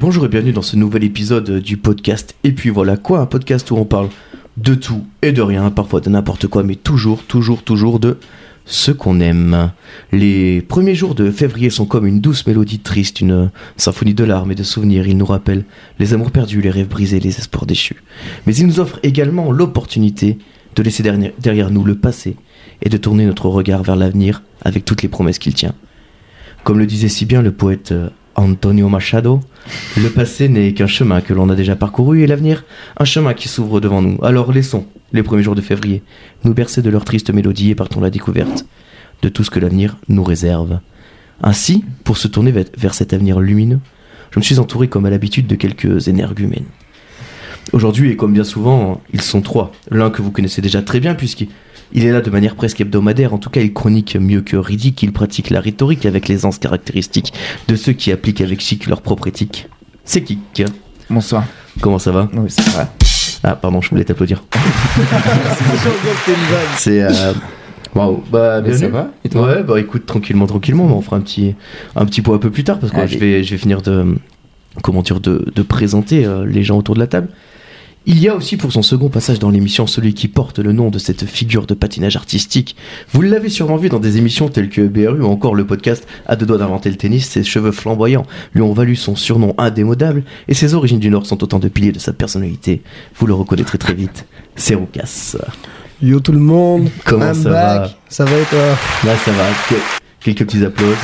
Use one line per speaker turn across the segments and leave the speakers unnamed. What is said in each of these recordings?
bonjour et bienvenue dans ce nouvel épisode du podcast. Et puis voilà quoi, un podcast où on parle de tout et de rien, parfois de n'importe quoi, mais toujours, toujours, toujours de ce qu'on aime. Les premiers jours de février sont comme une douce mélodie triste, une symphonie de larmes et de souvenirs. Ils nous rappellent les amours perdus, les rêves brisés, les espoirs déchus. Mais ils nous offrent également l'opportunité de laisser derni- derrière nous le passé et de tourner notre regard vers l'avenir avec toutes les promesses qu'il tient. Comme le disait si bien le poète euh, Antonio Machado, le passé n'est qu'un chemin que l'on a déjà parcouru et l'avenir, un chemin qui s'ouvre devant nous. Alors laissons les premiers jours de février nous bercer de leur triste mélodie et partons à la découverte de tout ce que l'avenir nous réserve. Ainsi, pour se tourner ve- vers cet avenir lumineux, je me suis entouré comme à l'habitude de quelques énergumènes. Aujourd'hui, et comme bien souvent, ils sont trois. L'un que vous connaissez déjà très bien, puisqu'il il est là de manière presque hebdomadaire. En tout cas, il chronique mieux que Riddick. Il pratique la rhétorique avec l'aisance caractéristique de ceux qui appliquent avec chic leur propre éthique. C'est Kik.
Bonsoir.
Comment ça va
Oui, c'est vrai.
Ah, pardon, je voulais t'applaudir. C'est. euh, Waouh, bah,
Ah, Mais ça
bienvenue.
va Et toi
Ouais, bah écoute, tranquillement, tranquillement, mais on fera un petit, un petit point un peu plus tard parce que
Allez.
je vais, je vais finir de, comment dire, de, de présenter euh, les gens autour de la table. Il y a aussi pour son second passage dans l'émission celui qui porte le nom de cette figure de patinage artistique. Vous l'avez sûrement vu dans des émissions telles que BRU ou encore le podcast À deux doigts d'inventer le tennis, ses cheveux flamboyants lui ont valu son surnom indémodable et ses origines du Nord sont autant de piliers de sa personnalité. Vous le reconnaîtrez très vite, c'est Roukas.
Yo tout le monde,
Comment
I'm
ça
back. Ça va et toi
va Là ça va, Que- quelques petits applauses.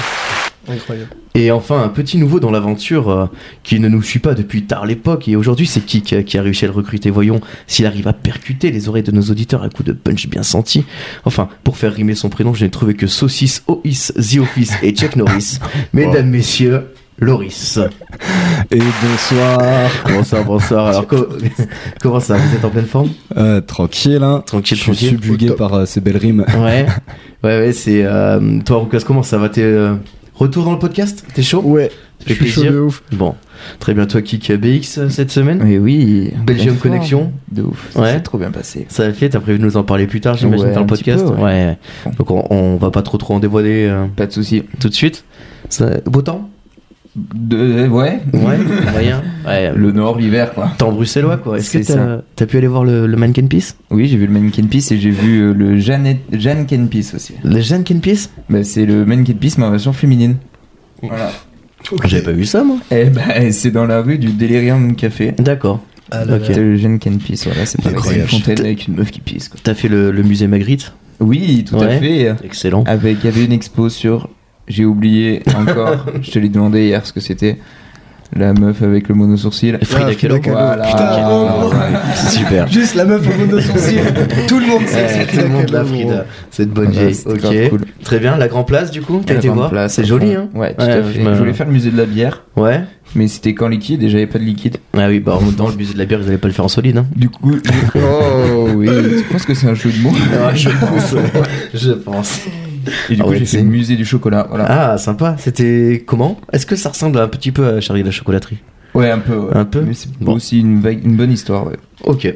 Incroyable.
Et enfin, un petit nouveau dans l'aventure euh, qui ne nous suit pas depuis tard l'époque. Et aujourd'hui, c'est Kik euh, qui a réussi à le recruter. Voyons s'il arrive à percuter les oreilles de nos auditeurs à coups de punch bien senti. Enfin, pour faire rimer son prénom, je n'ai trouvé que Saucisse, Ois, The Office et Chuck Norris. Mesdames, messieurs, Loris.
Et bonsoir
Bonsoir, bonsoir. Alors, co- comment ça Vous êtes en pleine forme
Euh, Tranquille, hein
Tranquille,
Je suis subjugué par euh, ces belles rimes.
Ouais, ouais, ouais, c'est. euh, toi, Roukas, comment ça va T'es. euh, Retour dans le podcast T'es chaud
Ouais,
fait
je suis chaud
plaisir.
de ouf.
Bon, très bien. Toi, Kik euh, BX euh, cette semaine
Oui, oui.
Belgium
Bien fort.
Connexion.
De ouf. Ça
Ouais.
s'est trop bien passé.
Ça a fait, t'as prévu de nous en parler plus tard, j'imagine,
Ouais,
dans le
un petit
podcast.
peu, ouais.
ouais. Donc on, on va pas trop trop en dévoiler euh,
Pas de soucis.
tout de suite. Ça, beau temps
De... Ouais.
Ouais, moyen. Ouais, le
Le nord, l'hiver, quoi.
temps bruxellois quoi. Est-ce que
C'est
t'as, t'as pu aller voir le, le Mannequin Peace
Oui, j'ai vu le Mannequin Peace et j'ai vu euh, le Jeanne, Jeanne Ken Peace aussi.
Le Mannequin Peace
Bah, c'est le Mannequin Peace, mais en version féminine. Voilà.
J'avais pas vu ça moi.
Et bah, c'est dans la rue du Delirium Café.
D'accord.
Ah là là.
Ok.
C'est le Jeanne Ken Peace, voilà, c'est pareil. C'est une
Incroyable.
fontaine avec une meuf qui pisse, quoi.
T'as fait le, le musée Magritte
Oui, tout
Ouais.
à fait.
Excellent.
Avec, il y avait une expo sur. J'ai oublié encore, je te l'ai demandé hier ce que c'était. La meuf avec le mono sourcil.
Et Frida
Ah,
Kahlo
Frida Kahlo.
Voilà.
Putain, oh,
Super.
Juste la meuf au bout de son cire. Tout le monde sait
Eh,
c'est
tout le monde
Frida
l'a
Kahlo,
Frida,
gros.
cette bonne
Voilà,
vieille.
c'était grave
Ok.
cool.
Très bien. La Grand Place du coup, t'as été
La grande
voir.
place,
c'est
au
joli
fond.
hein.
Ouais, tout
Ouais,
à fait.
je me-
Je voulais faire le musée de la bière,
Ouais.
mais c'était qu'en liquide et j'avais pas de liquide.
Ah oui, bah en même temps, le musée de la bière, ils allaient pas le faire en solide. Hein.
Du coup, je- oh oui, tu penses que c'est un jeu de mots
Ah, je pense. je pense.
Et du
Ah
coup,
ouais,
j'ai fait
c'est-
le musée du chocolat, voilà.
Ah, sympa. C'était comment Est-ce que ça ressemble un petit peu à Charlie et la chocolaterie
Ouais, un peu. ouais.
Un peu
Mais c'est
Bon.
aussi une, vague- une bonne histoire, ouais.
Ok.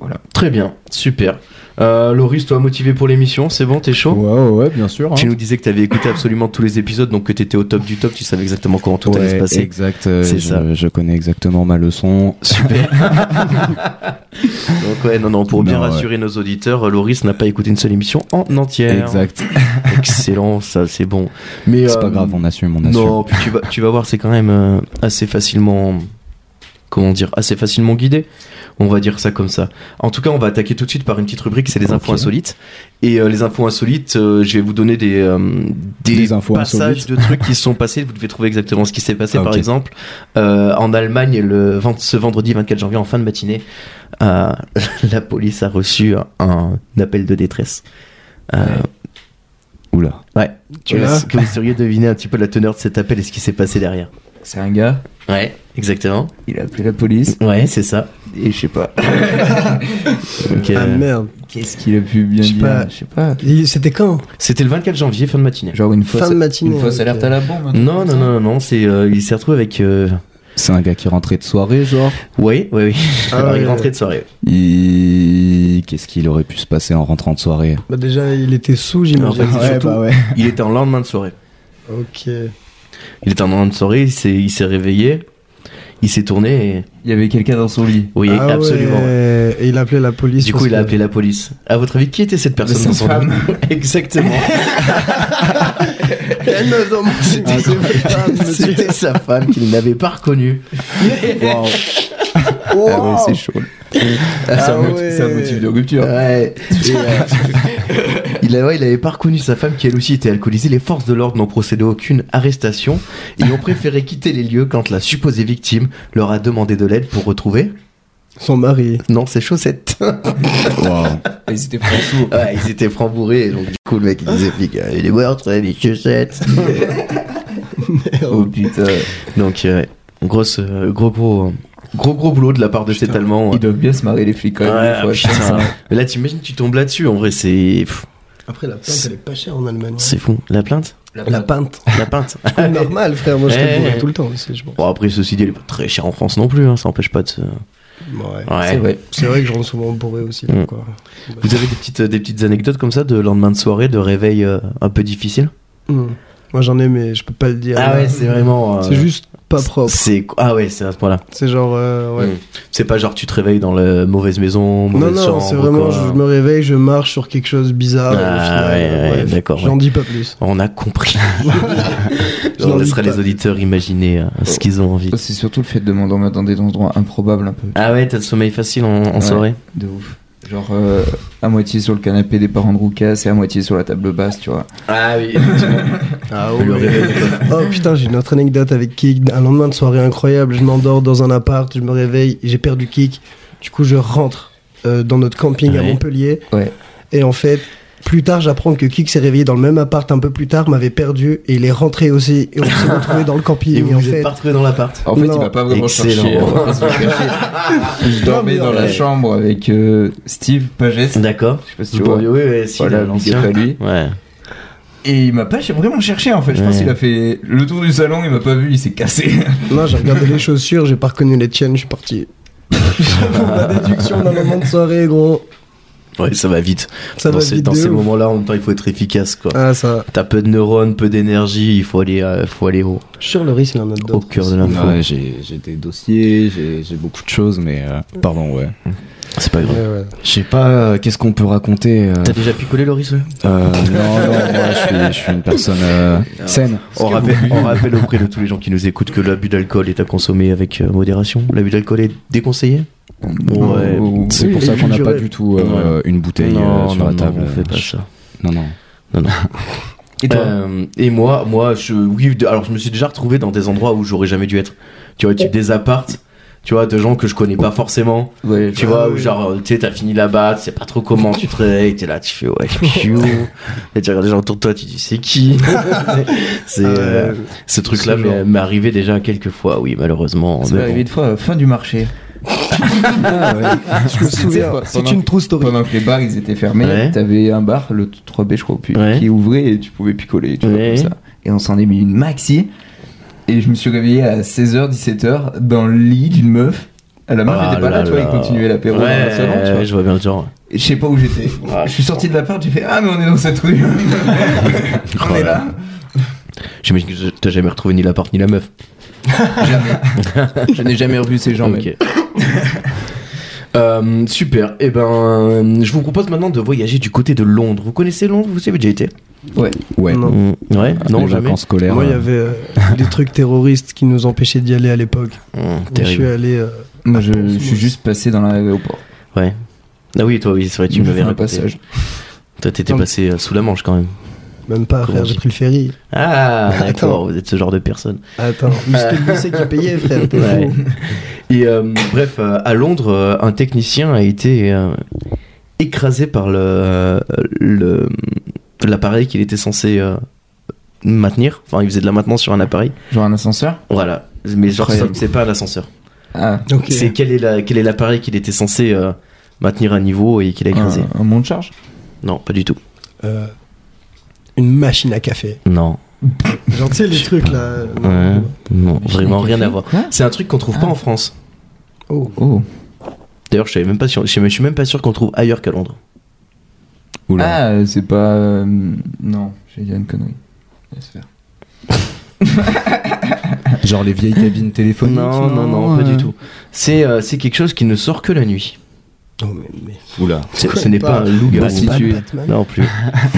Voilà.
Très bien. Super. Euh, Loris, toi motivé pour l'émission, c'est bon, t'es
Oh.
chaud
Ouais, ouais, ouais, bien sûr. hein.
Tu nous disais que t'avais écouté absolument tous les épisodes, donc que t'étais au top du top, tu savais exactement comment tout allait
Ouais,
se passer.
Exact, euh,
C'est
je,
ça.
je connais exactement ma leçon.
Super. donc ouais, non, non, pour bien
Non, ouais.
rassurer nos auditeurs, euh, Loris n'a pas écouté une seule émission en entière.
Exact.
Excellent, ça, c'est bon. Mais
C'est
euh,
pas grave, on assume, on assume.
Non, puis tu vas, tu vas voir, c'est quand même euh, assez facilement. Comment dire Assez facilement guidé. On va dire ça comme ça. En tout cas, on va attaquer tout de suite par une petite rubrique, c'est les infos
Ok.
insolites. Et euh, les infos insolites, euh, je vais vous donner des, euh, des,
Des infos
passages
insolites.
de trucs qui se sont passés. Vous devez trouver exactement ce qui s'est passé.
Ah,
Par
ok.
exemple, euh, en Allemagne, le 20 ce vendredi 24 janvier, en fin de matinée, euh, la police a reçu un, un appel de détresse. Euh,
Oula.
tu
Oula.
est-ce que vous seriez deviné un petit peu la teneur de cet appel et ce qui s'est passé derrière
C'est un gars,
Ouais, exactement.
il a appelé la police
Ouais, c'est ça.
et je sais pas.
Donc,
Ah
euh,
merde.
Qu'est-ce qu'il a pu bien
Je sais
dire
pas.
Je sais pas.
Il- C'était quand
C'était le 24 janvier, fin de matinée. euh,
Genre une fausse,
Fin de matinée.
une fausse
ok.
alerte à la bombe.
Non, non, non, non, non, c'est euh, il s'est retrouvé avec. Euh...
C'est un gars qui rentrait de soirée, genre.
Oui, oui, oui.
Ah,
Alors, il
ouais.
rentrait de soirée.
Il- Qu'est-ce qu'il aurait pu se passer en rentrant de soirée
Bah déjà, il était sous,
En fait,
j'imagine.
c'est surtout-
ouais.
Il était en lendemain de soirée.
Ok.
Il était en lendemain de soirée. Il s'est, il s'est réveillé. il s'est tourné et.
Il y avait quelqu'un dans son lit.
Oui,
Ah
absolument. ouais.
ouais. Et il a appelé la police.
Du
parce
coup, il a
que-
appelé la police. À votre avis, qui était cette personne
sa
dans son
femme.
lit Exactement.
Elle me demande-
C'était Ah, c'était sa femme qu'il n'avait pas reconnue.
Waouh.
Wow.
Ah ouais, c'est chaud.
c'est, un
ouais.
motif, c'est un motif de rupture.
Ouais. Et, euh, il, a- ouais, il avait pas reconnu sa femme qui elle aussi était alcoolisée. Les forces de l'ordre n'ont procédé à aucune arrestation et ont préféré quitter les lieux quand la supposée victime leur a demandé de l'aide pour retrouver.
Son mari.
Non, ses chaussettes.
Waouh.
Et c'était François.
Ouais, ils étaient francs bourrés. Donc, du coup, le mec, il disait, Flic, euh, il est mort, euh, mes chaussettes.
Oh putain.
Donc, euh, grosse, euh, gros, gros, gros, gros boulot de la part de cet Allemand.
Ils doivent bien se marrer les flics quand même.
Ouais,
des fois,
putain.
putain.
Mais là, t'imagines, tu tombes là-dessus. En vrai, c'est, pff,
Après, la pinte, elle est pas chère en Allemagne.
c'est fou. La plainte,
La pinte.
la peinte.
Normal, frère. Moi, je
Eh.
serais bourré tout le temps aussi, je pense.
Bon, après, ceci dit, elle est pas très chère en France non plus. hein, ça empêche pas de. se-
Ouais.
Ouais.
C'est vrai.
C'est vrai que je rentre souvent bourré aussi. donc,
Mm.
quoi.
Vous avez des petites, euh, des petites anecdotes comme ça de lendemain de soirée, de réveil euh, un peu difficile
Mm. Moi, j'en ai, mais je peux pas le dire.
Ah
là.
ouais, c'est vraiment. euh,
C'est juste pas propre.
C'est ah ouais, c'est à ce point-là.
C'est genre, euh, ouais.
Mm. C'est pas genre tu te réveilles dans la mauvaise maison,
Non,
mauvaise
non,
chambre.
c'est vraiment,
quoi.
je me réveille, je marche sur quelque chose de bizarre. et au
Ah,
final,
ouais,
euh,
ouais,
bref,
d'accord,
J'en
ouais.
dis pas plus.
On a compris.
J'en
On
dis
laissera
pas.
les auditeurs imaginer euh, ce qu'ils ont envie.
C'est surtout le fait de m'endormir dans des endroits improbables un peu.
Ah ouais, t'as le sommeil facile en, en
Ouais.
soirée
De ouf. Genre euh, à moitié sur le canapé des parents de Roucas et à moitié sur la table basse, tu vois.
Ah oui.
Ah
Le réveil du
Oh putain, j'ai une autre anecdote avec Kik. Un lendemain de soirée incroyable, je m'endors dans un appart, je me réveille, j'ai perdu Kik. Du coup, je rentre euh, dans notre camping à
Ouais.
Montpellier.
Ouais.
Et en fait, plus tard, j'apprends que Kik s'est réveillé dans le même appart un peu plus tard, m'avait perdu et il est rentré aussi. Et on s'est retrouvés dans le camping.
Et
en
vous vous
fait,
êtes pas retrouvés dans l'appart
En fait,
Non.
il va pas vraiment
Excellent.
chercher. on va pas se le cacher. Je dormais
Non, mais
dans la
ouais.
chambre avec euh, Steve Pages.
D'accord.
Je sais pas si tu
Tu
vois.
oui, oui, si,
Voilà,
là,
l'ancien
l'ancien.
pas lui.
Ouais.
Et il m'a pas vraiment cherché en fait. Je pense
Ouais.
qu'il a fait le tour du salon, il m'a pas vu, il s'est cassé.
non, j'ai regardé les chaussures, j'ai pas reconnu les tiennes, je suis parti. J'avoue, ma déduction d'un moment de soirée, gros.
Ouais, ça va vite.
Ça
dans
va
ces,
vite.
dans
de
ces
ouf.
moments-là, en même temps, il faut être efficace, quoi.
Ah, ça.
T'as peu de neurones, peu d'énergie, il faut aller, euh, faut aller au,
Je suis sûr, le risque, il en a
au
d'autres.
cœur de l'info.
Ouais, j'ai j'ai des dossiers, j'ai j'ai beaucoup de choses, mais. euh, Pardon, ouais.
C'est pas
Ouais,
grave.
ouais.
Je sais pas, euh, qu'est-ce qu'on peut raconter euh,
T'as déjà picolé, Loris ouais
euh, Non, non, moi, je suis, je suis une personne euh, saine.
on rappelle, on rappelle auprès de tous les gens qui nous écoutent que l'abus d'alcool est à consommer avec euh, modération. L'abus d'alcool est déconseillé Ouais.
Ou-
C'est
Oui,
pour ça
et
qu'on n'a
je
pas
dirais-
du tout euh, une bouteille euh, sur la table.
on fait pas ça.
Non, non.
Et toi
Euh, et moi, moi, je, oui, de- alors je me suis déjà retrouvé dans des endroits où j'aurais jamais dû être. Tu vois, type des appartes, tu vois, de gens que je connais pas forcément.
Ouais, Ah
Tu vois, où genre, euh, tu sais, t'as fini là-bas, tu sais pas trop comment, tu te réveilles, t'es là, tu fais ouais, piou. Et tu regardes les gens autour de toi, tu dis c'est qui
Ah
C'est euh,
Euh,
ce truc-là
ce
m'est-
genre.
m'est arrivé déjà quelques fois, oui, malheureusement.
Ça
mais
m'est arrivé
bon.
une fois à la fin du marché.
Je me souviens,
pas-
Ah, c'est
pendant-
une true story.
Pendant que les bars ils étaient fermés,
Ouais.
t'avais un bar, le 3B je crois, puis-
Ouais.
qui ouvrait et tu pouvais picoler, tu vois,
Ouais.
comme ça. Et on s'en est mis une maxi. Et je me suis réveillé à 16h, 17h dans le lit d'une meuf. Ah, La meuf
Ah
était pas là,
là
tu vois,
là.
elle continuait l'apéro dans le
Ouais,
salon, tu vois.
je vois bien le genre.
Et Je sais pas où j'étais.
Ah.
Je suis sorti de l'appart, j'ai fait Ah, mais on est dans cette rue. on est là.
J'imagine que t'as jamais retrouvé ni l'appart ni la meuf.
Jamais. Je n'ai jamais revu ces gens. mais-
Ok. Euh, super, et ben je vous propose maintenant de voyager du côté de Londres. Vous connaissez Londres Vous y avez déjà été
Ouais.
Ouais.
Non.
Mm, Ouais, non,
les
jamais.
vacances scolaires.
Moi, il y
euh,
avait euh, des trucs terroristes qui nous empêchaient d'y aller à l'époque.
Mm,
Je suis
terrible.
allé. euh,
Moi, je, je suis juste passé dans l'aéroport.
Ouais. Ah oui, toi, oui, c'est vrai, tu
J'ai
me
fait
l'avais
un
raconté.
passage.
Toi, t'étais
Non, mais-
passé euh, sous la Manche quand même.
Même pas,
Comment
frère, j'ai
dit
pris le ferry.
Ah, d'accord,
Attends.
vous êtes ce genre de personne.
Attends, mais c'était le lycée qui payait, frère. t'es
Ouais.
fou.
Et euh, bref, euh, à Londres, euh, un technicien a été euh, écrasé par le euh, le- l'appareil qu'il était censé euh, maintenir. Enfin, il faisait de la maintenance sur un appareil.
Genre un ascenseur
Voilà. Mais genre, ça,
Incroyable.
c'est pas un ascenseur.
Ah.
Ok.
C'est quel est la- quel est l'appareil qu'il était censé euh, maintenir à niveau et qu'il a écrasé.
Un, un monte charge
Ah. Non, pas du tout.
euh, une machine à café.
Non.
Genre, tu sais, les trucs là. euh,
Ouais. Non, vraiment
à
rien à
café
voir.
Quoi
C'est un truc qu'on trouve pas
Ah.
en France.
Oh.
Oh.
D'ailleurs, je savais même pas si on- je, sais- je suis même pas sûr qu'on le trouve ailleurs qu'à Londres.
Oula.
Ah, c'est pas. euh, non, j'ai dit une connerie. Laisse faire.
Genre les vieilles cabines téléphoniques
Non, non, non, pas
euh,
du tout. C'est euh, c'est quelque chose qui ne sort que la nuit.
Non, mais, mais-
Oula,
C'est-
Quoi,
Ce n'est pas
pas-
un loup-garou.
Pas
si
de
tu-
Batman.
Non plus.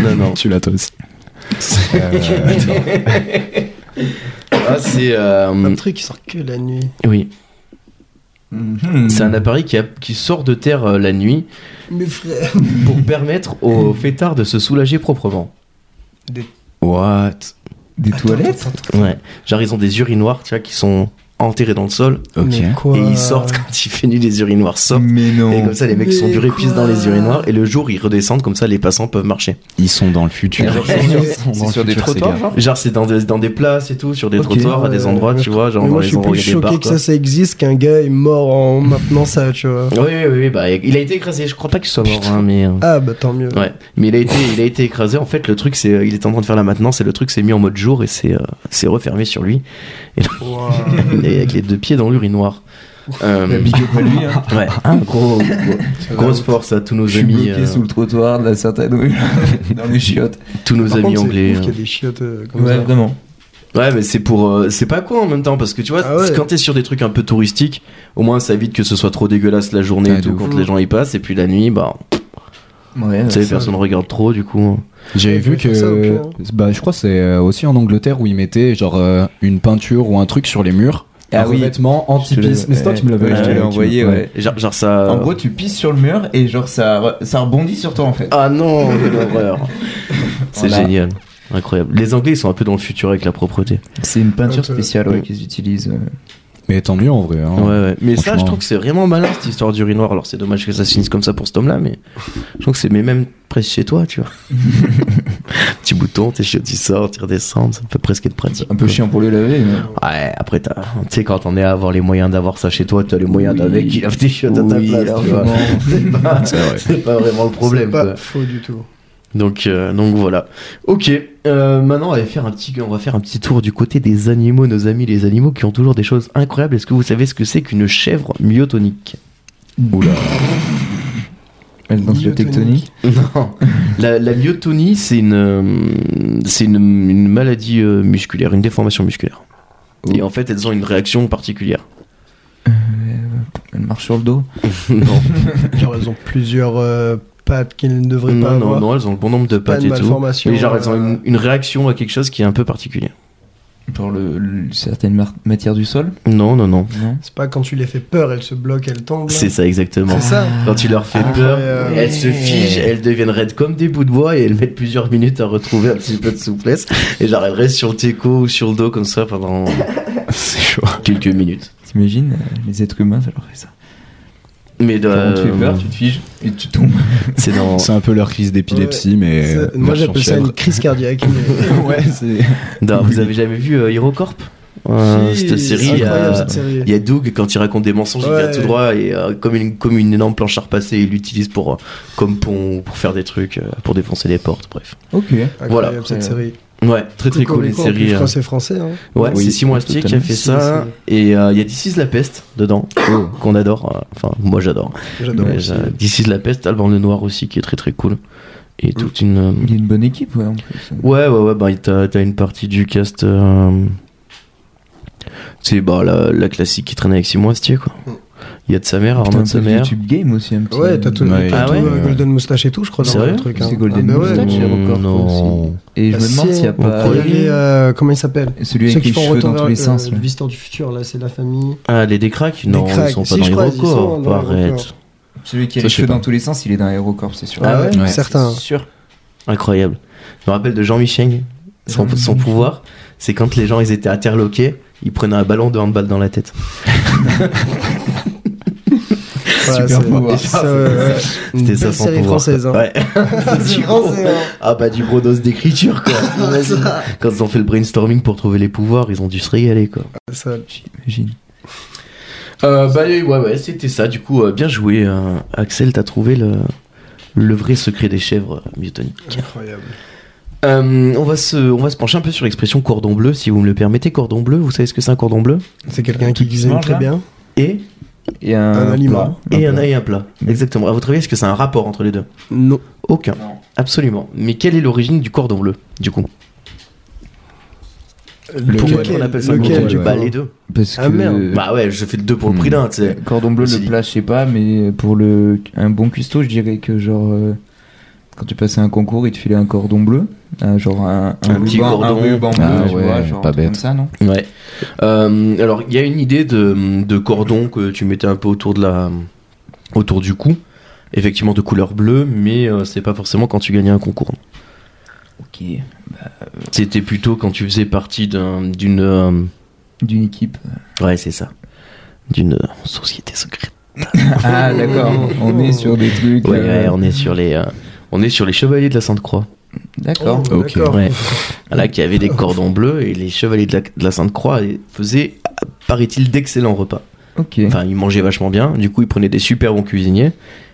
Non, non.
tu l'as toi aussi. Euh,
Ah, c'est.
Un
euh,
truc qui sort que la nuit.
oui.
Mhm.
C'est un appareil qui, a- qui sort de terre euh, la nuit
Mes frères.
pour permettre aux fêtards de se soulager proprement.
Des-
What
Des
Attends,
toilettes
attends, attends.
Ouais. Genre, ils ont des urinoirs, tu vois, qui sont enterrés dans le sol.
Ok.
Mais quoi
Et ils sortent quand il fait nuit, les urinoirs sortent.
Mais
Et
non.
comme ça, les mecs
Mais
sont durés pissent dans les
quoi
urinoirs. Et le jour, ils redescendent, comme ça, les passants peuvent marcher.
Ils sont dans le futur.
Genre,
Ils
c'est sur-
sont dans
c'est
le
sur des
futur, ces
trottoirs,
gars.
genre
Genre, c'est dans des, dans des places et tout, sur des
Ok,
trottoirs, à des
ouais,
endroits,
ouais,
tu vois, genre
Mais
dans
moi, je
les
suis
endroits où
plus
il y a des
choqué
bars.
que
quoi.
ça, ça existe qu'un gars est mort en maintenant ça, tu vois.
Oui, oui, oui, bah, il a été écrasé. Je crois pas qu'il soit mort, hein, mais. euh,
Ah, bah tant mieux.
Ouais, mais il a été, il a été écrasé. En fait, le truc, c'est, euh, il est en train de faire la maintenance et le truc s'est mis en mode jour et c'est, euh, c'est refermé sur lui
Wow.
Et avec les deux pieds dans l'urinoir. Euh,
La big up à lui, hein.
ouais, hein, gros, gros- grosse force à tous nos
Je suis
amis,
bloqué
euh,
sous le trottoir de la Sainte-Anouille, dans les chiottes.
tous nos
Par
amis
contre, c'est
anglais.
ouf qu'il y
euh.
a des chiottes euh, comme
Ouais,
ça.
vraiment.
Ouais, mais c'est pour, euh, c'est pas quoi en même temps parce que tu vois,
Ah ouais.
quand t'es sur des trucs un peu touristiques, au moins ça évite que ce soit trop dégueulasse la journée et
Ah, de
tout
ouf.
quand
Mm.
les gens y passent et puis la nuit, bah,
Ouais,
tu sais,
c'est ça.
personne regarde trop du coup. hein.
J'avais
Ouais,
vu
ils font
que,
ça au pire, hein.
bah, je crois que c'est euh, aussi en Angleterre où ils mettaient genre euh, une peinture ou un truc sur les murs,
Ah
un
oui.
revêtement
Je te l'avais-
anti-pisse. Mais c'est toi qui me l'avais
Ouais, je te
tu
l'ai
me-
envoyé, ouais.
Et Genre, genre ça.
En gros, tu pisses sur le mur et genre ça, re- ça rebondit sur toi en fait.
Ah non, quelle horreur. C'est
Voilà.
génial. Incroyable. Les Anglais, ils sont un peu dans le futur avec la propreté.
C'est une
peinture
spéciale
ouais,
qu'ils utilisent. euh.
Mais tant mieux en vrai. hein.
Ouais, ouais. Mais ça,
Franchement.
je trouve que c'est vraiment malin cette histoire d'urinoir. Alors, c'est dommage que ça se finisse comme ça pour cet homme-là, mais je trouve que c'est mais même presque chez toi, tu vois. Petit bouton, t'es chaud, tu sors, tu redescends. Ça peut presque être pratique.
Un peu
quoi.
chiant pour les laver. mais-
Ouais, après, t'as- tu sais, quand on est à avoir les moyens d'avoir ça chez toi, t'as les moyens
Oui.
d'un mec qui lave tes chiottes à ta
Oui,
place, tu vois.
largement.
C'est pas,
C'est vrai.
c'est pas vraiment le problème,
C'est pas
quoi.
faux du tout.
Donc, euh, donc voilà. Ok. euh, maintenant, on va faire un petit, on va faire un petit tour du côté des animaux, nos amis les animaux qui ont toujours des choses incroyables. Est-ce que vous savez ce que c'est qu'une chèvre myotonique
Oula.
Elle danse la
Myotonique.
tectonique.
Non. La, la myotonie, c'est une, euh, c'est une, une maladie euh, musculaire, une déformation musculaire. Et en fait, elles ont une réaction particulière.
Elle marche sur le dos.
non.
Genre, elles ont plusieurs euh, pattes qu'ils ne devraient pas
Non, non,
avoir.
non, elles ont le bon nombre de
pas
pattes
une
et tout.
malformation.
Mais genre, elles ont
euh,
une, une réaction à quelque chose qui est un peu particulier.
Genre le, le- certaines mar- matières du sol.
Non, non, non.
Non.
C'est pas quand tu les fais peur, elles se bloquent, elles tombent. là
C'est ça exactement.
C'est ça.
Quand tu leur fais
Ah,
peur,
ouais.
elles se figent, elles deviennent raides comme des bouts de bois et elles mettent plusieurs minutes à retrouver un petit peu de souplesse. Et genre, elles restent sur le teco ou sur le dos comme ça pendant
C'est chaud.
quelques minutes.
T'imagines, euh, les êtres humains, ça leur fait ça.
Mais de-
Genre, on te fait peur, tu te figes et tu tombes.
c'est dans.
C'est un peu leur crise d'épilepsie, mais.
C'est- Moi,
euh, version
j'appelle ça
chèvre.
une crise cardiaque. mais-
ouais, c'est.
dans- vous avez jamais vu euh, HeroCorp Euh,
Si,
Cette
c'est
série, il y, a,
incroyable, cette série.
il y a Doug quand il raconte des mensonges, il vient
Ouais.
tout droit et euh, comme, une, comme une énorme planche à repasser, il l'utilise pour euh, comme pont pour faire des trucs, euh, pour défoncer des portes, bref.
Ok.
voilà.
Incroyable, cette série.
Ouais, très très cool
les
une série.
Je
euh,
crois que c'est français. hein.
Ouais,
Oui,
c'est Simon
tout
Astier
à
qui a
fait.
fait
Si,
ça. Et euh, il y a This is la peste dedans,
Oh.
qu'on adore. euh, Enfin, moi j'adore.
J'adore.
Mais, euh, This is la peste, Alban Le Noir aussi, qui est très très cool. Et
Mm.
toute une. euh,
Il y a une bonne équipe, ouais, en plus.
Ouais, ouais, ouais, bah, et t'as t'as une partie du cast. euh, C'est bah, la, la classique qui traîne avec Simon Astier, quoi. Il y a de sa mère,
Putain,
Arnaud de sa
un peu
mère.
YouTube Game aussi, un petit
Ouais, t'as tout,
Ouais.
t'as
Ah
tout,
ouais
euh, Golden Moustache et tout, je crois, dans
Sérieux
le truc.
C'est
hein.
Golden
Ah bah ouais.
Moustache,
Mm,
j'ai encore
non.
aussi. Et je
Bah,
me demande
si,
s'il n'y a
on
pas
croyait-
Il y a les, euh, comment il s'appelle
celui avec les cheveux dans tous les
vers euh,
sens.
le
là.
visiteur du futur, là, c'est la famille.
Ah, les décraques Non,
Décraques.
ils sont pas
Si,
dans
je crois,
les
ils sont
records.
dans les
Arrête.
records.
Celui qui a
Ça,
les
je sais
cheveux
pas.
dans tous les sens, il est dans Aérocorp, c'est sûr.
Ah ouais
Ouais.
Certains.
C'est sûr.
Incroyable. Je me rappelle de Jean Michel. Son,
Jean
son
Michel.
pouvoir, c'est quand les gens ils étaient interloqués, ils prenaient un ballon de handball dans la tête.
Ouais, c'est-
pouvoir.
c'est ça, ouais, ouais. Une
C'était ça
belle
son
série
pouvoir.
française. hein.
Ouais.
C'est
Du
français,
gros-
hein.
Ah bah du gros dose d'écriture quoi. Imagine. Quand ils ont fait le brainstorming pour trouver les pouvoirs, ils ont dû se régaler quoi.
Ça,
J'imagine.
Euh, bah allez, ouais ouais, c'était ça. Du coup, euh, bien joué euh, Axel, t'as trouvé le le vrai secret des chèvres euh, myotoniques.
Incroyable.
Euh, on va se on va se pencher un peu sur l'expression cordon bleu si vous me le permettez. Cordon bleu, vous savez ce que c'est un cordon bleu
C'est quelqu'un
Qui
qui
se
cuisine
mange,
très
là
bien.
Et
Et un,
Un aliment.
plat.
et un
plat.
et un plat. Exactement. À votre avis, est-ce que c'est un rapport entre les deux
Non.
Aucun.
Non.
Absolument. Mais quelle est l'origine du cordon bleu du coup Le
Euh, Lequel-
on appelle ça
lequel,
lequel,
ouais.
Bah, les deux.
Parce
Ah,
que
merde.
Bah ouais, je fais le deux pour le prix d'un, tu sais.
cordon bleu
C'est-
le plat je sais pas mais pour le un bon cuistot je dirais que genre euh, quand tu passais un concours il te filait un cordon bleu un- genre un,
Un petit
ruban,
cordon.
un ruban bleu
Ah
tu
ouais,
vois genre
pas
un truc
bête.
comme ça non
Ouais. Euh, alors, il y a une idée de, de cordon que tu mettais un peu autour de la, autour du cou, effectivement de couleur bleue, mais euh, c'est pas forcément quand tu gagnais un concours.
ok
C'était plutôt quand tu faisais partie d'un- d'une, euh,
d'une équipe
ouais, c'est ça, d'une euh, société secrète.
ah d'accord on est sur des trucs
Ouais,
euh,
ouais, on est sur les, euh, on est sur les chevaliers de la Sainte Croix.
d'accord
Oh,
Ok.
d'accord.
Ouais. Là, qui avait des cordons bleus et les chevaliers de la, de la Sainte Croix faisaient, paraît-il, d'excellents repas.
ok
Enfin, ils mangeaient vachement bien. Du coup, ils prenaient des super bons cuisiniers.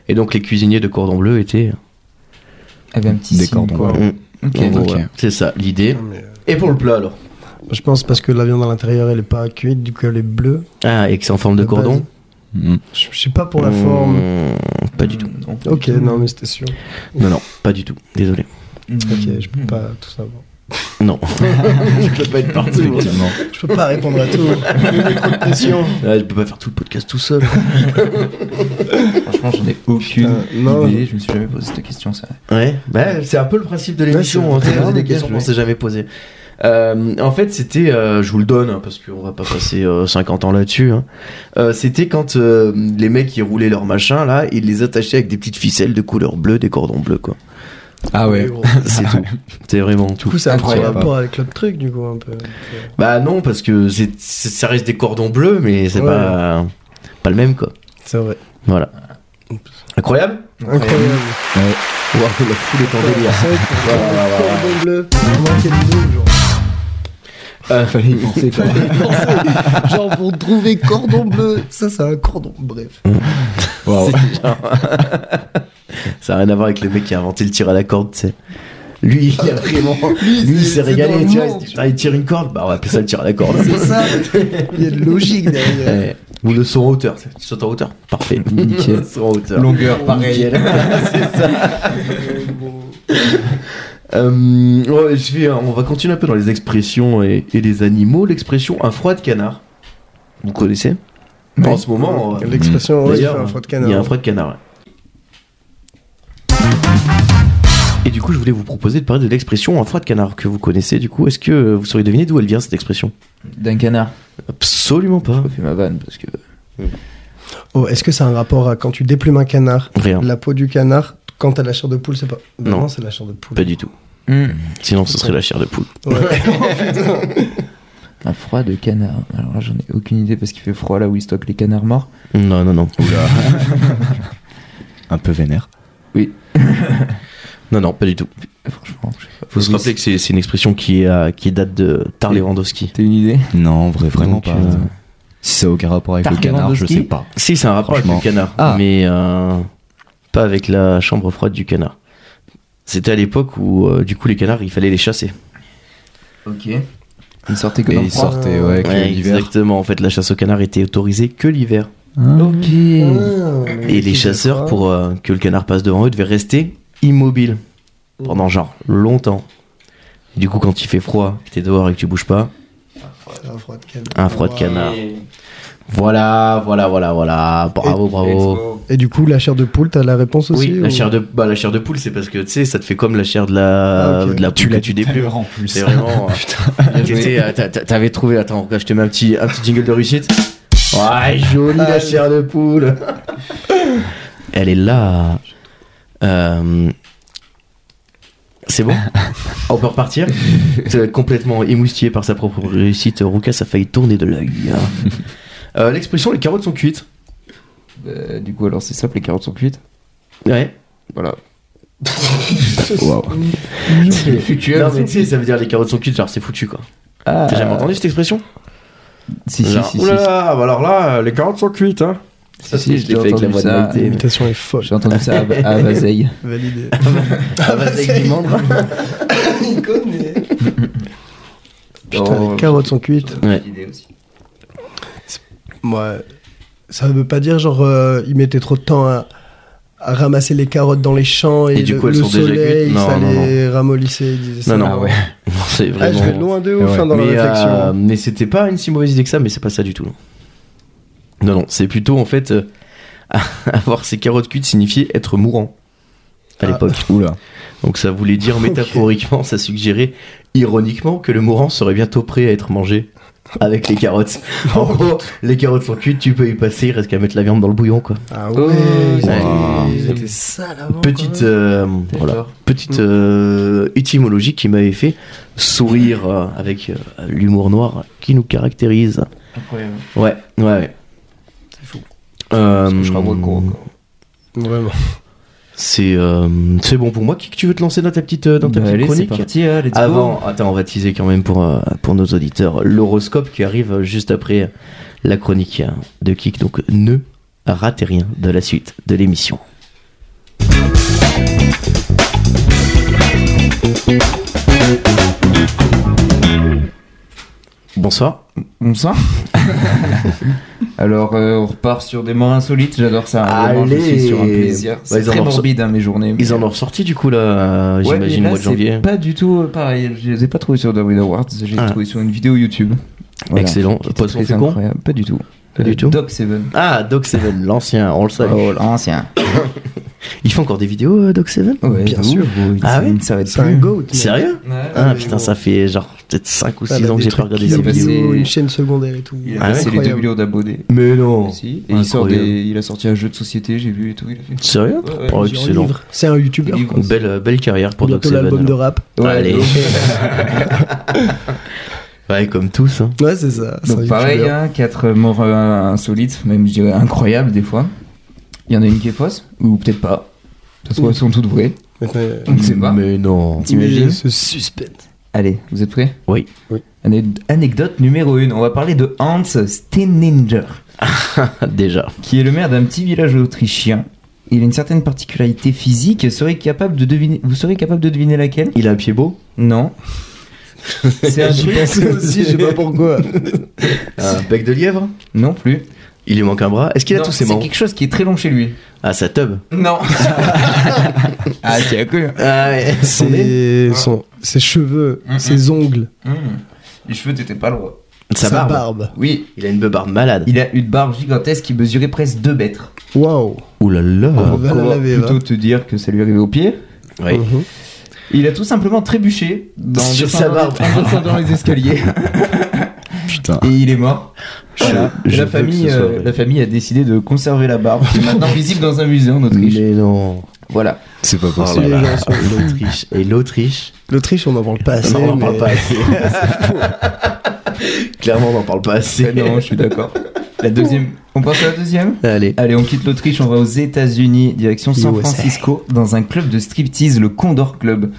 Et donc, les cuisiniers de cordon bleu étaient.
avec un petit
Des
signe,
cordons
quoi.
Mm.
bleus.
ok
En gros,
ok.
voilà. C'est ça, l'idée.
Non, mais, euh,
Et pour le plat, alors
Je pense parce que la viande à l'intérieur elle est pas cuite, du coup elle est bleue.
Ah, et que c'est en forme de
De
cordon Hmm.
base.
Mm,
Je je sais pas Bah, pour la forme.
Mmh, Pas du tout.
Non, pas
Ok,
du tout.
non mais c'était sûr.
Non, non, pas du tout. Désolé.
Mm.
Ok, je peux pas tout savoir.
Non. je peux pas être partout.
Effectivement.
Je peux pas répondre à tout. Il y a trop de pression.
Ah, je peux pas faire tout le podcast tout seul.
franchement j'en ai aucune
Putain, non.
idée je me suis jamais posé cette question ça
Ouais, bah, c'est un peu le principe de l'émission.
Ouais,
hein,
c'est
c'est
vraiment
des
bien
questions
joué.
qu'on s'est jamais posées. Euh, en fait, c'était, euh, je vous le donne, hein, parce qu'on va pas passer euh, 50 ans là-dessus. hein. Euh, c'était quand euh, les mecs ils roulaient leur machin là, ils les attachaient avec des petites ficelles de couleur bleue, des cordons bleus quoi.
Ah ouais.
Du
C'est tout. C'est vraiment tout.
coup, ça a un
Incroyable.
rapport avec l'autre truc, du coup, un peu.
Bah non, parce que c'est, c'est- ça reste des cordons bleus, mais c'est
Ouais.
pas pas le même quoi.
C'est vrai.
Voilà. Incroyable.
Incroyable.
Waouh, la foule est en délire.
Cordon bleu. Vraiment, quel idée, genre.
Euh,
Fallait y penser quand même.
Genre pour trouver cordon bleu, ça c'est un cordon, bref.
Waouh.
Ça n'a rien à voir avec le mec qui a inventé le tir à la corde, tu sais. Lui, il a vraiment. Lui, il s'est
c'est- c'est dans
régalé,
le
tu vois. Il, se
monde,
dit, Putain, il tire une corde, bah on va appeler ça le tir à la corde.
C'est ça, il y a de logique derrière.
Ouais. Ou le saut en hauteur, tu sais. Tu sautes en hauteur. Parfait.
Nickel.
Le saut en hauteur.
longueur pareil
C'est ça. Euh, ouais, je vais, on va continuer un peu dans les expressions et, et les animaux. L'expression un froid de canard. Vous connaissez En ce moment. euh,
L'expression, ouais, il fait
D'ailleurs,
un froid de
Il y a un
canard.
froid de canard. ouais. Et du coup, je voulais vous proposer de parler de l'expression un froid de canard que vous connaissez. Du coup, est-ce que euh, vous sauriez deviner d'où elle vient cette expression
d'un canard
Absolument pas.
je fais ma vanne parce que
Oh, est-ce que ça a un rapport à quand tu déplumes un canard,
Rien.
la peau du canard, quand t'as la chair de poule, c'est pas.
Non.
Non, c'est la chair de poule.
Pas du tout.
Mm.
Sinon, ce serait la chair de poule.
Ouais. Oh,
Un froid de canard. Alors là, j'en ai aucune idée parce qu'il fait froid là où ils stockent les canards morts.
Non, non, non.
Un peu vénère.
Non, non, pas du tout.
Franchement, je sais pas.
Faut se
Oui,
rappeler que c'est c'est une expression qui, est, euh, qui date de Tar Lewandowski.
T'as une idée
Non, en vrai, vraiment
Donc,
pas.
euh,
Si ça a aucun rapport avec le
Tarkan
canard, je
Lewandowski
sais pas.
Si, c'est un rapport avec
Franchement.
le canard,
Ah.
mais euh, pas avec la chambre froide du canard. C'était à l'époque où, euh, du coup, les canards, il fallait les chasser.
Ok. Ils sortaient que
Et
dans le
il
froid.
sortait, ouais, avec euh,
Ouais,
l'hiver.
exactement. En fait, la chasse au canard était autorisée que l'hiver.
Hein
Ok.
Ah,
Et les chasseurs, pour euh, que le canard passe devant eux, devaient rester immobiles pendant genre longtemps. Du coup, quand il fait froid, que t'es dehors et que tu bouges pas,
Un froid de canard.
un froid de canard. Voilà, voilà, voilà, voilà. Bravo, bravo.
Et du coup, la chair de poule, t'as la réponse aussi
Oui, la
ou-
hein
chair de, bah, la chair de poule, c'est parce que tu sais, ça te fait comme la chair de la,
Ah, ok.
de la poule que tu déplumes.
en plus.
C'est vraiment. euh, Putain. euh, T'avais trouvé. Attends, je te mets un petit, un petit jingle de réussite. Ouais, jolie la chair de poule. Elle est là. Euh, C'est bon On peut repartir C'est Complètement émoustillé par sa propre réussite, Rukas a failli tourner de l'œil. Euh, L'expression les carottes sont cuites.
Euh, du coup, alors c'est simple, les carottes sont cuites.
Ouais.
Voilà.
Waouh.
Non, mais tu sais, ça veut dire les carottes sont cuites, genre c'est foutu quoi.
Ah,
T'as jamais entendu cette expression
Si, si,
Genre,
si. si,
Ouh là là, bah alors là, les carottes sont cuites, hein.
si,
ça,
si,
c'est-
je
je
l'ai
l'ai fait avec la
entendu
voix de
ça.
Malte.
L'imitation est folle.
J'ai entendu ça à, à Vazeille.
Validé.
Ah, vas-y, avec du mandre.
Bah, Il connaît. Putain,
Oh,
les carottes sont cuites.
Ouais.
Moi, ça veut pas dire genre euh, ils mettaient trop de temps à, à ramasser les carottes dans les champs et,
Et du
le,
coup, elles
le
sont déjà
soleil,
cuites Non,
ça
non,
les ramollissait. Ils disaient ça.
Non, non.
Ah
Non, C'est
Ah,
vraiment.
je vais loin de
Et
ouf
ouais.
hein, dans la
mais
réflexion.
euh, mais c'était pas une si mauvaise idée que ça, mais c'est pas ça du tout. Non, non, non, c'est plutôt en fait euh, avoir ses carottes cuites signifiait être mourant à
Ah.
l'époque.
Oula.
Donc ça voulait dire métaphoriquement, ça suggérait ironiquement que le mourant serait bientôt prêt à être mangé avec les carottes. en gros, les carottes sont cuites, tu peux y passer, il reste qu'à mettre la viande dans le bouillon quoi.
Ah
Oh,
ouais,
ouais.
ils étaient sales avant.
Petite,
quoi.
euh, voilà,
D'accord.
petite euh, étymologie qui m'avait fait sourire euh, avec euh, l'humour noir qui nous caractérise.
Incroyable.
Ouais, ouais, ouais.
C'est fou.
Euh,
Parce que je serais moins con, quoi.
Vraiment.
c'est euh, c'est bon pour moi. Qui que tu veux te lancer dans ta petite euh, dans ta
Bah,
petite
allez, c'est
chronique euh,
parti, hein, let's go.
Avant, attends, on va teaser quand même pour euh, pour nos auditeurs l'horoscope qui arrive juste après la chronique euh, de Kik. Donc ne ratez rien de la suite de l'émission. Bonsoir.
On sent Alors, euh, on repart sur des morts insolites, j'adore ça. hein, vraiment, je
Allez.
suis sur un plaisir. C'est
ils en
très
ont reço-
morbide, hein, mes journées.
Ils en ont ressorti du coup là, euh,
Ouais, mais
j'imagine,
là,
au mois de
c'est
janvier.
Pas du tout euh, pareil, je les ai pas trouvés sur The Win Awards, je les ai
Ah.
trouvés sur une vidéo YouTube. Voilà.
Excellent.
Qui était
Poisson
très
fécond
incroyable. Pas du tout. Euh,
Pas du tout.
Doc Seven.
Ah, Doc Seven, l'ancien, on le sait.
Oh, l'ancien.
Il fait encore des vidéos, euh, Doc Seven
Ouais,
Bien
de
sûr.
ouf, gros, il
Ah
s-
ouais
il ne s'arrête
C'est un
plus.
goat. mec.
Sérieux
Ouais.
Ah
mais
putain,
bon.
ça fait genre peut-être 5 ou
Ah,
6
bah,
ans que
des
j'ai pas
trucs
regardé
qui
ces
ont passé
vidéos.
Une chaîne secondaire et tout.
Il a
Ah ouais,
passé les 2
Incroyable.
millions d'abonnés.
Mais non
Si, et il, sort
Incroyable.
des- il a sorti un jeu de société, j'ai vu et tout. Il a fait...
Sérieux
Ouais, ouais,
Oh,
J'ai un
Excellent.
livre. C'est un youtubeur.
Il livre.
Une belle, euh, belle carrière pour Doc
Bientôt
Seven. hein.
l'album de
alors.
rap.
Oh, Allez.
donc-
Ouais, comme tous. Hein.
Ouais, c'est ça. c'est un
Donc pareil,
youtubeur.
hein, quatre morts euh, insolites, même je dirais incroyables des fois. Il y en a une qui est fausse, ou peut-être pas. Parce qu'elles sont toutes vraies,
Maintenant, euh,
on ne sait pas.
Mm, Mais non
T'imagines
Ce suspense.
Allez, vous êtes prêts
Oui.
Oui.
Ane- Anecdote numéro 1, on va parler de Hans Steininger,
Déjà.
qui est le maire d'un petit village autrichien. Il a une certaine particularité physique, serez capable de deviner... vous serez capable de deviner laquelle
Il a un pied beau
Non. C'est un truc
Ça aussi, je sais pas pourquoi.
Un bec de lièvre
Non plus.
Il lui manque un bras Est-ce qu'il a
Non,
tous ses
C'est
membres
quelque chose qui est très long chez lui.
Ah, sa tub
Non. ah, tu as cru.
Ah ouais
Son nez.
Ses, son- ses cheveux,
Mhm.
ses ongles,
Hmm. Les cheveux, t'étais pas loin.
Sa barbe
Oui,
Il a une beubare malade
il a une barbe gigantesque qui mesurait presque 2 mètres.
Waouh.
Ouh là là
Oh. va la laver,
plutôt
va.
te dire que ça lui arrivait au pied.
Ouais.
Mhm.
Il a tout simplement trébuché dans,
Sur
descendant-
sa barbe.
en descendant les escaliers
Putain.
et il est mort.
Je-
Voilà.
je
la,
veux
famille,
que ce soit
euh,
vrai.
la famille a décidé de conserver la barbe, qui est maintenant visible dans un musée en Autriche.
Mais non
Voilà.
C'est pas
Oh là
possible.
les
là.
gens sont fous.
L'Autriche Et l'Autriche
L'Autriche, on n'en parle pas assez.
Non, on en parle
mais-
pas assez. Clairement, on n'en parle pas assez.
Eh non, je suis d'accord. La deuxième. On passe à la deuxième
Allez.
Allez, on quitte l'Autriche, on va aux États-Unis, direction San
USA.
Francisco, dans un club de striptease, le Condor Club.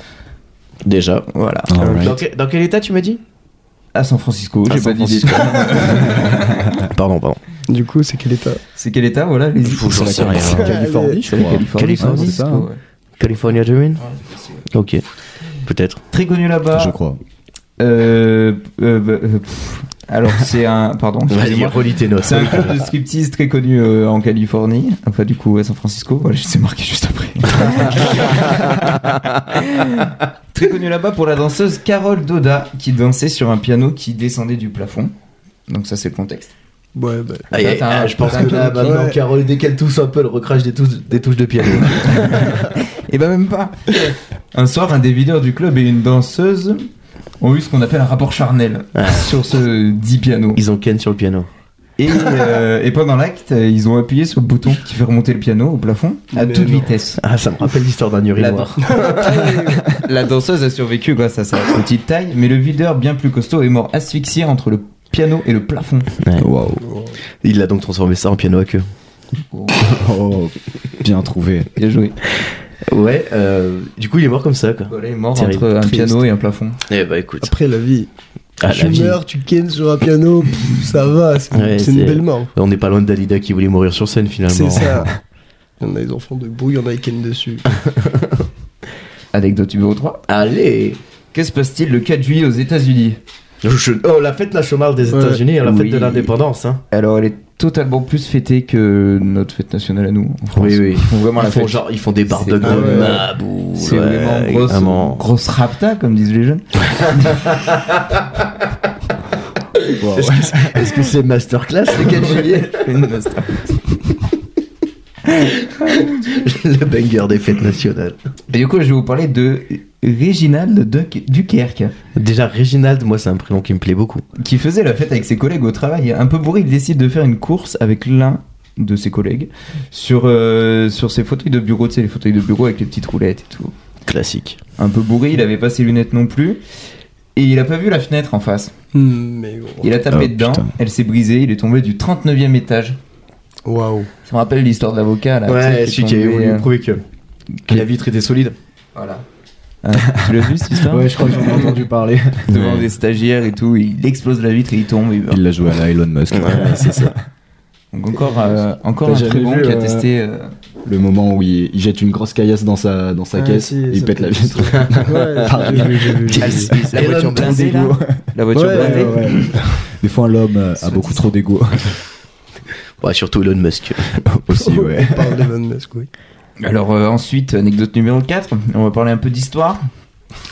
Déjà. Euh,
Voilà.
Alright.
Dans, que- dans quel état tu m'as dit
À San Francisco,
À
j'ai
San
pas dit.
Ah, Pardon, pardon.
Du coup, c'est quel état
C'est quel état Voilà, les
Faut que j'en sais rien.
Californie, je
C'est la
crois.
Californie.
Californie,
San
c'est ça,
Francisco, ouais.
California Dreaming Ok. Peut-être.
Très connu là-bas.
Je crois.
Euh, euh, bah, euh, pff. alors c'est un, pardon.
Vas-y,
excusez-moi.
relis tes notes.
C'est un club de striptease très connu euh, en Californie, enfin du coup à San Francisco, voilà, je sais marqué juste après. très connu là-bas pour la danseuse Carole Doda qui dansait sur un piano qui descendait du plafond. Donc ça c'est le contexte.
Ouais, bah,
Aïe, aïe,
T'as un-
aïe, je pense
t'as un
que là,
piano qui-
maintenant,
ouais.
Carole décale tous un peu le recrache des, tous- des touches de piano.
Et bah même pas. Un soir, un des videurs du club et une danseuse ont eu ce qu'on appelle un rapport charnel sur ce dit piano.
Ils ont Ken sur le piano.
Et, euh, et pendant l'acte, euh, ils ont appuyé sur le bouton qui fait remonter le piano au plafond à
Mais
toute
non.
vitesse.
Ah, ça me rappelle l'histoire d'un urinoir.
La danseuse a survécu grâce à sa petite taille, mais le videur bien plus costaud est mort asphyxié entre le piano et le plafond.
Waouh.
Il a donc transformé ça en piano à queue.
Oh, bien trouvé.
Bien joué.
Ouais, euh, du coup, il est mort comme ça, quoi.
Voilà, il est mort
Terrible.
entre un
Triste.
piano et un plafond.
Eh bah, écoute.
après la vie.
Ah, la
tu
vie.
meurs, tu kennes sur un piano, pff, ça va, c'est
Ouais,
c'est une
c'est-
belle mort.
On n'est pas loin de Dalida qui voulait mourir sur scène, finalement.
C'est ça. On a les enfants debout, il y en a qui kennent dessus.
Anecdote numéro 3.
Allez
Que se passe-t-il le 4 juillet aux États-Unis
Je- Oh, la fête nationale des
Ouais.
États-Unis, la fête
Oui.
de l'indépendance. Hein.
Alors, elle est totalement plus fêté que notre fête nationale à nous. En France.
Oui, oui.
Ils font vraiment la
ils font
fête.
genre, ils font des barbecues
C'est-
de
ouais.
mab ou-
C'est
ouais,
vraiment grosse,
vraiment.
grosse rapta, comme disent les jeunes.
Est-ce que c'est- Est-ce que c'est masterclass le 4 juillet Le banger des fêtes nationales.
Et du coup, je vais vous parler de Réginald de Duquerque,
Déjà, Réginald, moi, c'est un prénom qui me plaît beaucoup.
qui faisait la fête avec ses collègues au travail. Un peu bourré, il décide de faire une course avec l'un de ses collègues sur, euh, sur ses fauteuils de bureau, tu sais, les fauteuils de bureau avec les petites roulettes et tout.
Classique.
Un peu bourré, il avait pas ses lunettes non plus. Et il a pas vu la fenêtre en face.
Hmm, Mais gros.
Il a tapé
Oh,
dedans,
putain.
elle s'est brisée, il est tombé du 39e étage.
Waouh.
Ça me rappelle l'histoire de l'avocat là.
Ouais, celui
tu sais, Ah, qui est
qui avait
tombé,
voulu
euh,
prouver que que la vitre était solide.
Voilà. Hein, tu l'as vu cette histoire
Ouais, je crois que j'en ai entendu parler.
Devant des stagiaires et tout, il explose la vitre et il tombe. il meurt.
Il l'a joué à la Elon Musk. c'est ça.
Donc encore, euh, encore
T'as
un très
jamais
bon
vu,
qui a
euh,
testé. euh,
Le moment où il, il jette une grosse caillasse dans sa, dans sa
Ah,
caisse,
si,
et il
ça
pète la
peut-
vitre.
Ouais, j'ai vu, j'ai vu, j'ai vu.
la voiture blindée là. La voiture
Ouais,
blindée.
ouais, ouais.
Des fois, l'homme euh, a beaucoup trop d'ego
Ouais, surtout Elon Musk.
aussi, ouais.
On Oh, parle d'Elon Musk, oui.
Alors euh, ensuite, anecdote numéro 4, on va parler un peu d'histoire.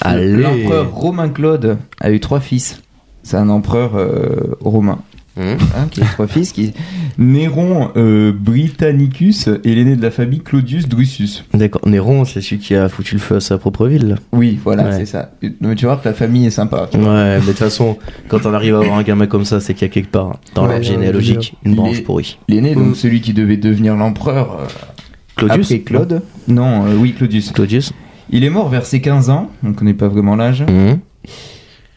Allez.
L'empereur Romain Claude a eu trois fils. C'est un empereur euh, romain
Mmh.
hein, qui a eu trois fils. Qui... Néron euh, Britannicus est l'aîné de la famille Claudius Drusus.
D'accord, Néron, c'est celui qui a foutu le feu à sa propre ville.
Oui, voilà,
Ouais.
c'est ça. Mais tu vois que la famille est sympa. tu
Ouais, mais de toute façon, quand on arrive à avoir un gamin comme ça, c'est qu'il y a quelque part, dans
Ouais,
l'arbre
ouais,
généalogique, une
Il
branche
est-
pourrie.
L'aîné,
Mm.
donc celui qui devait devenir l'empereur euh,
Claudius
après Claude. Non, euh, oui, Claudius.
Claudius
Il est mort vers ses 15 ans, on connaît pas vraiment l'âge.
Mmh.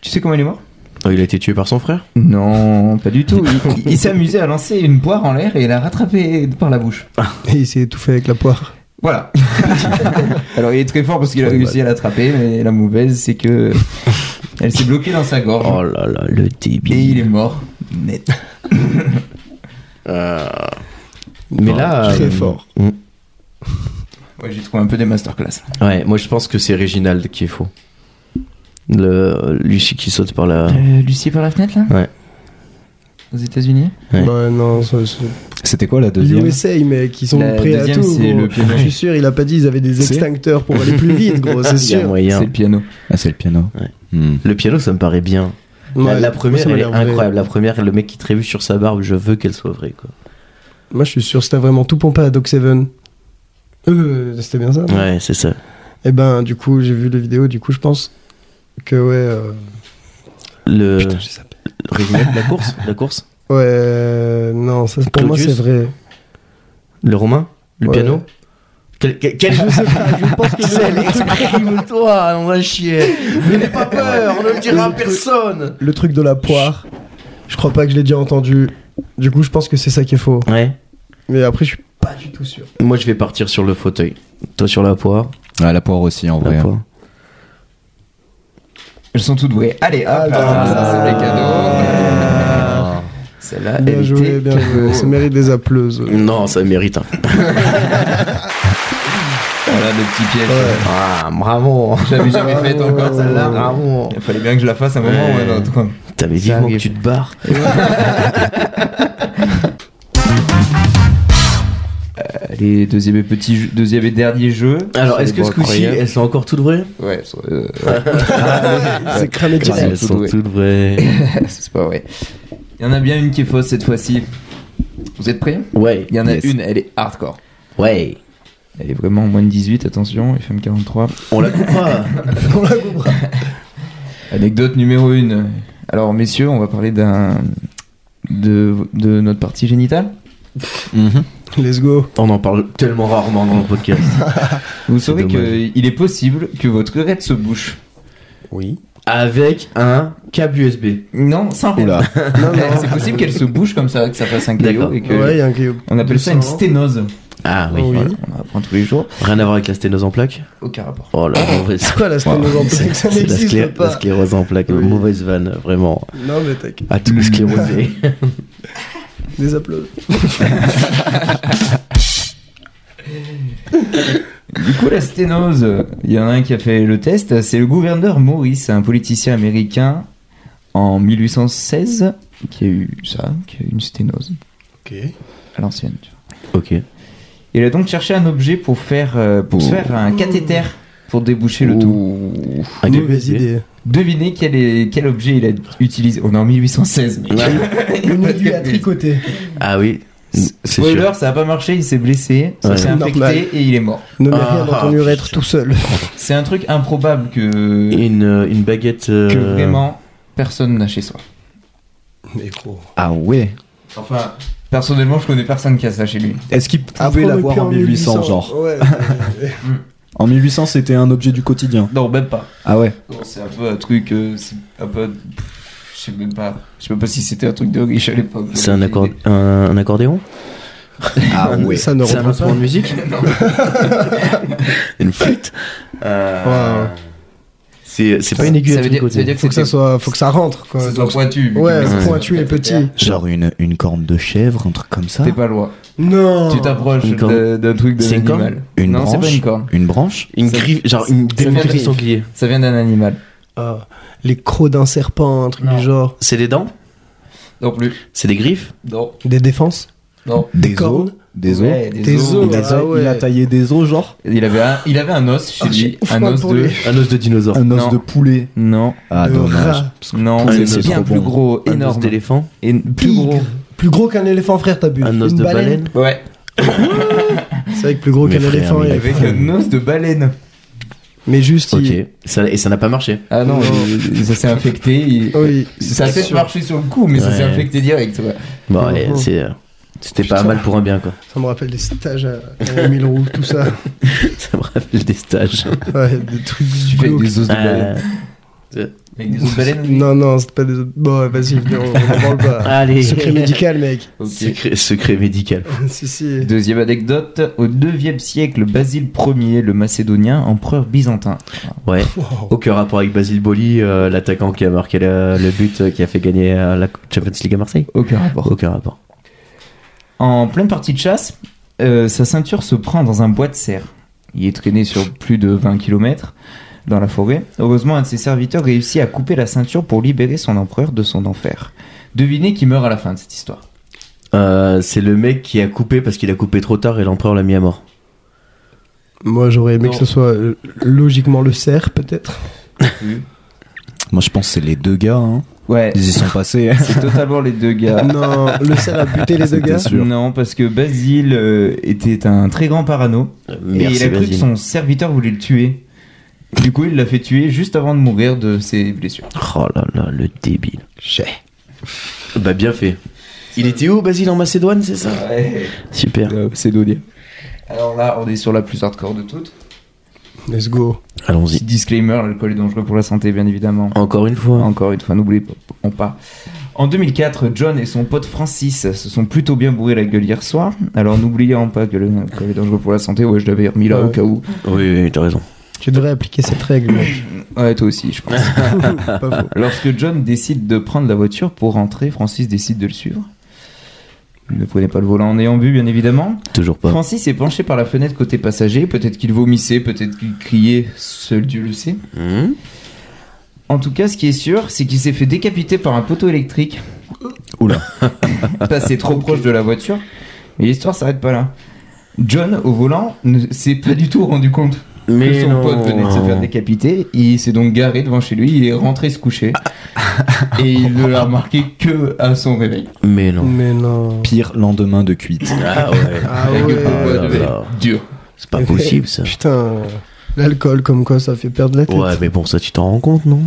Tu sais comment il est mort
Oh, Il a été tué par son frère
Non, pas du tout. Il, il- il s'est amusé à lancer une poire en l'air et la rattraper par la bouche.
Et il s'est étouffé avec la poire.
Voilà. Alors il est très fort parce qu'il a réussi à l'attraper, mais la mauvaise c'est que elle s'est bloquée dans sa gorge
Oh là là, le débile.
et il est mort net.
Euh, Mais
Enfin,
là.
très
euh,
fort.
mm.
Ouais, j'ai trouvé un peu des masterclass.
Ouais, moi je pense que c'est Réginald qui est faux. Le, lui qui saute par la.
Lucie Euh, par la fenêtre là
Ouais.
Aux États-Unis
Ouais.
Ouais, Bah, non, ça, c'est-
C'était quoi la deuxième
USA, mec, ils sont
La
prêts à
deuxième,
tout.
c'est
gros.
le piano.
Je suis sûr, il a pas dit ils avaient des
C'est-
extincteurs pour aller plus vite, gros, c'est
Il y a
sûr.
moyen.
C'est le piano.
Ah, c'est le piano.
Ouais.
Hmm.
Le piano, ça me paraît bien.
Ouais,
la, la première,
ça m'a
elle est
l'air vrai.
incroyable. La première, le mec qui trébuche sur sa barbe, je veux qu'elle soit vraie. Quoi.
Moi, je suis sûr, c'était vraiment tout pompé à Doc Seven. Euh, c'était bien ça. non
Ouais, c'est ça.
Et ben, du coup, j'ai vu les vidéos, du coup, je pense que ouais. euh,
Le
Putain, j'ai zappé.
Réginald, la course, la course.
Ouais, euh, non, ça, pour moi, c'est
Claudius
vrai.
Le romain, le
Ouais.
piano. Quel, quel, quel-
Ah, Je pense que
Axel, exprime-toi, on va chier. Mais n'aie pas peur, on ne le dira à personne.
le truc de la poire, je crois pas que je l'ai déjà entendu. Du coup, je pense que c'est ça qui est faux.
Ouais.
Mais après, je suis pas du tout sûr.
Moi, je vais partir sur le fauteuil. Toi sur la poire.
Ah, la poire aussi, en
La
vrai.
poire.
Elles sont toutes vraies. Allez, hop,
Ah,
là,
putain.
ça, c'est des cadeaux.
Ah.
Celle-là, elle
Bien
était
joué, bien joué.
cadeau.
Ça mérite des applauses.
Non, ça mérite. hein. un-
Voilà le petit piège.
Ouais.
Ah, bravo.
Je l'avais jamais faite encore celle-là.
Bravo.
Il fallait bien que je la fasse à un moment
Ouais.
ou à un autre. quoi.
T'avais
Ça
vivement que
arrive.
tu te barres.
Les deuxième et petit jeu- deuxième et dernier jeu.
Alors, est-ce que ce coup-ci, elles sont encore toutes vraies
Ouais, c'est- euh,
Ah, C'est cramé
Ouais,
direct.
elles sont toutes
vraies.
c'est pas vrai. Il y en a bien une qui est fausse cette fois-ci. Vous êtes prêts
Ouais.
Il y en a
Yes.
une, elle est hardcore.
Ouais.
Elle est vraiment moins de 18, attention, FM43.
On la coupera.
On la coupera.
Anecdote numéro 1. Alors, messieurs, on va parler d'un. De, de notre partie génitale.
Mhm.
Let's go.
On en parle tellement rarement dans le podcast.
Vous saurez
dommage.
qu'il est possible que votre raid se bouche.
Oui. Avec un câble USB.
Non, sans rien.
Oula.
Non, non.
C'est possible qu'elle se bouche comme ça, que ça fasse un
D'accord.
caillot et que.
Ouais, il y a un clip.
On appelle ça une sténose.
Ah
Oh oui.
Voilà, on en apprend tous les jours.
Rien à voir avec la sténose en plaques
Aucun rapport.
Oh la mauvaise.
C'est quoi la sténose en plaques Ça
C'est la, sclé-
n'existe
la
pas.
sclérose en plaques,
Oui.
mauvaise vanne, vraiment.
Non, mais t'inquiète.
À tout sclérosé.
Des applauses.
Du coup, la sténose, il y en a un qui a fait le test, c'est le gouverneur Maurice, un politicien américain en 1816 qui a eu ça, qui a eu une sténose.
Ok.
à l'ancienne. tu vois.
Ok.
Il a donc cherché un objet pour faire, euh, pour se faire un cathéter pour déboucher le
Oh.
tout.
Un
Mauvaise
DVD.
idée.
Devinez quel, est- quel objet il a utilisé. On est en 1816. mec.
Une aiguille à tricoter.
Ah oui. C'est sûr.
Spoiler, ça a pas marché, il s'est blessé, ça
Ouais.
s'est infecté
Normal.
et il est mort.
Ne mets
Ah,
rien dans ton urètre
putain.
tout seul.
C'est un truc improbable que,
Une, euh, une baguette. euh,
que vraiment personne n'a chez soi.
Mais gros.
Ah ouais.
Enfin, personnellement, je connais personne qui a ça chez lui.
Est-ce qu'il pouvait
Apprends-le
l'avoir
plus
en 1800, genre
Ouais.
En 1800, c'était un objet du quotidien.
Non, même pas.
Ah ouais.
Non, C'est un peu un truc. euh, c'est un peu. pff, Je sais même pas. Je sais même pas si c'était un truc de riche à l'époque.
C'est un, accord... un, un accordéon
Ah ouais.
Ça ne
C'est un
reprend
instrument
pas.
de musique Une flûte Euh,
Ouais.
C'est c'est pas une aiguille
Ça
à
veut dire, ça veut
tricoter.
dire que
Faut que ça
c'était-
soit, faut que ça rentre quoi.
ça soit pointu. vu
Euh, Ouais,
que c'est-
pointu et petit.
Genre une, une corne de chèvre, un truc comme ça.
T'es pas loin.
Non.
Tu t'approches
Une corne.
de- d'un truc de
C'est une corne
l'animal.
Une
Non, c'est pas
branche
une corne.
Une branche
Une
Ça-
griffe, genre une
ça vient
griffe de
de-
sanglier.
Ça vient d'un animal.
Ah, les crocs d'un serpent, un truc
Non.
du genre.
C'est des dents
Non plus.
C'est des griffes
Non.
Des défenses.
Non.
Des
cornes.
os Des os
Ouais,
Des os.
Il a,
Ah
taillé-
ouais.
il a taillé des os, genre
Il avait un, il avait un os chez
Ah,
lui.
je suis
Un
froid
os
pour
de.
lui.
Un os de dinosaure.
Un os
Non.
de poulet.
Non.
Ah,
Le
dommage.
rat.
Non,
Un
c'est
os
bien
trop
plus
bon.
gros,
Un os
énorme.
d'éléphant
Et plus
Tigre.
gros.
Plus gros qu'un éléphant, frère, t'as bu.
Un os
Une
de baleine
Ouais.
C'est vrai que plus gros
Mais
qu'un
frère,
éléphant.
mais
il y a-
Avec un os de baleine.
Mais juste,
Ok.
il-
Ça- Et ça n'a pas marché.
Ah non,
Non.
il- ça s'est infecté. il-
oui.
Ça a
c'est
fait
sûr.
marcher sur le coup, mais ça s'est
Ouais.
infecté direct. ouais.
Bon,
Oh,
allez,
oh.
c'est, euh, C'était pas
Putain.
mal pour un bien, quoi.
Ça me rappelle des stages à à 1000 roues, tout ça.
Ça me rappelle des stages.
Ouais, des trucs
Tu fais avec
glauques.
des os de baleine.
Euh,
Avec des os de baleine
Non, non, c'est pas des autres. Bon, ouais, vas-y, venez, on on
Ah,
en parle pas.
Allez.
Secret médical, mec.
Ok.
Secret, secret médical.
si, si.
Deuxième anecdote, au 9e siècle, Basile Ier, le Macédonien, empereur byzantin.
Ouais.
Wow.
Aucun rapport avec Basile Boli, euh, l'attaquant qui a marqué le, le but euh, qui a fait gagner euh, la Champions League à Marseille.
Aucun rapport.
Aucun rapport.
En pleine partie de chasse, euh, sa ceinture se prend dans un bois de serre. Il est traîné sur plus de 20 km dans la forêt. Heureusement, un de ses serviteurs réussit à couper la ceinture pour libérer son empereur de son enfer. Devinez qui meurt à la fin de cette histoire.
Euh, c'est le mec qui a coupé parce qu'il a coupé trop tard et l'empereur l'a mis à mort.
Moi, j'aurais aimé
Non.
que ce soit euh, logiquement le cerf, peut-être.
Moi, je pense que c'est les deux gars. hein.
Ouais,
Ils y sont passés.
c'est totalement les deux gars.
Ah Non, le cerf a buté les deux
C'était
gars.
sûr.
Non, parce que Basile euh, était un très grand parano.
Euh,
Et il
Merci
a cru que
Basile.
son serviteur voulait le tuer. Du coup, il l'a fait tuer juste avant de mourir de ses blessures.
Oh là là, le débile. Bah bien fait. Il était où Basile en Macédoine, c'est ça
Ouais,
Super.
c'est donné. Alors là, on est sur la plus hardcore de toutes.
Let's go.
Allons-y.
Petit disclaimer, l'alcool est dangereux pour la santé, bien évidemment.
Encore une fois.
Encore une fois, n'oubliez pas, on part. En 2004, John et son pote Francis se sont plutôt bien bourrés la gueule hier soir. Alors n'oublions pas que l'alcool est dangereux pour la santé. Ouais, je l'avais remis là au
Ouais.
cas où.
Oui, oui, t'as raison.
Tu devrais appliquer cette règle, mec.
Ouais, toi aussi, je pense.
Pas faux.
Lorsque John décide de prendre la voiture pour rentrer, Francis décide de le suivre. Ne prenez pas le volant en ayant bu, bien évidemment.
Toujours pas.
Francis est penché par la fenêtre côté passager. Peut-être qu'il vomissait, peut-être qu'il criait, seul Dieu le sait.
Hmm
En tout cas, ce qui est sûr, c'est qu'il s'est fait décapiter par un poteau électrique.
Oula.
Passé trop proche de la voiture. Mais l'histoire s'arrête pas là. John, au volant, ne s'est pas du tout rendu compte que son pote venait de se faire décapiter. Il s'est donc garé devant chez lui, il est rentré se coucher. et il ne l'a remarqué que à son réveil.
Mais non.
Mais non.
Pire lendemain de cuite.
Ah ouais.
Ah
La gueule
ouais.
de bois
Ah là
devait
là.
être dure.
C'est pas possible ça.
Putain, l'alcool, comme quoi, ça fait perdre la tête.
Ouais, mais bon, ça tu t'en rends compte, non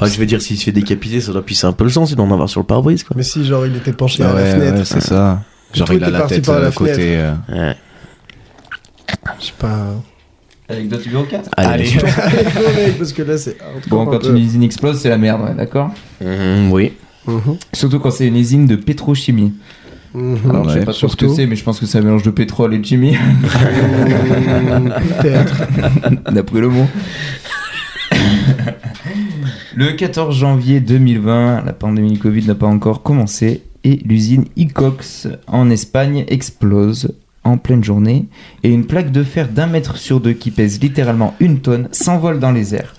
ah, Je veux dire, s'il se fait décapiter, ça doit pisser un peu le sang, sinon on en avoir sur le pare-brise, quoi.
Mais si, genre, il était penché à la
Ah ouais,
fenêtre.
ouais, c'est ça.
Le
Genre,
truc
il a
est
la
parti
tête
par la
euh, côté. euh,
Ouais.
Je sais pas.
Anecdote numéro 4.
Allez.
Allez, go, mec, parce que là, c'est. hardcore
Bon,
un
quand
peu.
une usine explose, c'est la merde, ouais, d'accord
Mhm, oui.
Mhm.
Surtout quand c'est une usine de pétrochimie.
Ah.
Mhm.
Alors, je sais
Ouais,
pas trop ce que
surtout.
c'est, mais je pense que c'est un mélange de pétrole et de chimie,
Peut-être.
d'après le mot. le 14 janvier 2020, la pandémie de Covid n'a pas encore commencé et l'usine Icox en Espagne explose en pleine journée et une plaque de fer d'un mètre sur deux qui pèse littéralement une tonne s'envole dans les airs.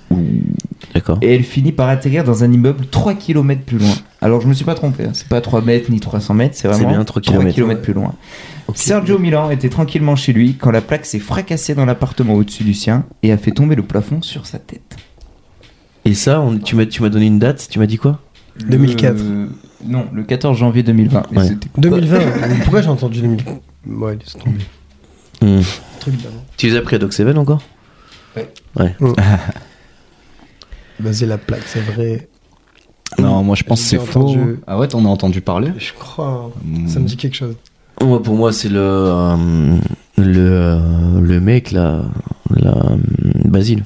D'accord.
et elle finit par atterrir dans un immeuble 3 km plus loin. Alors je me suis pas trompé, hein. c'est pas 3 mètres ni 300 mètres, c'est vraiment
bien, 3 kilomètres.
kilomètres plus loin. Sergio Milan était tranquillement chez lui quand la plaque s'est fracassée dans l'appartement au-dessus du sien et a fait tomber le plafond sur sa tête.
Et ça, on- tu m'as tu m'as donné une date, tu m'as dit quoi
2004.
Le- Euh, Non, le 14 janvier 2020. Et
Ouais.
c'était-
2020. Pourquoi j'ai entendu 2000 Ouais, laisse tomber.
Hmm.
Truc d'avant.
Tu les as pris à Doc Seven encore
Bah, c'est la plaque, c'est vrai.
Non, moi je pense que c'est
J'ai
faux.
entendu.
Ah ouais, t'en as entendu parler Mm.
Je crois. hein. Ça me dit quelque chose.
Moi, pour moi, c'est le, euh, le, euh, le mec, là, là, euh, Basile.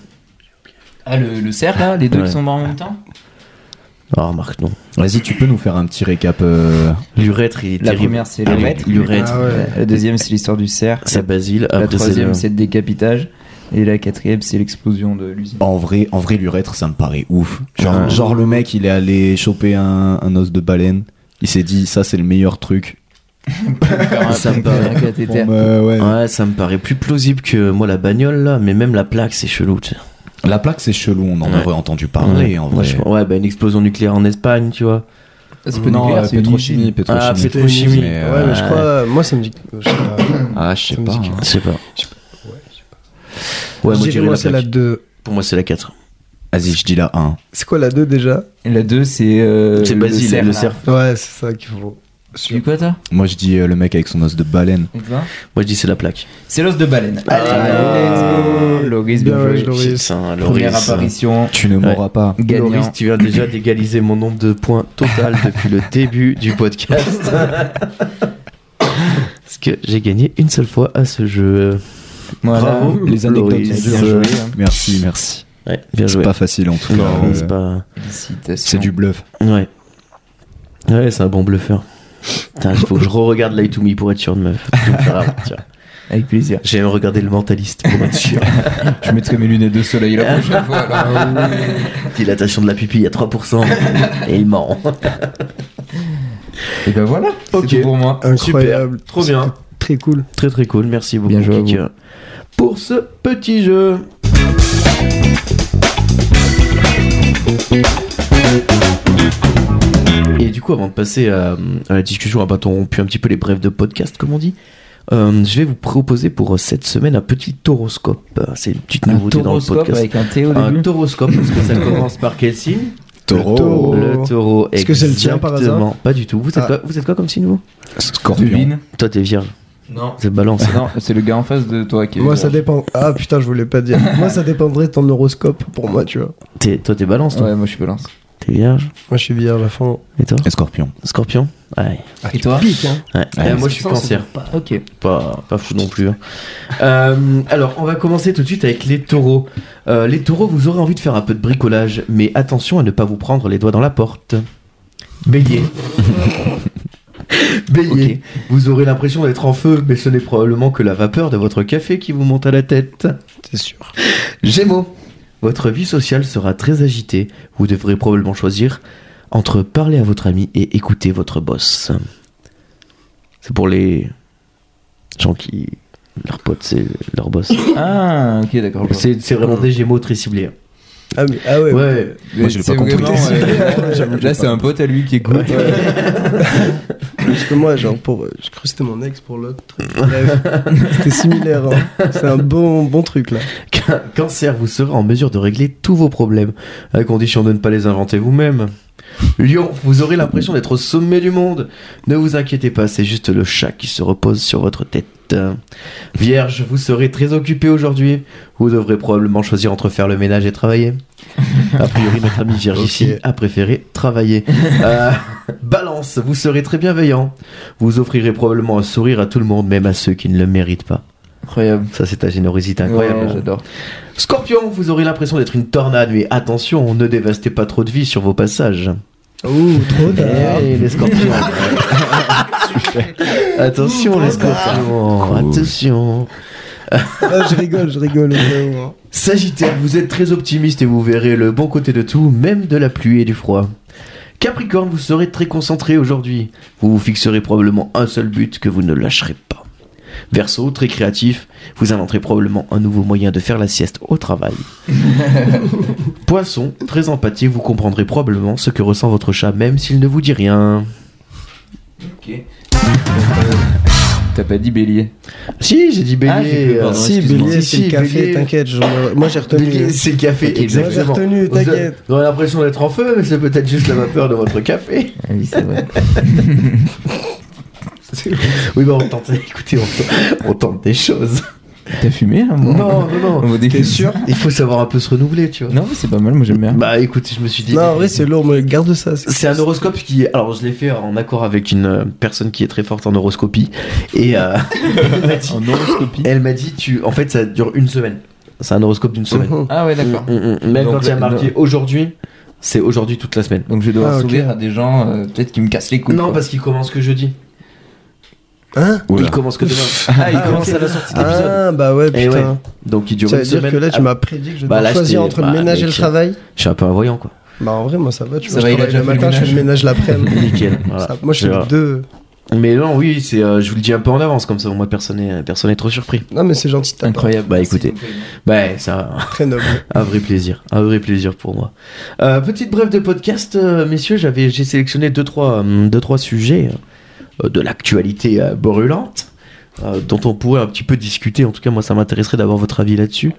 Ah, le, le cerf là, les deux
Ouais.
qui sont morts en même temps
Ah, remarque, non.
Vas-y, tu peux nous faire un petit récap. euh,
L'urètre, il est
La
terrible.
première, c'est le
Ah,
maître.
L'urètre,
Ah ouais.
La deuxième, c'est l'histoire du cerf.
c'est Basile.
La
Après, c'est
troisième,
le-
c'est le décapitage. Et la quatrième, c'est l'explosion de l'usine.
En vrai, en vrai, l'urètre, ça me paraît ouf. Genre,
Ouais.
genre le mec, il est allé choper un, un os de baleine. Il s'est dit, ça c'est le meilleur truc.
Faire un-
Ça me paraît.
Ah, un cathéter.
Bon, bah, ouais.
Ouais, ça me paraît plus plausible que moi, la bagnole, là, mais même la plaque, c'est chelou, tu sais.
La plaque, c'est chelou. On en
Ouais.
aurait entendu parler Ah en vrai.
Franchement, Ouais, bah, une explosion nucléaire en Espagne, tu vois.
Ah, C'est
Non,
nucléaire,
euh,
c'est une
pétrochimie,
usine.
pétrochimie.
Ah, pétrochimie.
Mais,
Ouais,
euh,
mais je crois. Moi, ça me dit. Je sais pas.
Ah, je sais
Ça me
pas.
dit
hein.
Je sais pas.
Ouais,
Ouais, moi,
moi,
je dirais la
c'est la
plaque.
2.
Pour moi, c'est la 4.
Vas-y, je dis la 1.
C'est quoi la 2 déjà
Et la deux, c'est. euh,
C'est Basile,
cerf,
le
là.
cerf.
Ouais, c'est ça qu'il faut.
Tu dis quoi, toi
Moi, je dis euh, le mec avec son os de baleine.
Et toi
Moi, je dis, c'est la plaque.
C'est l'os de baleine. Allez, let's go. Loris,
Bien
bien
joué,
joué.
Loris. Oui.
Putain,
Première
Loris, euh,
apparition.
Tu ne mourras pas.
Gagnant.
Loris, tu viens déjà d'égaliser mon nombre de points total depuis le début du podcast. Parce que j'ai gagné une seule fois à ce jeu.
Voilà.
Bravo.
Les anecdotes
Loris.
sont
Bien
dures.
joué, hein.
Merci, merci.
Ouais, bien
C'est
joué.
pas facile en tout cas.
Non,
Euh,
hein, c'est pas.
Félicitations.
C'est du bluff.
Ouais. Ouais, c'est un bon bluffeur. Putain, il faut que je re-regarde Light to Me pour être sûr de me. de me faire avoir, tu vois.
Avec plaisir.
J'aime regarder le mentaliste pour être sûr.
Je mettrai mes lunettes de soleil la prochaine fois. alors.
Dilatation de la pupille à 3%. Et il ment.
Et ben voilà.
Ok.
C'est tout pour moi.
Incroyable.
Trop bien.
Très cool.
Très très cool. Merci beaucoup,
Bien joué à
Kik,
vous.
euh, pour ce petit jeu. Et du coup, avant de passer à, à la discussion ah bah, à bâton rompu, un petit peu les brèves de podcast, comme on dit, euh, je vais vous proposer pour euh, cette semaine un petit horoscope. Euh, C'est une petite nouveauté dans le
Tauroscope
podcast.
avec un T au
Un
début.
horoscope, parce que ça commence par quel signe
taureau. Oh.
Le taureau.
Est-ce que c'est le tien, par hasard
Exactement. Pas du tout. Vous êtes,
Ah.
quoi, vous êtes quoi comme signe, vous
Scorpion.
Toi, t'es vierge.
Non.
C'est balance.
Non, c'est le gars en face de toi qui est.
Moi, ça dépend. Ah putain, je voulais pas dire. Moi, ça dépendrait de ton horoscope pour moi, tu vois.
T'es- toi, t'es balance, toi.
Ouais, moi je suis balance.
T'es vierge.
Moi, je suis vierge à fond.
Et toi
Scorpion.
Scorpion Ouais.
Et toi
Pique, hein.
Euh,
Ouais,
moi, je suis cancer.
Ok.
Pas, pas fou non plus. hein. Euh, alors, on va commencer tout de suite avec les taureaux. Euh, les taureaux, vous aurez envie de faire un peu de bricolage, mais attention à ne pas vous prendre les doigts dans la porte. Bélier. Bélier.
Ok.
Vous aurez l'impression d'être en feu, mais ce n'est probablement que la vapeur de votre café qui vous monte à la tête.
C'est sûr.
Gémeaux. Votre vie sociale sera très agitée. Vous devrez probablement choisir entre parler à votre ami et écouter votre boss. C'est pour les gens qui. Leur pote, c'est leur boss.
Ah, ok, d'accord. je vois.
C'est c'est vraiment des gémeaux très ciblés. hein.
Ah, mais- ah ouais.
Ouais,
Moi, je l'ai
C'est
pas compris.
vraiment, euh,
J'avoue que j'ai
Là, c'est
pas
un pote à lui qui écoute.
Parce que moi, genre, pour, euh, je crois que c'était mon ex pour l'autre. truc. Bref, c'était similaire. hein. C'est un bon, bon truc là.
Ca- Cancer, vous serez en mesure de régler tous vos problèmes, à condition de ne pas les inventer vous-même. Lion, vous aurez l'impression d'être au sommet du monde. Ne vous inquiétez pas, c'est juste le chat qui se repose sur votre tête. Vierge, vous serez très occupé aujourd'hui. Vous devrez probablement choisir entre faire le ménage et travailler. A priori, notre ami Vierge ici
Ok.
a préféré travailler. Euh, balance, vous serez très bienveillant. Vous offrirez probablement un sourire à tout le monde, même à ceux qui ne le méritent pas.
Incroyable.
Ça, c'est ta générosité incroyable.
Ouais, J'adore.
Scorpion, vous aurez l'impression d'être une tornade, mais attention, ne dévastez pas trop de vie sur vos passages.
Ouh, trop tard.
Eh, les scorpions. attention, les scorpions.
Cool.
Attention.
Ah, je rigole, je rigole. vraiment.
Sagittaire, vous êtes très optimiste et vous verrez le bon côté de tout, même de la pluie et du froid. Capricorne, vous serez très concentré aujourd'hui. Vous vous fixerez probablement un seul but que vous ne lâcherez pas. Verso, très créatif, vous inventerez probablement un nouveau moyen de faire la sieste au travail. Poisson, très empathique, vous comprendrez probablement ce que ressent votre chat même s'il ne vous dit rien.
T'as pas dit bélier.
Si, j'ai dit bélier.
Ah, j'ai cru, pardon,
euh,
Si,
excuse-moi.
bélier,
Si,
c'est
si,
le café,
bélier.
t'inquiète. je- Moi, j'ai retenu. euh,
Bélier, c'est le café,
Ok,
exactement.
j'ai retenu,
Vous avez-
t'inquiète.
Vous avez l'impression d'être en feu, mais c'est peut-être juste la vapeur de votre café.
Ah oui, c'est vrai.
Oui, bah on tente, écoutez, on, on tente des choses.
T'as fumé là, moi
Non, non, non.
T'es sûr
Il faut savoir un peu se renouveler, tu vois.
Non, mais c'est pas mal, moi j'aime bien.
Bah écoute, je me suis dit.
Non, en vrai, c'est lourd, mais garde ça. c'est-
C'est un horoscope qui. Alors, je l'ai fait en accord avec une euh, personne qui est très forte en horoscopie. Et euh, elle m'a dit,
En horoscopie.
elle m'a dit, tu... en fait, ça dure une semaine. C'est un horoscope d'une semaine.
Mhm.
Ah ouais, d'accord.
Mm, mm, mm. Même
Donc,
quand il y a
le-
marqué aujourd'hui, c'est aujourd'hui toute la semaine.
Donc je vais devoir
Ah, ok.
sourire à des gens euh, peut-être qui me cassent les couilles.
non,
quoi.
parce qu'il commence que jeudi.
Hein
Il commence que demain.
Ah, il
Ah,
commence
ok.
à la sortie de l'épisode.
Ah, bah ouais,
Eh ouais.
putain.
Donc il dure
Ça
une
veut dire
semaine.
que là, tu
Ah,
m'as prédit que je
bah,
devais
là,
choisir
j'étais-
entre
bah,
le ménage et le
mec,
travail.
Je suis un peu invoyant, quoi.
Bah, en vrai, moi, ça va. Tu
Ça
vois,
va, il
je
a
travaille
déjà
le
fait le
matin, je fais le ménage l'après-midi.
Nickel. voilà.
Ça, Moi, je fais
Voilà.
les deux.
Mais non, oui, c'est, euh, je vous le dis un peu en avance, comme ça au moins personne n'est personne n'est trop surpris.
Non, mais c'est gentil, t'as
Incroyable. Bah écoutez, bah, c'est un,
très noble.
un vrai plaisir, un vrai plaisir pour moi. Euh, petite brève de podcast, euh, messieurs, j'avais, j'ai sélectionné deux trois, hum, deux, trois sujets euh, de l'actualité euh, brûlante euh, dont on pourrait un petit peu discuter. En tout cas, moi, ça m'intéresserait d'avoir votre avis là-dessus.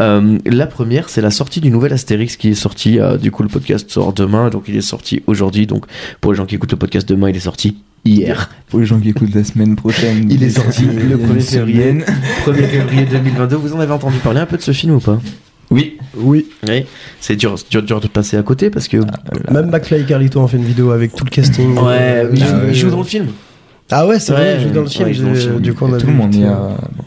Euh, la première, c'est la sortie du nouvel Astérix qui est sorti. euh, du coup, le podcast sort demain, donc il est sorti aujourd'hui. Donc, pour les gens qui écoutent le podcast demain, il est sorti hier.
Pour les gens qui écoutent la semaine prochaine.
Il est sorti
il y a
le
une
1er février.
semaine.
1er février 2022, vous en avez entendu parler un peu de ce film ou pas
Oui.
Oui,
Oui, Ah, c'est dur, c'est dur, dur de passer à côté parce que. euh,
même McFly et Carlito ont fait une vidéo avec tout le casting.
ouais,
Euh,
il
je-
joue, il joue dans le film.
Ah ouais, c'est vrai,
Ouais,
il joue dans le
ouais,
film.
il joue dans le
je-
film.
Du coup, on a
tout le
vu,
monde, il y
putain.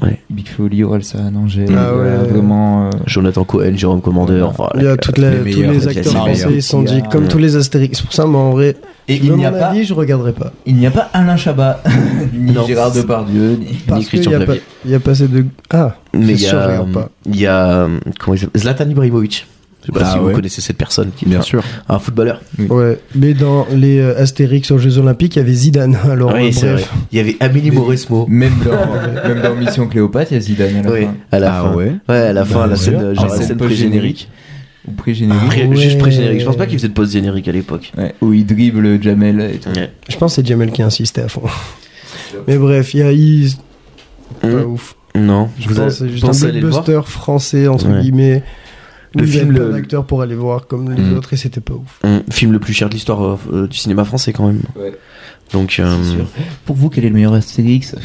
a
Ouais.
Big Folly, Orelsan, Angèle,
Ah ouais.
il y a vraiment... euh,
Jonathan Cohen, Jérôme Commander, voilà.
Il y a toutes les-
les
tous
meilleurs,
les
les
acteurs
meilleurs.
français, ils sont dit,
Il y a-
comme tous les Astérix. Pour ça, moi, en vrai,
Et
je veux
il n'y a
mon
pas...
avis, je regarderai pas.
Il n'y a pas Alain Chabat, ni
Non.
Gérard Depardieu, ni...
Parce qu'il
Christian
n'y a, pas-
Clavier.
il y a pas assez de. Ah,
Mais il y
sûr, je
a,
regarde pas.
il y a euh, comment il s'appelle Zlatan Ibrahimovic. Je sais pas
Ah
si vous
ouais.
connaissez cette personne, qui est
Bien
un,
sûr.
un footballeur.
Ouais, mais dans les euh, Astérix aux Jeux Olympiques, il y avait Zidane. Alors, euh,
oui, c'est vrai.
bref.
Il y avait Amélie
Mais-
Mauresmo.
Même dans, même dans Mission Cléopâtre, il y a Zidane à la
Oui,
fin.
à la
Ah
fin.
ouais
à la fin,
Bah
la
ouais.
scène, euh, genre
Ah,
la
c'est
scène
pas
pré-générique. Ah,
Au pré-générique,
Pré-
ouais.
Juste pré-générique. Je pense pas qu'il faisait de pause générique à l'époque.
ouais, où il dribble Jamel et tout.
Ouais.
Je pense que c'est Jamel qui insistait à fond. Mais bref, il y a. il- Pas ouf.
Hmm? Non,
Je
Mmh. vous
pense que
avez
c'est juste
pensé
un
à aller le voir.
blockbuster français, entre
Ouais.
guillemets.
Le
Le film,
film,
plein
le-
d'acteurs pour aller voir comme les
Mm.
autres et c'était pas ouf.
Hum, Film le plus cher de l'histoire euh, euh, du cinéma français quand même.
Ouais.
Donc, euh,
C'est sûr. Pour vous, quel est le meilleur Astérix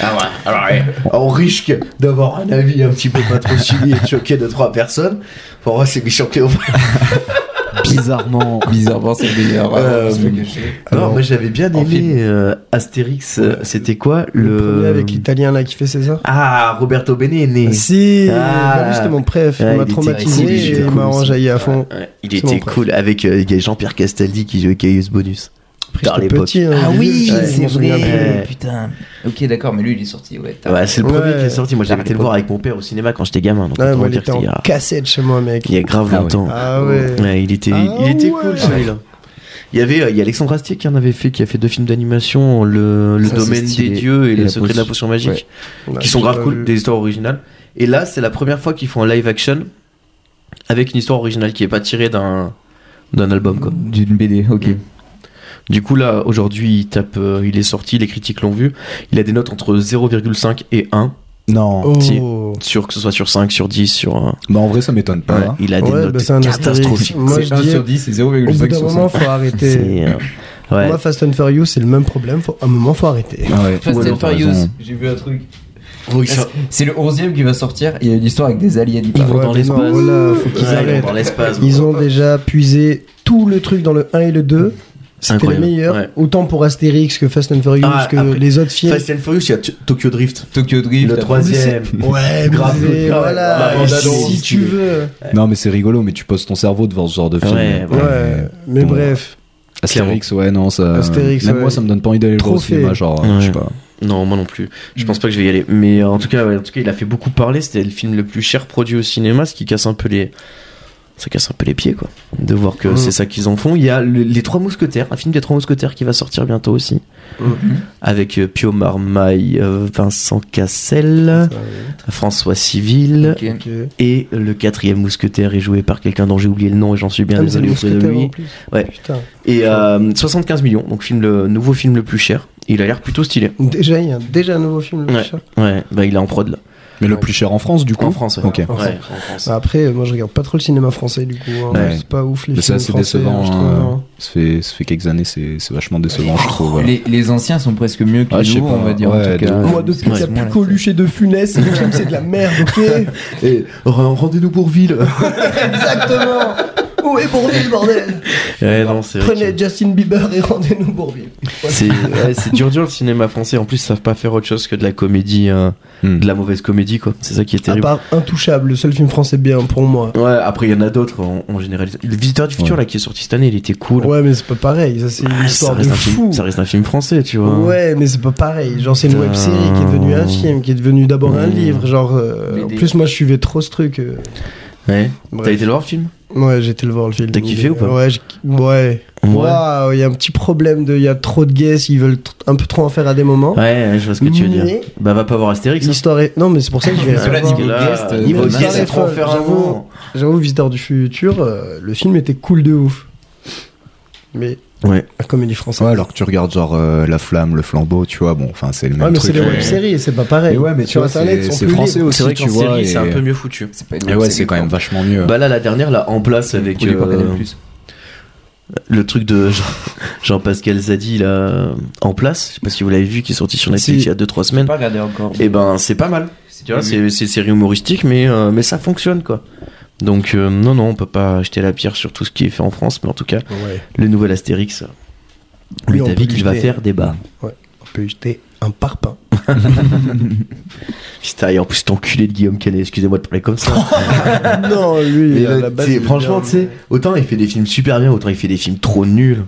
Ah ouais, alors ouais, on risque d'avoir un avis un petit peu pas trop suivi et de choquer deux trois personnes. Pour moi, c'est Michel Cléopâtre.
Bizarrement.
Bizarrement, c'est le meilleur. hein.
Euh,
on se le cache.
Non,
Alors,
moi j'avais bien
en
aimé
film.
euh, Astérix. euh, C'était quoi
Le,
le.
premier avec l'italien là qui fait ses ça
Ah, Roberto Bene est né.
Si
Ah.
bah oui, C'était mon préf,
Ah,
il
il
m'a
était
traumatisé
cool, il
et
était
il
cool
m'a
aussi.
enjailli à fond.
Ouais, il
C'est mon
était
préf.
cool avec euh, il y a Jean-Pierre Castaldi qui jouait Caius Bonus.
Après,
Dans
j'étais
l'époque.
petit, hein,
Ah
au
oui,
début, je
c'est
m'en souviens
vrai.
plus.
vrai. Putain. Ok, d'accord, mais lui, il est sorti, ouais.
Ah bah, c'est le premier
Ouais.
qui est sorti. Moi j'avais été le voir avec mon père au cinéma quand j'étais gamin. Donc,
Ouais,
autant
moi, il
dire
était
qu'il
en
y a-
cassette chez moi, mec.
il y a grave
Ah ouais.
longtemps.
Ah ouais.
Ouais, il était,
Ah
il était
ouais.
cool celui-là. Il y avait euh, il y a Alexandre Astier qui en avait fait, qui a fait deux films d'animation, le, le
Ça, c'est
domaine
stylé.
des dieux et,
Et
le
la
secret de la potion magique,
Ouais.
Ouais,
qui sont
j'ai
grave
pas
cool,
vu.
des histoires originales. Et là, c'est la première fois qu'ils font un live action avec une histoire originale qui est pas tirée d'un d'un album quoi.
D'une BD, ok.
Du coup là aujourd'hui il tape euh, il est sorti les critiques l'ont vu, il a des notes entre 0,5 et 1
Non.
petit.
Oh.
sur que ce soit sur 5 sur 10 sur un-
Bah en vrai, ça m'étonne
Ah.
pas. hein.
il a des
Ouais,
notes
bah, c'est un
catastrophiques.
Astérix. Moi,
c'est
je
1
dis-
sur 10, c'est
Au bout d'un
0,5 sur
moment,
5.
faut arrêter.
C'est, euh, ouais.
Moi, Fast and Furious, c'est le même problème. Faut... À un moment, faut arrêter.
Ah ouais.
Fast
Ouais,
and
t'as
Furious,
raison.
j'ai vu un truc.
Oui, ça-
C'est le 11 e qui va sortir, il y a une histoire avec des aliens. il
Ils
paraît.
vont dans
mais non,
l'espace.
voilà, faut qu'ils
Ouais,
arrêtent.
Dans l'espace.
Ils ont déjà puisé tout le truc dans le 1 et le 2. C'était le
Incroyable,
meilleur.
ouais.
Autant pour Astérix que Fast and Furious
Ah,
que
après-
les autres films.
Fast and Furious, il y a T- Tokyo Drift.
Tokyo Drift.
Le
après-
troisième.
Ouais,
Grave,
Eh, mais
grave.
voilà.
Bah,
Et
bah,
si
si
tu
tu
veux.
Non, mais c'est rigolo, mais tu poses ton cerveau devant ce genre de film.
Ouais,
Ouais, mais
Bon.
bref.
Astérix, ouais, non, ça.
Astérix,
même
ouais.
moi, ça me donne pas envie d'aller le voir au
Trophée.
cinéma, genre, euh,
Ouais.
je sais pas.
Non, moi non plus. Je pense pas que je vais y aller. Mais euh, en tout cas, ouais, en tout cas, il a fait beaucoup parler. C'était le film le plus cher produit au cinéma, ce qui casse un peu les ça casse un peu les pieds, quoi. De voir que c'est ça qu'ils en font. Il y a le- Les Trois Mousquetaires, un film des Trois Mousquetaires qui va sortir bientôt aussi. Avec euh, Pio Marmaille, euh, Vincent Cassel, François Civil.
Ok.
Ok. Ah,
Et le quatrième mousquetaire est joué par quelqu'un dont j'ai oublié le nom et j'en suis bien
Ah, mais c'est
désolé
le
auprès de
mousquetaire, hein.
lui.
en plus.
Ouais.
Putain.
Et euh, 75 millions, donc film le nouveau film le plus cher. Il a l'air plutôt stylé.
Déjà, il y a déjà un nouveau film. le
Ouais.
chat.
Ouais, bah il est en prod là.
Mais le plus cher en France, du coup.
En France, ouais.
Ok.
Ouais,
Enfin,
en France.
bah après, moi, je regarde pas trop le cinéma français, du coup. hein.
Ouais.
C'est pas ouf les
Mais
films
ça, c'est
français.
décevant.
hein, je
hein.
trouve, hein.
Ça, fait, ça fait quelques années, c'est c'est vachement décevant, je trouve. voilà.
Les, les anciens sont presque mieux que
Ah, je sais
nous,
pas.
on va dire. en
Ouais,
tout
de
cas.
euh,
ouf.
Moi, depuis qu'il y a
Ouais.
plus Coluche et de Funès, les films, c'est de la merde, ok
Et re- rendez-nous pour ville.
Exactement Où est Bourville, bordel
ouais, non, c'est vrai.
Prenez
que-
Justin Bieber et rendez-nous Bourville.
C'est ouais, c'est dur dur le cinéma français. En plus, ils savent pas faire autre chose que de la comédie, euh,
Hmm.
de la mauvaise comédie quoi. C'est ça qui est
À
terrible.
part Intouchable, le seul film français bien pour moi.
Ouais, après il y en a d'autres en, en généralisant. Le Visiteur du futur
Ouais.
là qui est sorti cette année, il était cool.
Ouais, mais c'est pas pareil, ça c'est une
Ah, ça,
histoire de
reste un
fou.
film, ça reste un film français, tu vois.
Ouais, mais c'est pas pareil. Genre, c'est une
Putain.
web série qui est devenue un film, qui est devenu d'abord un
Mmh.
livre. Genre, euh, en
BD.
plus, moi je suivais trop ce truc. euh,
Ouais. T'as
bref.
été le voir le film
Ouais, j'ai été le voir le film.
T'as kiffé ou pas
Ouais, j'ai- ouais. Waouh, il y a un petit problème de. Il y a trop de gays, ils veulent t- un peu trop en faire à des moments.
Ouais, je vois ce que tu veux dire.
Mais-
Bah, va pas voir Astérix. hein.
L'histoire est. Non, mais c'est pour ça que je vais
Cela
la
dit,
voir.
niveau guest, euh,
niveau
Madame
guest, c'est
Marfol,
trop faire un
j'avoue.
moment.
J'avoue, Visiteur du futur, euh, le film était cool de ouf. Mais.
Ouais.
La comédie française.
Ouais, alors que tu regardes genre euh, La Flamme, Le Flambeau, tu vois, bon, enfin, c'est le même
Ouais, mais c'est
truc.
des web-séries, c'est pas
Mais
pareil.
ouais, mais tu
sur
vois,
internet,
c'est-
ils
c'est
sont plus
français
libres.
aussi,
C'est vrai
tu
qu'en
vois.
série, c'est un
et-
peu mieux foutu.
C'est pas une
et
web
Ah ouais,
série,
c'est quand même vachement mieux.
Bah là, la dernière, là, en place avec
produit par
euh,
Canal+.
le truc de Jean- Jean-Pascal Zadi, là, en place. Je sais pas si vous l'avez vu, qui est sorti sur Netflix
Si.
il y a 2-3
J'ai
semaines.
pas regardé encore.
Et ben, c'est pas mal. Tu vois, c'est c'est une série humoristique, mais, euh, mais ça fonctionne, quoi. Donc, euh, non, non, on peut pas jeter la pierre sur tout ce qui est fait en France, mais en tout cas,
Ouais.
le nouvel Astérix, euh,
Lui, on
Ludovic,
peut lui
il va
jeter-
faire débat.
On peut y jeter un parpaing.
Putain, et en plus, cet enculé de Guillaume Canet, excusez-moi de parler comme ça.
non, lui,
Mais
à
là,
la base,
t'sais,
il est
franchement,
bien,
tu sais, autant il fait des films super bien, autant il fait des films trop nuls.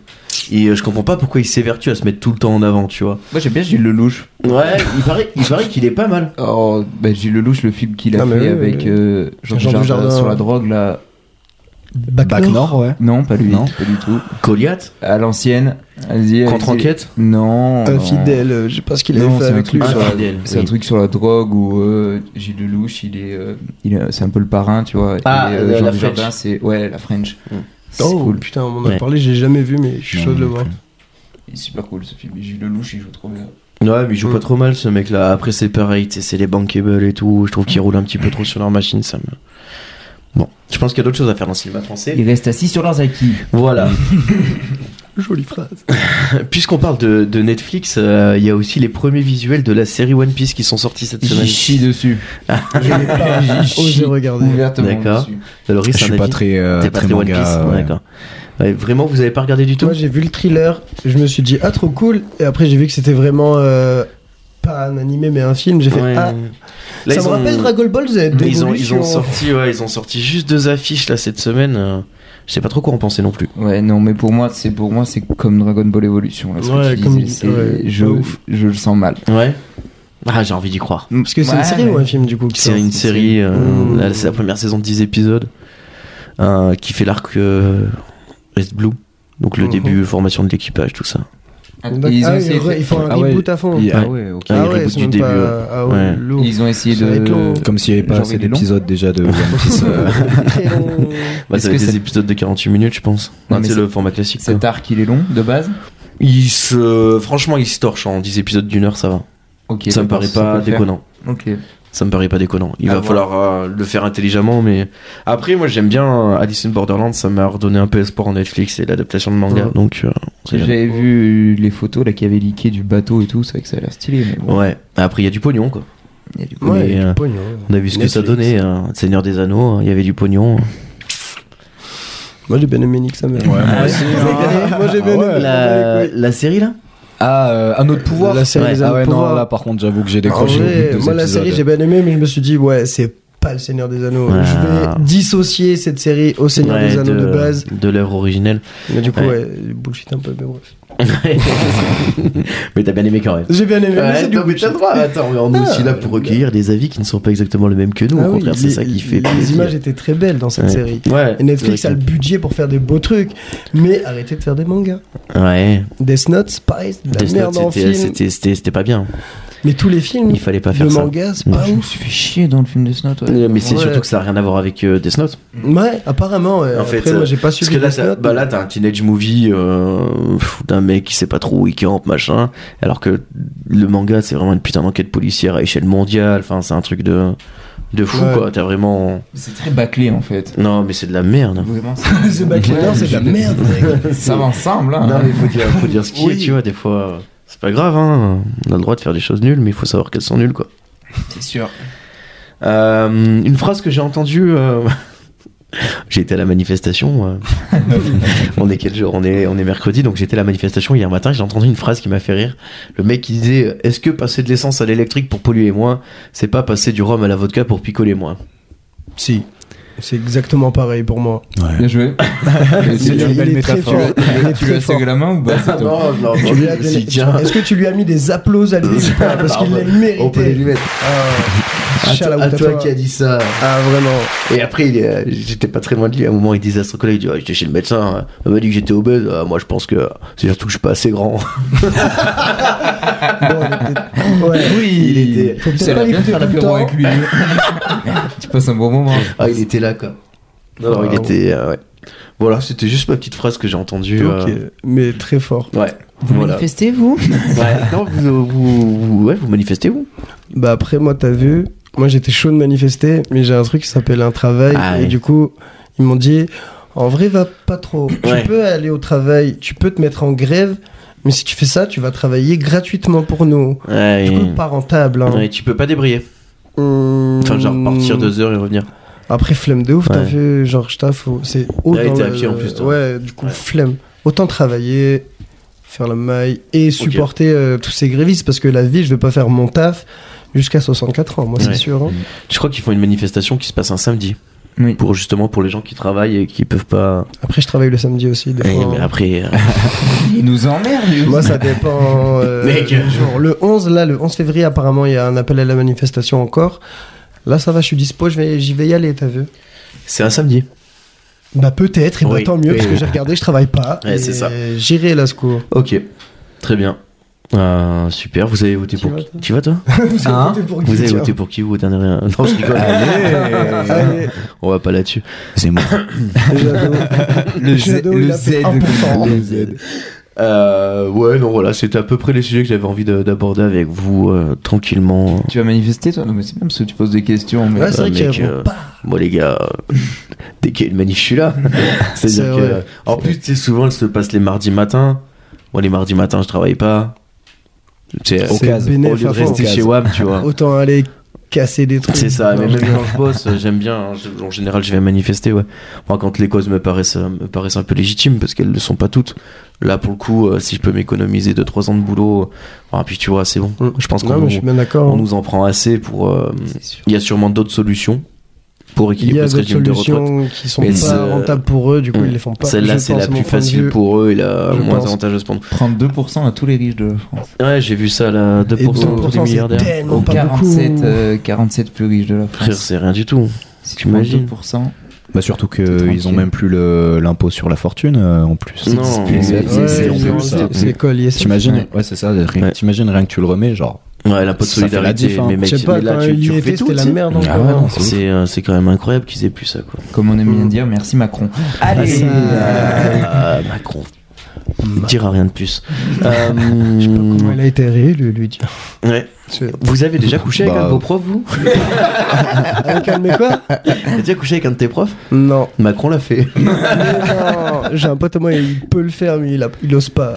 Et euh, je comprends pas pourquoi il s'évertue à se mettre tout le temps en avant, tu vois.
Moi j'aime bien Gilles Lelouch.
Ouais, il paraît, il paraît qu'il est pas mal.
Oh, bah, Gilles Lelouch, le film qu'il a
Non, mais
fait
oui,
avec
oui.
euh, Jean,
Jean
Dujardin
Dujardin.
sur la drogue là.
Bac
Bac
Nord.
Nord, ouais.
Non, pas lui.
Non.
pas du tout.
Goliath,
À l'ancienne. Allez-y, allez-y.
contre-enquête,
Non. non.
Infidèle, euh, je sais pas ce qu'il
Non,
avait fait
c'est un
avec lui.
truc sur la-
Infidèle,
c'est un
oui.
truc sur la drogue où euh, Gilles Lelouch, il est, euh, il est- c'est un peu le parrain, tu vois.
Ah,
et,
euh, la
Jean Dujardin,
French.
c'est ouais la French.
Mm.
C'est
Oh
cool.
putain, on en a
Ouais.
parlé, j'ai jamais vu, mais je suis
Non,
chaud de le
non
voir.
plus.
Il est super cool ce film. Et Gilles Lelouch, il joue trop bien.
Ouais, mais il joue
Mm.
pas trop mal ce mec-là. Après, c'est pareil, tu sais, c'est les bankable et tout. Je trouve qu'ils roulent un petit peu trop sur leur machine, ça me. Bon, je pense qu'il y a d'autres choses à faire dans le cinéma français.
Ils restent assis sur leurs acquis.
Voilà.
Jolie phrase.
Puisqu'on parle de, de Netflix, euh, il y a aussi les premiers visuels de la série One Piece qui sont sortis cette
J'y
semaine.
chie dessus.
Je l'ai pas osé Ah, regarder.
Ouvertement
D'accord.
dessus.
Alors, Riz,
Je
un
suis pas
avis
très, euh,
T'es pas
très
très One
manga,
Piece,
ouais.
d'accord. Ouais, vraiment, vous avez pas regardé du tout
Moi, j'ai vu le thriller, je me suis dit, ah, trop cool, et après, j'ai vu que c'était vraiment euh, pas un animé, mais un film. J'ai fait,
Ouais.
ah,
Là,
ça
ils
me
ont-
rappelle Dragon Ball Z.
ils ont, ils
l'évolution.
ont sorti, ouais, ils ont sorti juste deux affiches là cette semaine. euh, Je sais pas trop quoi en penser non plus.
Ouais, non, mais pour moi, c'est pour moi, c'est comme Dragon Ball Evolution. Là, ce que
Ouais,
tu
comme-
disais, c'est-
ouais,
je,
pas ouf.
je le sens mal.
Ouais. Ah, j'ai envie d'y croire.
Parce que c'est une
Ouais,
série
mais-
ou un film, du coup qui
C'est
sort
une série, euh,
Mmh.
là, c'est la première saison de 10 épisodes euh, qui fait l'arc euh, West Blue. Donc le
Mhm.
début, formation de l'équipage, tout ça.
Ah,
D'accord.
ils ont
Ah,
essayé
ils,
de-
re- ils font un
Ah ouais,
reboot à fond.
il-
Ah ouais, ok.
il y a
Ah
le
ouais,
reboot
c'est
du
même
début,
pas. Ah ouais,
Ouais.
lourd.
Ils ont essayé
Ça va être long.
de.
Comme s'il n'y avait pas
Genre,
assez
il est long.
d'épisodes déjà de One Piece. euh,
Très long.
Bah, ça
Est-ce
va être
que
des
c'est-
épisodes de 48 minutes, je pense.
Non,
Enfin,
mais
c'est
c'est-
le format classique. quoi.
Cet arc, il est long de base.
Il se... euh, Franchement, il se torche en 10 épisodes d'une heure, ça va.
Ok.
ça me
d'accord,
paraît
ça
pas
peut le faire.
déconnant.
Ok.
Ça me paraît pas déconnant. Il
Ah,
À
va
voir.
falloir euh, le faire intelligemment, mais après, moi j'aime bien euh, Alice in Borderland. Ça m'a redonné un peu espoir en Netflix et l'adaptation de manga.
Ouais.
Donc, euh, on sait jamais.
J'avais vu les photos là qui avaient leaké du bateau et tout, c'est vrai que ça a l'air stylé. Mais bon,
ouais. Après, il y a du pognon, quoi.
il y a du coup.
Mais,
Ouais, il y a du
euh,
pognon.
On a vu ce que ça
Netflix.
donnait. hein. Seigneur des Anneaux, hein, il y avait du pognon.
Moi, j'ai bien aimé Nick Samuel.
Ouais, moi aussi,
Vous
hein.
avez gagné. Moi, j'ai bien
Ah
aimé.
la... la série là
Ah, euh, un autre pouvoir
La série
Ouais.
des
Ah
Anneaux
ouais,
de
non,
pouvoir.
là par contre, j'avoue que j'ai
En
décroché. au bout de
vrai,
deux
Ah moi, la
épisodes.
série, j'ai bien aimé, mais je me suis dit, ouais, c'est pas le Seigneur des Anneaux.
Ouais.
Je vais dissocier cette série au Seigneur
Ah. Ouais,
des Anneaux de, base.
De l'œuvre originelle.
Mais du coup,
Ouais.
ouais, bullshit un peu, mais bref.
mais t'as bien aimé quand même.
J'ai bien aimé. mais c'est
Ouais,
du
non, mais t'as le droit. Attends, mais on est
Ah,
aussi là pour recueillir des avis qui ne sont pas exactement les mêmes que nous.
Ah
Au
oui,
contraire, c'est
les-
ça qui fait.
Les
plaisir.
images étaient très belles dans cette
Ouais.
série.
Ouais.
Et Netflix
c'est
a
vrai
le budget pour faire des beaux trucs, mais arrêtez de faire des mangas.
que- Ouais.
Death Note, c'est pareil, c'est de la
Death Note,
merde en
c'était-
film.
c'était- C'était c'était pas bien.
Mais tous les films
Il fallait pas
de
faire ça.
manga, c'est pas
Je me
ouf.
suis fait chier dans le film de Snow, toi.
Euh, Mais c'est
Ouais.
surtout que ça a rien à voir avec euh, Death Note.
Ouais, apparemment. ouais.
En
Après,
fait,
moi,
euh,
j'ai pas
Parce
suivi
que là,
Death
t'as
Note.
bah là, t'as un teenage movie euh, pff, d'un mec qui sait pas trop où il campe, machin. Alors que le manga, c'est vraiment une putain d'enquête policière à échelle mondiale. Enfin, c'est un truc de, de fou,
Ouais.
quoi. T'as vraiment.
C'est très bâclé en fait.
Non, mais c'est de la merde.
Vraiment,
The Backlash, c'est de la merde. mec.
ça va ensemble. Hein.
Non, mais faut dire, faut dire ce qui est,
Oui.
tu vois, des fois. euh, C'est pas grave, hein. On a le droit de faire des choses nulles, mais il faut savoir qu'elles sont nulles, quoi.
C'est sûr.
Euh, une phrase que j'ai entendue. euh, J'étais à la manifestation. euh, on est quel jour on est, on est mercredi, donc j'étais à la manifestation hier matin. J'ai entendu une phrase qui m'a fait rire. Le mec qui disait euh, Est-ce que passer de l'essence à l'électrique pour polluer moins, c'est pas passer du rhum à la vodka pour picoler moins
Si. C'est exactement pareil pour moi.
Bien joué.
Il
une
est-
belle
il est très
métaphore.
fort. Il
Tu
est
l'as
très fort.
saigé la main ou pas c'est toi
Ah, non,
Ah, Tu lui as donné- Est-ce que tu lui as mis des applauses à lui ou pas Parce qu'il les méritait. Ah, shout out
à toi qui a dit ça.
Ah, vraiment.
Et après, il est, euh, j'étais pas très loin de lui. À un moment, il disait à son collègue, il dit, Ah, j'étais chez le médecin, hein. on m'a dit que j'étais obèse. Ah, moi, je pense que c'est surtout que je suis pas assez grand.
Bon, il était- ouais.
Oui, il était,
Faut peut-être
Ça
pas
va bien de faire
l'écouter tout le
l'apéro
temps.
avec lui. hein. tu passes un bon moment.
ah, il était là, quoi. Non, non, il
Ah,
était, euh, ouais. Voilà, c'était juste ma petite phrase que j'ai entendue.
Ok,
euh,
mais très fort.
Ouais. voilà.
Manifestez-vous.
Ouais, non, vous, euh, vous, vous- ouais, vous manifestez, vous
Bah après, moi, t'as vu, moi j'étais chaud de manifester, mais j'ai un truc qui s'appelle un travail.
Ah
et
ouais.
du coup, ils m'ont dit, en vrai, va pas trop.
Ouais.
Tu peux aller au travail, tu peux te mettre en grève, mais si tu fais ça, tu vas travailler gratuitement pour nous.
ouais,
Du coup,
et-
pas rentable. Hein.
ouais, Tu peux pas débrayer.
Hum,
Enfin, genre, partir deux heures et revenir.
Après, flemme de ouf, t'as
Ouais.
vu, genre, je taffe, oh, c'est haut
Là,
dans
t'es à
le-
pied en plus, toi.
Ouais, du coup,
Ouais.
flemme. Autant travailler, faire la maille et supporter euh, tous ces grévistes parce que la vie, je vais pas faire mon taf jusqu'à 64 ans, moi,
Ouais.
c'est sûr. hein.
Je crois qu'ils font une manifestation qui se passe un samedi.
Oui.
Pour justement pour les gens qui travaillent et qui peuvent pas.
Après, je travaille le samedi aussi, des
Ouais,
fois. hein.
mais après. euh,
Il nous emmerde. lui.
Moi, ça dépend. euh,
Mec.
du jour. Le 11, là, le 11 février, apparemment, il y a un appel à la manifestation encore. Là, ça va, je suis dispo, je vais- j'y vais, y aller, t'as vu
C'est un samedi.
Bah, peut-être, et bah,
Oui,
tant mieux,
oui,
parce que
oui.
j'ai regardé, je travaille pas.
Ouais,
et
c'est ça.
J'irai, là, ce cours.
Ok, très bien. Euh, super, vous avez voté
Tu
pour
vas,
qui
toi
Tu vas toi
Vous
Hein
voté pour qui,
Vous avez
tiens
voté pour qui vous au dernier Non, je rigole.
Allez,
On va pas là-dessus.
C'est moi.
le Jadot.
Le Z.
Jadot, il
Le
a
Z.
fait 1%.
Le Z.
Euh, ouais, non, voilà, c'était à peu près les sujets que j'avais envie de- d'aborder avec vous euh, tranquillement.
Tu vas manifester toi Non mais c'est même ce que tu poses des questions. Mais...
Ouais, Ah, c'est vrai
Euh,
qu'il y a
mec,
vraiment
euh,
pas.
Moi, les gars, euh, dès qu'il y a une manif, je suis là. C'est-à-dire
C'est
que.
vrai.
En plus, tu sais, souvent, elle se passe les mardis matins. Moi, les mardis matins, je travaille pas. Tu sais,
Au
C'est
cas,
au
bénéf
lieu de
à fond.
rester chez WAM, tu vois.
Autant aller casser des trucs.
C'est ça,
Non,
mais
je
même quand je bosse, euh, j'aime bien. hein, je- en général, je vais manifester, ouais. Moi, quand les causes me paraissent, euh, me paraissent un peu légitimes, parce qu'elles ne le sont pas toutes. Là, pour le coup, euh, si je peux m'économiser 2-3 ans de boulot, ah, puis tu vois, c'est bon.
Mm.
Je pense qu'on
Non, mais je
nous,
suis bien d'accord.
on
hein.
nous en prend assez pour. euh,
C'est sûr.
Il y a sûrement d'autres solutions pour
Il y
équilibrer
a
ce
des
régime de retraite.
solutions qui sont
Mais
pas
c'est-
rentables pour eux, du coup
Mm.
ils les font pas.
Celle-là,
Je
c'est
pense,
la
mon
plus
point de
facile
vue.
pour eux et la
je
moins
pense.
avantageuse pour nous.
32% à tous les riches de la France.
Ouais, j'ai vu ça, là, 2%
Et
pour les
2%, c'est
milliardaires.
tellement pas beaucoup.
47, euh, 47 plus riches de la
Frère,
France.
c'est rien du tout.
Si tu prends
t'imagines
2%,
Bah surtout
Tranquille.
qu'ils ont même plus le- l'impôt sur la fortune euh, en plus.
Non,
C'est-
mais-
c'est-
Ouais,
c'est- c'est en
ils
plus
ont-
ça.
c'est- C'est collier. ça.
T'imagines ouais, c'est ça. rien-
Ouais.
T'imagines rien que tu le remets, genre.
Ouais, l'impôt de
Ça fait la
solidarité,
diff, hein.
mais
Je
mec,
sais pas,
mais là,
quand
tu, tu
il y
refais
était,
tout,
c'était la
tu sais.
merde
Ah
encore.
ouais,
hein.
non, c'est ouf.
C'est euh, c'est quand même incroyable qu'ils aient pu ça, quoi.
comme on aime bien dire, merci Macron. Allez
Euh,
Ah, Macron. Il ne dira rien de plus. Euh,
Je sais pas comment il a été réélu, lui. tiens.
ouais.
C'est-
Vous avez déjà couché avec
Bah,
un de vos profs, vous
Ah, Calmez quoi
Vous avez déjà couché avec un de tes profs
Non.
Macron l'a fait.
Mais non, J'ai un pote à moi, il peut le faire, mais il, a- il ose pas.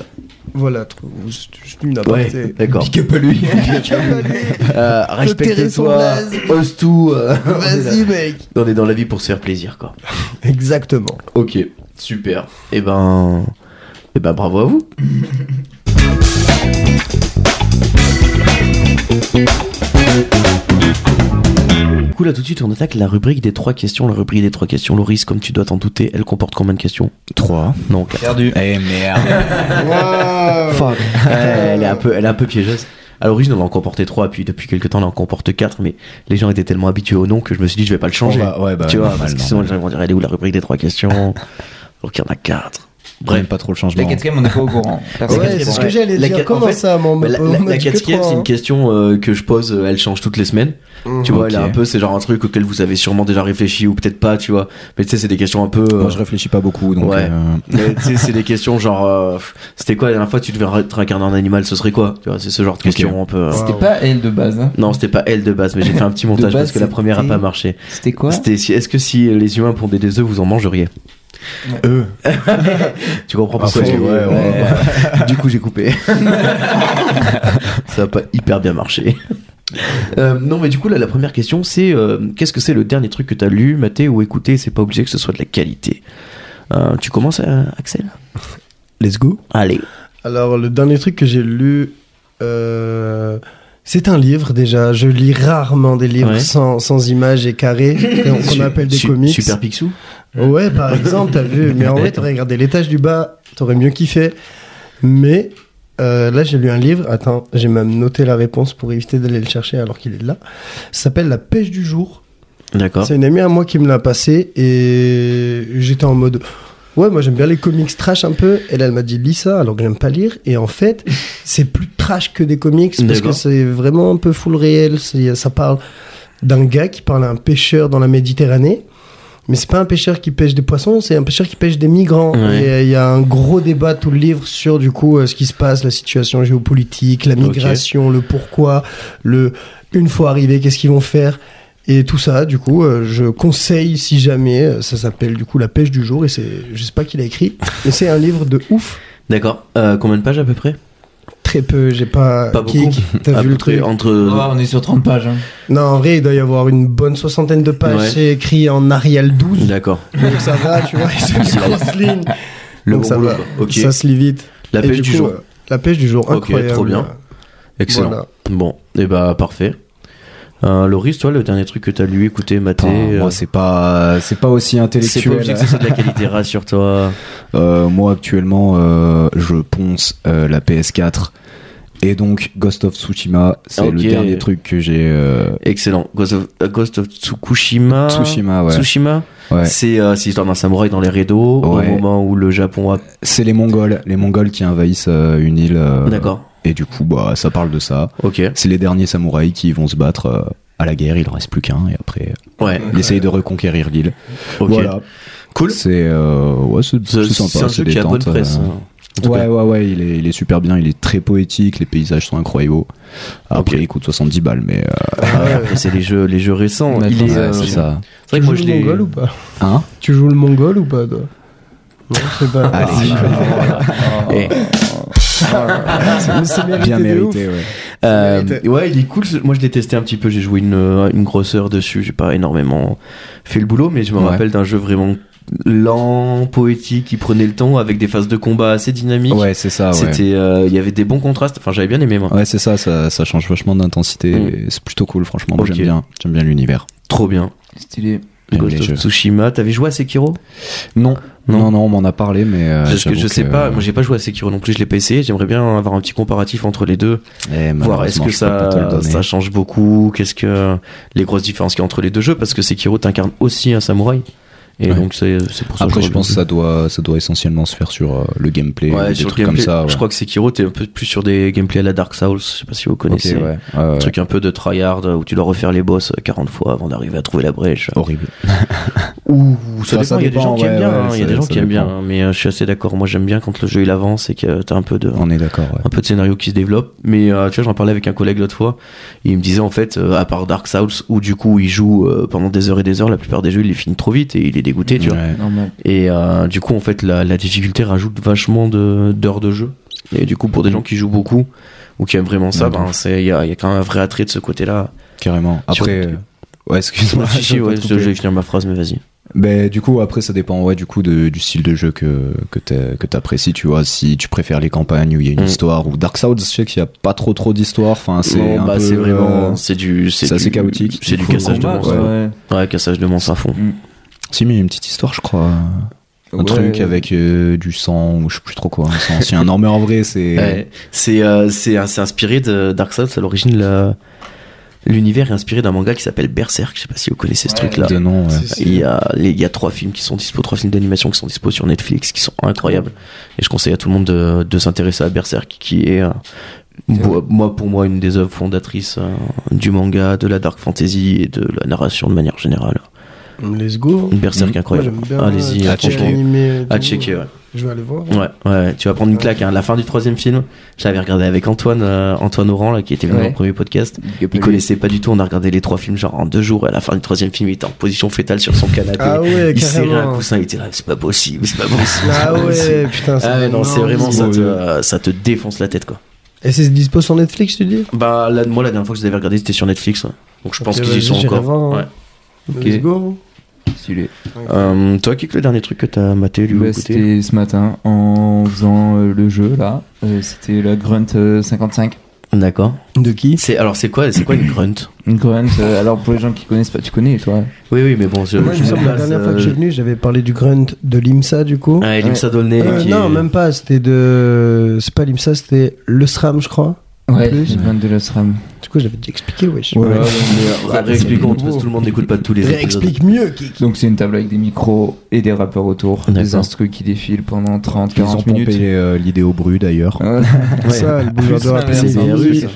Voilà, trop- c'est juste une aparté.
d'accord.
Pique pas lui.
Euh,
Terry son
Respecte-toi,
blaze.
ose tout. euh, on est là.
Vas-y, mec.
on est dans la vie pour se faire plaisir, quoi.
Exactement.
Ok, super. Et ben. Et ben, bravo à vous. coup, là, tout de suite, on attaque la rubrique des trois questions. La rubrique des trois questions, Loris, comme tu dois t'en douter, elle comporte combien de questions
3.
Non, quatre.
Perdu.
Eh merde.
Fuck. Ouais, elle, est un peu, elle est un peu piégeuse. À l'origine, on en comportait trois, puis depuis quelques temps, on en comporte quatre, mais les gens étaient tellement habitués au nom que je me suis dit, je vais pas le changer.
On va- ouais, bah,
tu vois,
normal,
parce que
normal.
sinon, les gens vont dire, elle est où la rubrique des trois questions Donc, il y en a quatre. Bref.
Bref, pas trop le changement.
La quatrième, on n'est pas au courant. Personne
La
Ouais,
quatrième,
c'est ce
ouais.
que j'allais
La
dire.
quat-
Comment
en fait,
ça, moi, on m'a
Bah, la,
pas- on
la-
m'a
la
dit que
quatrième,
trois,
c'est
hein.
une question euh, que je pose, euh, elle change toutes les semaines. Tu vois, elle est
Ok.
un peu, c'est genre un truc auquel vous avez sûrement déjà réfléchi ou peut-être pas, tu vois. Mais tu sais, c'est des questions un peu. euh,
Moi, je réfléchis pas beaucoup, donc.
Ouais.
euh,
mais tu sais, c'est des questions genre. euh, pff, C'était quoi la dernière fois que tu devais être incarné en animal Ce serait quoi Tu vois, c'est ce genre de questions un peu. euh.
C'était
Wow.
pas elle de base. hein.
Non, c'était pas elle de base, mais j'ai fait un petit montage
base,
parce que la première a
c'était-
pas marché.
C'était quoi
C'était si- est-ce que si les humains pondaient des œufs, vous en mangeriez
Eux.
Tu comprends pourquoi
Ah,
j'ai
ouais, ouais, ouais.
Du coup, j'ai coupé. Ça n'a pas hyper bien marché. Euh, non, mais du coup, là, la première question, c'est euh, qu'est-ce que c'est le dernier truc que t'as lu, maté ou écouté C'est pas obligé que ce soit de la qualité. Euh, tu commences, euh, Axel
Let's go.
Allez.
Alors, le dernier truc que j'ai lu, euh, c'est un livre déjà. Je lis rarement des livres
Ouais.
sans, sans images et carrés, qu'on qu'on
Su-
appelle des
su-
comics.
Super Picsou
Ouais, par exemple, t'as vu. Mais en vrai, t'aurais regardé l'étage du bas, t'aurais mieux kiffé. Mais euh, là, j'ai lu un livre. Attends, j'ai même noté la réponse pour éviter d'aller le chercher alors qu'il est là. Ça s'appelle La pêche du jour.
D'accord.
C'est une amie à moi qui me l'a passé et j'étais en mode. Ouais, moi j'aime bien les comics trash un peu. Et là, elle m'a dit lis ça, alors que j'aime pas lire. Et en fait, c'est plus trash que des comics parce que
D'accord.
c'est vraiment un peu full réel. C'est- Ça parle d'un gars qui parle à un pêcheur dans la Méditerranée. Mais c'est pas un pêcheur qui pêche des poissons, c'est un pêcheur qui pêche des migrants.
Ouais.
Et euh, il y a un gros débat tout le livre sur du coup euh, ce qui se passe, la situation géopolitique, la migration, le pourquoi, le une fois arrivé qu'est-ce qu'ils vont faire et tout ça. Du coup, euh, je conseille si jamais euh, ça s'appelle du coup la pêche du jour et c'est je sais pas qui l'a écrit, mais c'est un livre de ouf.
D'accord. Euh, combien de pages à peu près
Très peu, j'ai pas,
Pas
kick,
beaucoup. Ah,
t'as
À
vu
peu
le
près
truc. Ah,
Entre.
Ouais, on est sur 30 pages. hein.
Non, en vrai, il doit y avoir une bonne soixantaine de pages,
Ouais.
c'est écrit en Arial 12.
D'accord.
Donc ça va, tu vois, c'est une grosse ligne.
Le
Donc
bon
ça
boulot,
va,
quoi. Ok.
ça se lit vite.
La
Et
pêche du
coup,
jour.
euh, La pêche du jour,
Ok,
incroyable.
trop bien. Excellent.
Voilà.
Bon, et bah parfait. Euh, Loris, toi, le dernier truc que t'as lu, écouté, maté.
Putain,
euh,
moi, c'est pas, c'est pas aussi
c'est pas
intellectuel.
obligé que ce soit de la qualité, rassure-toi.
Euh, moi, actuellement, euh, je ponce euh, la PS4. Et donc, Ghost of Tsushima, c'est
Ok.
le dernier truc que j'ai. euh,
Excellent. Ghost of, euh, Ghost of Tsukushima.
Ah. Tsushima, ouais.
Tsushima.
Ouais.
C'est euh, c'est l'histoire d'un samouraï dans les rideaux au
Ouais.
moment où le Japon a.
C'est les Mongols, les Mongols qui envahissent euh, une île. euh,
D'accord.
Et du coup, bah, ça parle de ça.
Ok.
C'est les derniers samouraïs qui vont se battre euh, à la guerre. Il en reste plus qu'un. Et après,
Ouais.
ils essayent de reconquérir l'île.
Ok.
Voilà.
Cool.
C'est euh, ouais, c'est
C'est
c'est sympa.
c'est un
c'est
truc qui a bonne
détente,
presse.
euh,
hein. En tout
Ouais,
cas.
ouais, ouais, il est, il est super bien, il est très poétique, les paysages sont incroyables. Après,
Ok.
il coûte 70 balles, mais. euh,
Ah ouais, après, c'est les jeux, les jeux récents.
Mais
Il
attends,
est,
ouais,
euh,
c'est ça.
C'est vrai que
tu
moi
joues
je
le
l'ai.
mongol ou pas
Hein
Tu joues le mongol ou pas, toi Non, je sais pas. Ah,
Allez.
Si.
Eh.
Mais Ah, c'est mérité
Bien
de
mérité, ouais.
Euh,
Mérité.
ouais, il est cool. Moi, je l'ai testé un petit peu. J'ai joué une, euh, une grosseur dessus. J'ai pas énormément fait le boulot, mais je me
Ouais.
rappelle d'un jeu vraiment lent, poétique, qui prenait le temps avec des phases de combat assez dynamiques.
Ouais, c'est ça, ouais.
C'était, euh, il y avait des bons contrastes. Enfin, j'avais bien aimé moi.
Ouais, c'est ça, ça, ça change vachement d'intensité.
Mm.
et C'est plutôt cool, franchement. Moi,
Ok.
j'aime bien. J'aime bien l'univers.
Trop bien.
Stylé.
J'aime
Ghost
les
of
jeux.
Tsushima. T'avais joué à Sekiro
Non,
Non.
non, non, on m'en a parlé, mais. euh,
Parce que
j'avoue
je sais
que-
pas. Moi, j'ai pas joué à Sekiro non plus. Je l'ai pas essayé. J'aimerais bien avoir un petit comparatif entre les deux.
Eh,
Voir est-ce
malheureusement,
que
je peux pas
ça,
te le donner.
ça change beaucoup. Qu'est-ce que les grosses différences qu'il y a entre les deux jeux Parce que Sekiro t'incarne aussi un samouraï. Et
Ouais.
donc c'est c'est pour ça. que
Après, je
j'aurais
pense que
bien
ça doit, ça doit essentiellement se faire sur euh, le gameplay,
Ouais,
ou des
sur le
trucs comme
gameplay,
ça. ouais.
Je crois que Sekiro, t'es un peu plus sur des gameplays à la Dark Souls. Je sais pas si vous
Ok,
connaissez.
ouais. ouais, ouais.
Un truc un peu de tryhard où tu dois refaire les boss 40 fois avant d'arriver à trouver la brèche.
Horrible.
Ou ça, dépend,
Enfin, Oh, ça
il y a des
dépend,
gens qui aiment
ouais,
bien,
ouais,
hein, il y a
ça-
des gens
ça
qui aiment bien,
dépend.
hein, mais euh, je suis assez d'accord. Moi j'aime bien quand le jeu il avance et que euh, t'as un peu de
On est d'accord, ouais.
un peu de scénario qui se développe, mais euh, tu vois j'en parlais avec un collègue l'autre fois, il me disait en fait euh, à part Dark Souls où du coup il joue euh, pendant des heures et des heures, la plupart des jeux il les finit trop vite et il est dégoûté, tu vois.
Ouais.
Normal.
Et euh, du coup, en fait, la, la difficulté rajoute vachement de- d'heures de, jeu. Et du coup, pour des gens qui jouent beaucoup ou qui aiment vraiment ça,
Ouais,
ben, c'est il y a, il y a quand même un vrai attrait de ce côté-là.
Carrément.
Sur-
Après. euh, Ouais, excuse-moi.
Chichi,
je vais
ouais,
pas te
je
couper.
vais finir ma phrase, mais vas-y.
Ben, du coup, après, ça dépend ouais, du, coup, de- du style de jeu que, que t'es- que t'apprécies, tu vois. Si tu préfères les campagnes où il y a une
Mm.
histoire, ou Dark Souls, je sais qu'il n'y a pas trop trop d'histoire. Enfin, c'est
Non,
un
bah,
peu,
c'est vraiment.
euh,
C'est du.
c'est assez
du-
chaotique.
C'est du
Faut
cassage de
combattre,
monstres. Ouais. cassage de monstres à fond.
Si, mais il y a une petite histoire, je crois. Un
Ouais.
truc avec euh, du sang, ou je sais plus trop quoi. Un sang. si un armeur en vrai, c'est.
Ouais. C'est euh, c'est un- c'est inspiré de Dark Souls. À l'origine, la- l'univers est inspiré d'un manga qui s'appelle Berserk. Je sais pas si vous connaissez ce
Ouais.
truc-là.
de nom, ouais.
C'est-
Il y, a, les- il y a trois films qui sont dispo, trois films d'animation qui sont dispo sur Netflix, qui sont incroyables. Et je conseille à tout le monde de, de s'intéresser à Berserk, qui est, euh, moi, moi, pour moi, une des œuvres fondatrices euh, du manga, de la dark fantasy et de la narration de manière générale.
Let's go.
Une Berserk
Moi,
incroyable.
j'aime bien.
Allez-y,
euh,
à
tout ce qui est
checker.
animé et
À
tout.
checker, ouais.
Je vais aller voir.
Ouais, ouais, tu vas prendre une claque. Hein. La fin du troisième film, je l'avais regardé avec Antoine, euh, Antoine Oran, là, qui était venu
Ouais.
dans le premier podcast.
y a pas
Il
eu-
connaissait pas du tout. On a regardé les trois films genre en deux jours. Et à la fin du troisième film, il était en position fétale sur son canapé.
Ah ouais,
il serrait un
carrément.
coussin. Il était là, c'est pas possible, c'est pas possible. c'est
Ah
pas
ouais,
possible.
putain.
Ah ouais, non, c'est vraiment
énorme.
ça te,
ouais.
euh, ça te défonce la tête quoi.
Et c'est dispo sur Netflix, tu dis
Bah là, moi la dernière fois que je les avais regardé c'était sur Netflix. ouais. Donc je pense
Ok,
qu'ils y
vas-y,
sont
j'irai
encore.
voir, hein.
Ouais. Ok.
Let's go.
Stylé.
Euh, toi, qui est le dernier truc que t'as maté lui
Bah,
ou écouté
c'était ce matin en faisant euh, le jeu là. Euh, c'était la Grunt euh, 55.
D'accord.
De qui
C'est alors c'est quoi, c'est quoi une grunt
Une Grunt. euh, alors pour les gens qui connaissent pas, tu connais toi.
Oui oui mais bon je,
Moi,
je
il me
me
semble la
place,
dernière fois que
euh,
je suis venu, j'avais parlé du grunt de l'IMSA, du coup.
Ouais, Limsa Dolnay
Euh,
qui
non,
est-
même pas, c'était de. C'est pas l'IMSA, c'était le SRAM, je crois.
Ouais.
Plus.
Grunt de Lost Ram.
Du coup, j'avais déjà expliqué, wesh.
Ouais.
Ouais, mais, euh, Réexpliquons parce que tout le monde n'écoute pas tous les épisodes.
Explique mieux, Kik.
Donc c'est une table avec des micros et des rappeurs autour, des
D'accord.
instrus qui défilent pendant 30
Ils ont
40 minutes.
pompé euh, l'idée au bru d'ailleurs.
Ouais.
Ça, le boulevard
Plus
de la
un
Paix, c'est
merde,
BRU.
c'est ça.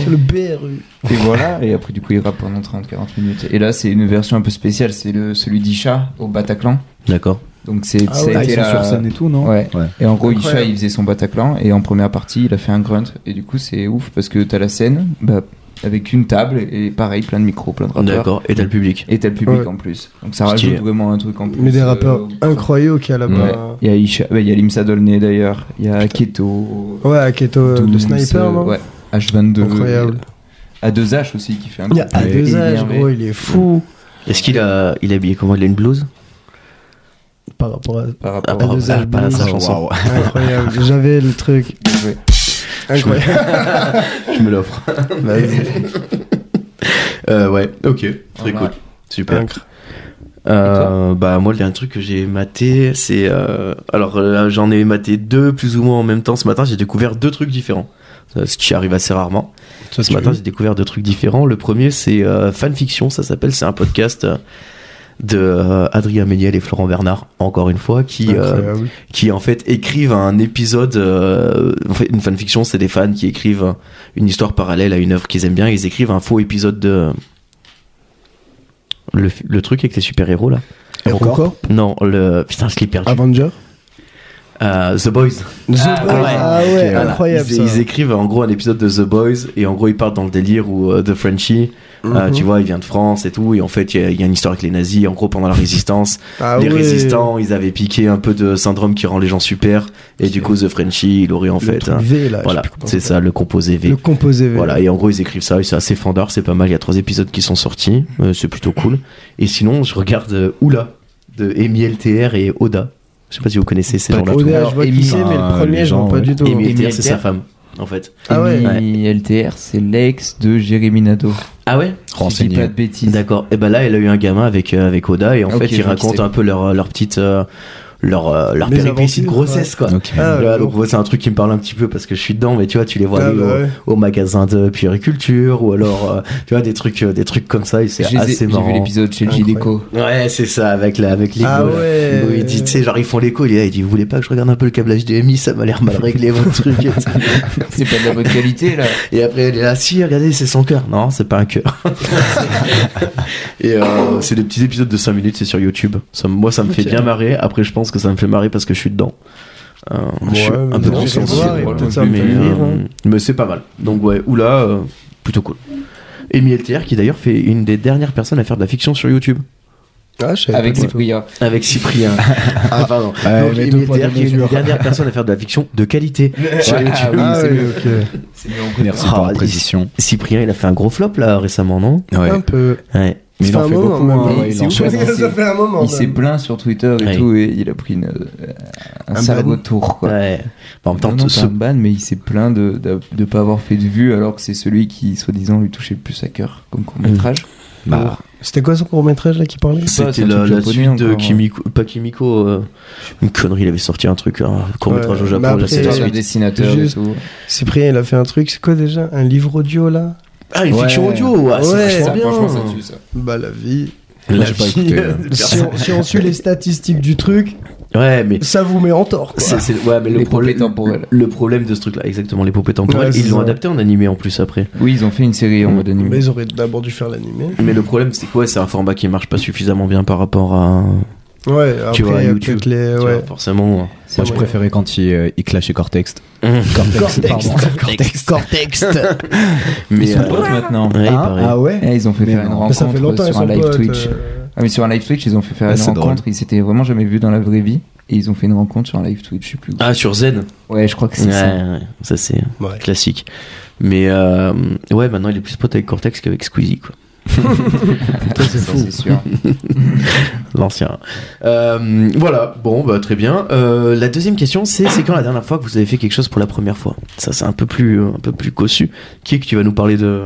C'est le BRU.
Et voilà, et après du coup il rappe pendant 30-40 minutes. Et là c'est une version un peu spéciale, c'est le, celui d'Isha au Bataclan.
D'accord.
Donc c'est
Ah
ça a
ouais.
été
Ah, ils sont
la-
sur scène et tout, non
Ouais.
Ouais.
Et en gros Isha
Incroyable.
il faisait son Bataclan et en première partie il a fait un grunt. Et du coup c'est ouf parce que t'as la scène bah, avec une table et pareil plein de micros, plein de rappeurs.
D'accord. Et t'as le public.
Et t'as le public
Ouais.
en plus. Donc ça
Stylé.
rajoute vraiment un truc en plus.
Mais des
euh,
rappeurs incroyables qu'il y a
Ouais.
là-bas.
Il y a Isha, bah, il y a Limsa Dolné d'ailleurs, il y a Keto.
Ouais, Keto, euh, le
Dooms,
sniper,
euh,
non
Ouais, H22.
Incroyable.
A2H aussi qui fait un
Il y a
truc
A2H,
énervé.
gros, il est fou.
Est-ce qu'il a, il est habillé comment Il a une blouse
Par rapport à.
Par
Ah,
rapport
par-
A2H
ah, par
blouse.
sa chanson.
Waouh.
Incroyable, j'avais le truc.
bah.
Ouais.
Incroyable.
Je me l'offre.
Vas-y. Ah,
Euh, ouais, ok, très
Voilà.
cool. Super. Euh, bah moi le dernier truc que j'ai maté c'est euh, alors euh, j'en ai maté deux plus ou moins en même temps ce matin j'ai découvert deux trucs différents Euh, ce qui arrive assez rarement ce matin j'ai découvert deux trucs différents le premier c'est euh, fanfiction ça s'appelle c'est un podcast euh, de euh, Adrien Méniel et Florent Bernard encore une fois qui euh,
Incroyable.
qui en fait écrivent un épisode. euh, en fait, une fanfiction, c'est des fans qui écrivent une histoire parallèle à une œuvre qu'ils aiment bien. Ils écrivent un faux épisode de. Le, le truc avec les super-héros là Ah
Encore
Non, le. Putain, je l'ai perdu.
Avenger
Euh, The Boys.
The
Ah,
Boys.
ouais.
Ah ouais,
Voilà.
incroyable
ils,
ça.
ils écrivent en gros un épisode de The Boys et en gros ils partent dans le délire où euh, The Frenchie, euh,
Mhm.
tu vois, il vient de France et tout. Et en fait, il y a- il y, a une histoire avec les nazis. En gros, pendant la résistance,
Ah
les
ouais.
résistants, ils avaient piqué un peu de syndrome qui rend les gens super. Et du coup, The Frenchie, il aurait en
Le
fait.
truc
hein,
V là. je
voilà,
sais plus comment
c'est ça, le composé V.
Le composé V.
Voilà, et en gros, ils écrivent ça, et c'est assez fandard, c'est pas mal. Il y a trois épisodes qui sont sortis, euh, c'est plutôt cool. Et sinon, je regarde euh, Oula de Emi LTR et Oda. Je sais pas si vous connaissez ces
Pas
gens-là.
du
ODA,
Alors,
je vois qui
Amy-
c'est, mais le
Ah, les
premier, je vois
gens,
pas
ouais.
du tout.
Emi
Amy
LTR, c'est sa
LTR.
femme, en fait.
Ah ouais.
Amy LTR, c'est l'ex de Jérémy Nadeau.
Ah ouais
Je dis pas
Renseigné.
de bêtises.
D'accord. Et ben là, elle a eu un gamin avec euh, avec Oda et en
Ah, Ok,
fait,
je
ils
vois qui
racontent
c'est.
un peu leur leur petite euh, leur euh, leur
Les
péripétie de
aventures,
grossesse quoi.
Ok.
Ah,
Là,
ouais,
donc, moi, c'est un truc qui me parle un petit peu parce que je suis dedans, mais tu vois, tu les vois
Ah,
aller
bah
au,
ouais.
au magasin de puériculture ou alors, euh, tu vois, des trucs, euh, des trucs comme ça et
Je les
c'est
ai-
assez
J'ai vu
marrant.
l'épisode chez
Incroyable.
Gideco.
Ouais, c'est ça, avec la, avec les
Ah
gars, là.
ouais.
Où il dit, tu sais, genre, ils font l'écho, il est là, il dit, vous voulez pas que je regarde un peu le câblage HDMI, ça m'a l'air mal réglé, votre truc. et tout.
C'est pas de la bonne qualité là.
Et après, elle est là, si, regardez, c'est son cœur. Non, c'est pas un cœur. et euh, c'est des petits épisodes de 5 minutes, c'est sur YouTube. Ça, me- moi, ça me fait
Ok.
bien marrer. Après, je pense que ça me fait marrer parce que je suis dedans. Euh, je suis
Ouais,
un peu
mais non,
dans
j'irai
son
voir, et
ouais,
peut-être ça me
mais,
fait rire,
euh,
hein.
mais c'est pas mal. Donc, ouais, oula, euh, plutôt cool. Amy LTR, qui d'ailleurs fait une des dernières personnes à faire de la fiction sur YouTube.
Ah, je savais
Avec
pas.
Cyprien.
Avec Cyprien. ah, pardon.
Ouais,
Donc,
mais
Amy
deux poids,
LTR,
deux
qui est une des
mesures.
dernières personnes à faire de la fiction de qualité sur YouTube.
oui,
Ah
c'est
ouais,
mieux.
ok.
C'est mieux en
Merci pour
Ah,
la précision.
Cyprien, il a fait un gros flop là récemment, non
Ouais.
Un peu.
Ouais.
Mais
Ça
il en
fait un
fait
moment,
beaucoup.
même.
hein,
Mais
ouais, il
c'est
en
ouf,
fait.
parce que
Ça fait un moment.
Il s'est
quand même.
plaint sur Twitter et
Ouais.
tout, et il a pris une, euh, un,
Un
sale
ban.
retour, quoi.
Ouais. Bah, en même temps,
Non, non,
ce-
c'est un ban, mais il s'est plaint de, de, de pas avoir fait de vue alors que c'est celui qui, soi-disant, lui touchait le plus à cœur comme court-métrage.
Mmh.
Bah,
C'était quoi son court métrage là qui parlait
sais pas, c'est
c'était
un
la,
truc
la
japonais
suite de
encore,
Kimiko, pas Kimiko, euh, une connerie, il avait sorti un truc, un court métrage au
Ouais,
Japon,
bah
là,
après,
c'est la
C'était un
suite.
dessinateur
Juste-
et tout.
Cyprien, il a fait un truc, c'est quoi déjà Un livre audio là
Ah, une
Ouais.
fiction audio, ah, c'est
Ouais,
vachement
Ça,
bien.
franchement, ça tue, ça.
Bah la vie.
La
j'ai pas
vie,
écouté,
euh,
si, on, si on suit les statistiques du truc,
Ouais, mais
ça vous met en tort. quoi.
C'est, c'est- ouais, mais le
L'épopée
problème,
temporelle.
le problème de ce truc-là, exactement, l'épopée temporelle,
Ouais, c'est
ils l'ont
ça.
adapté en animé en plus après.
Oui, ils ont fait une série en mode
Mais
animé.
ils auraient d'abord dû faire l'animé.
Mais le problème, c'est quoi C'est un format qui marche pas suffisamment bien par rapport à.
Ouais, après,
Tu vois,
il y a
YouTube,
peut-être les.
tu
Ouais.
vois, forcément. hein.
moi, je
Ouais.
préférais quand il, euh, il clashait Cortex. Cortex, pardon.
Cortex. Cortex.
Ils
mais.
sont
euh,
potes maintenant.
ouais,
Hein
pareil.
ah ouais
Eh, ils ont fait
Mais
faire
non.
une
Ça
Mais
rencontre
ça fait longtemps ils
sur un
sont
live
potes,
Twitch.
euh,
Ah, mais sur un live Twitch, ils ont fait faire
Ah,
une
c'est drôle.
rencontre. Ils s'étaient vraiment jamais vus dans la vraie vie. Et ils ont fait une rencontre sur un live Twitch, je sais plus. où.
Ah, sur Zen.
Ouais, je crois que c'est
Ouais,
ça.
ouais, ça c'est
Ouais.
classique. Mais euh, ouais, maintenant il est plus pote avec Cortex qu'avec Squeezie, quoi.
c'est C'est sûr.
L'ancien. Euh, voilà, bon, bah très bien. Euh, la deuxième question, c'est c'est quand la dernière fois que vous avez fait quelque chose pour la première fois Ça, c'est un peu plus un peu plus cossu. Qui est que tu vas nous parler de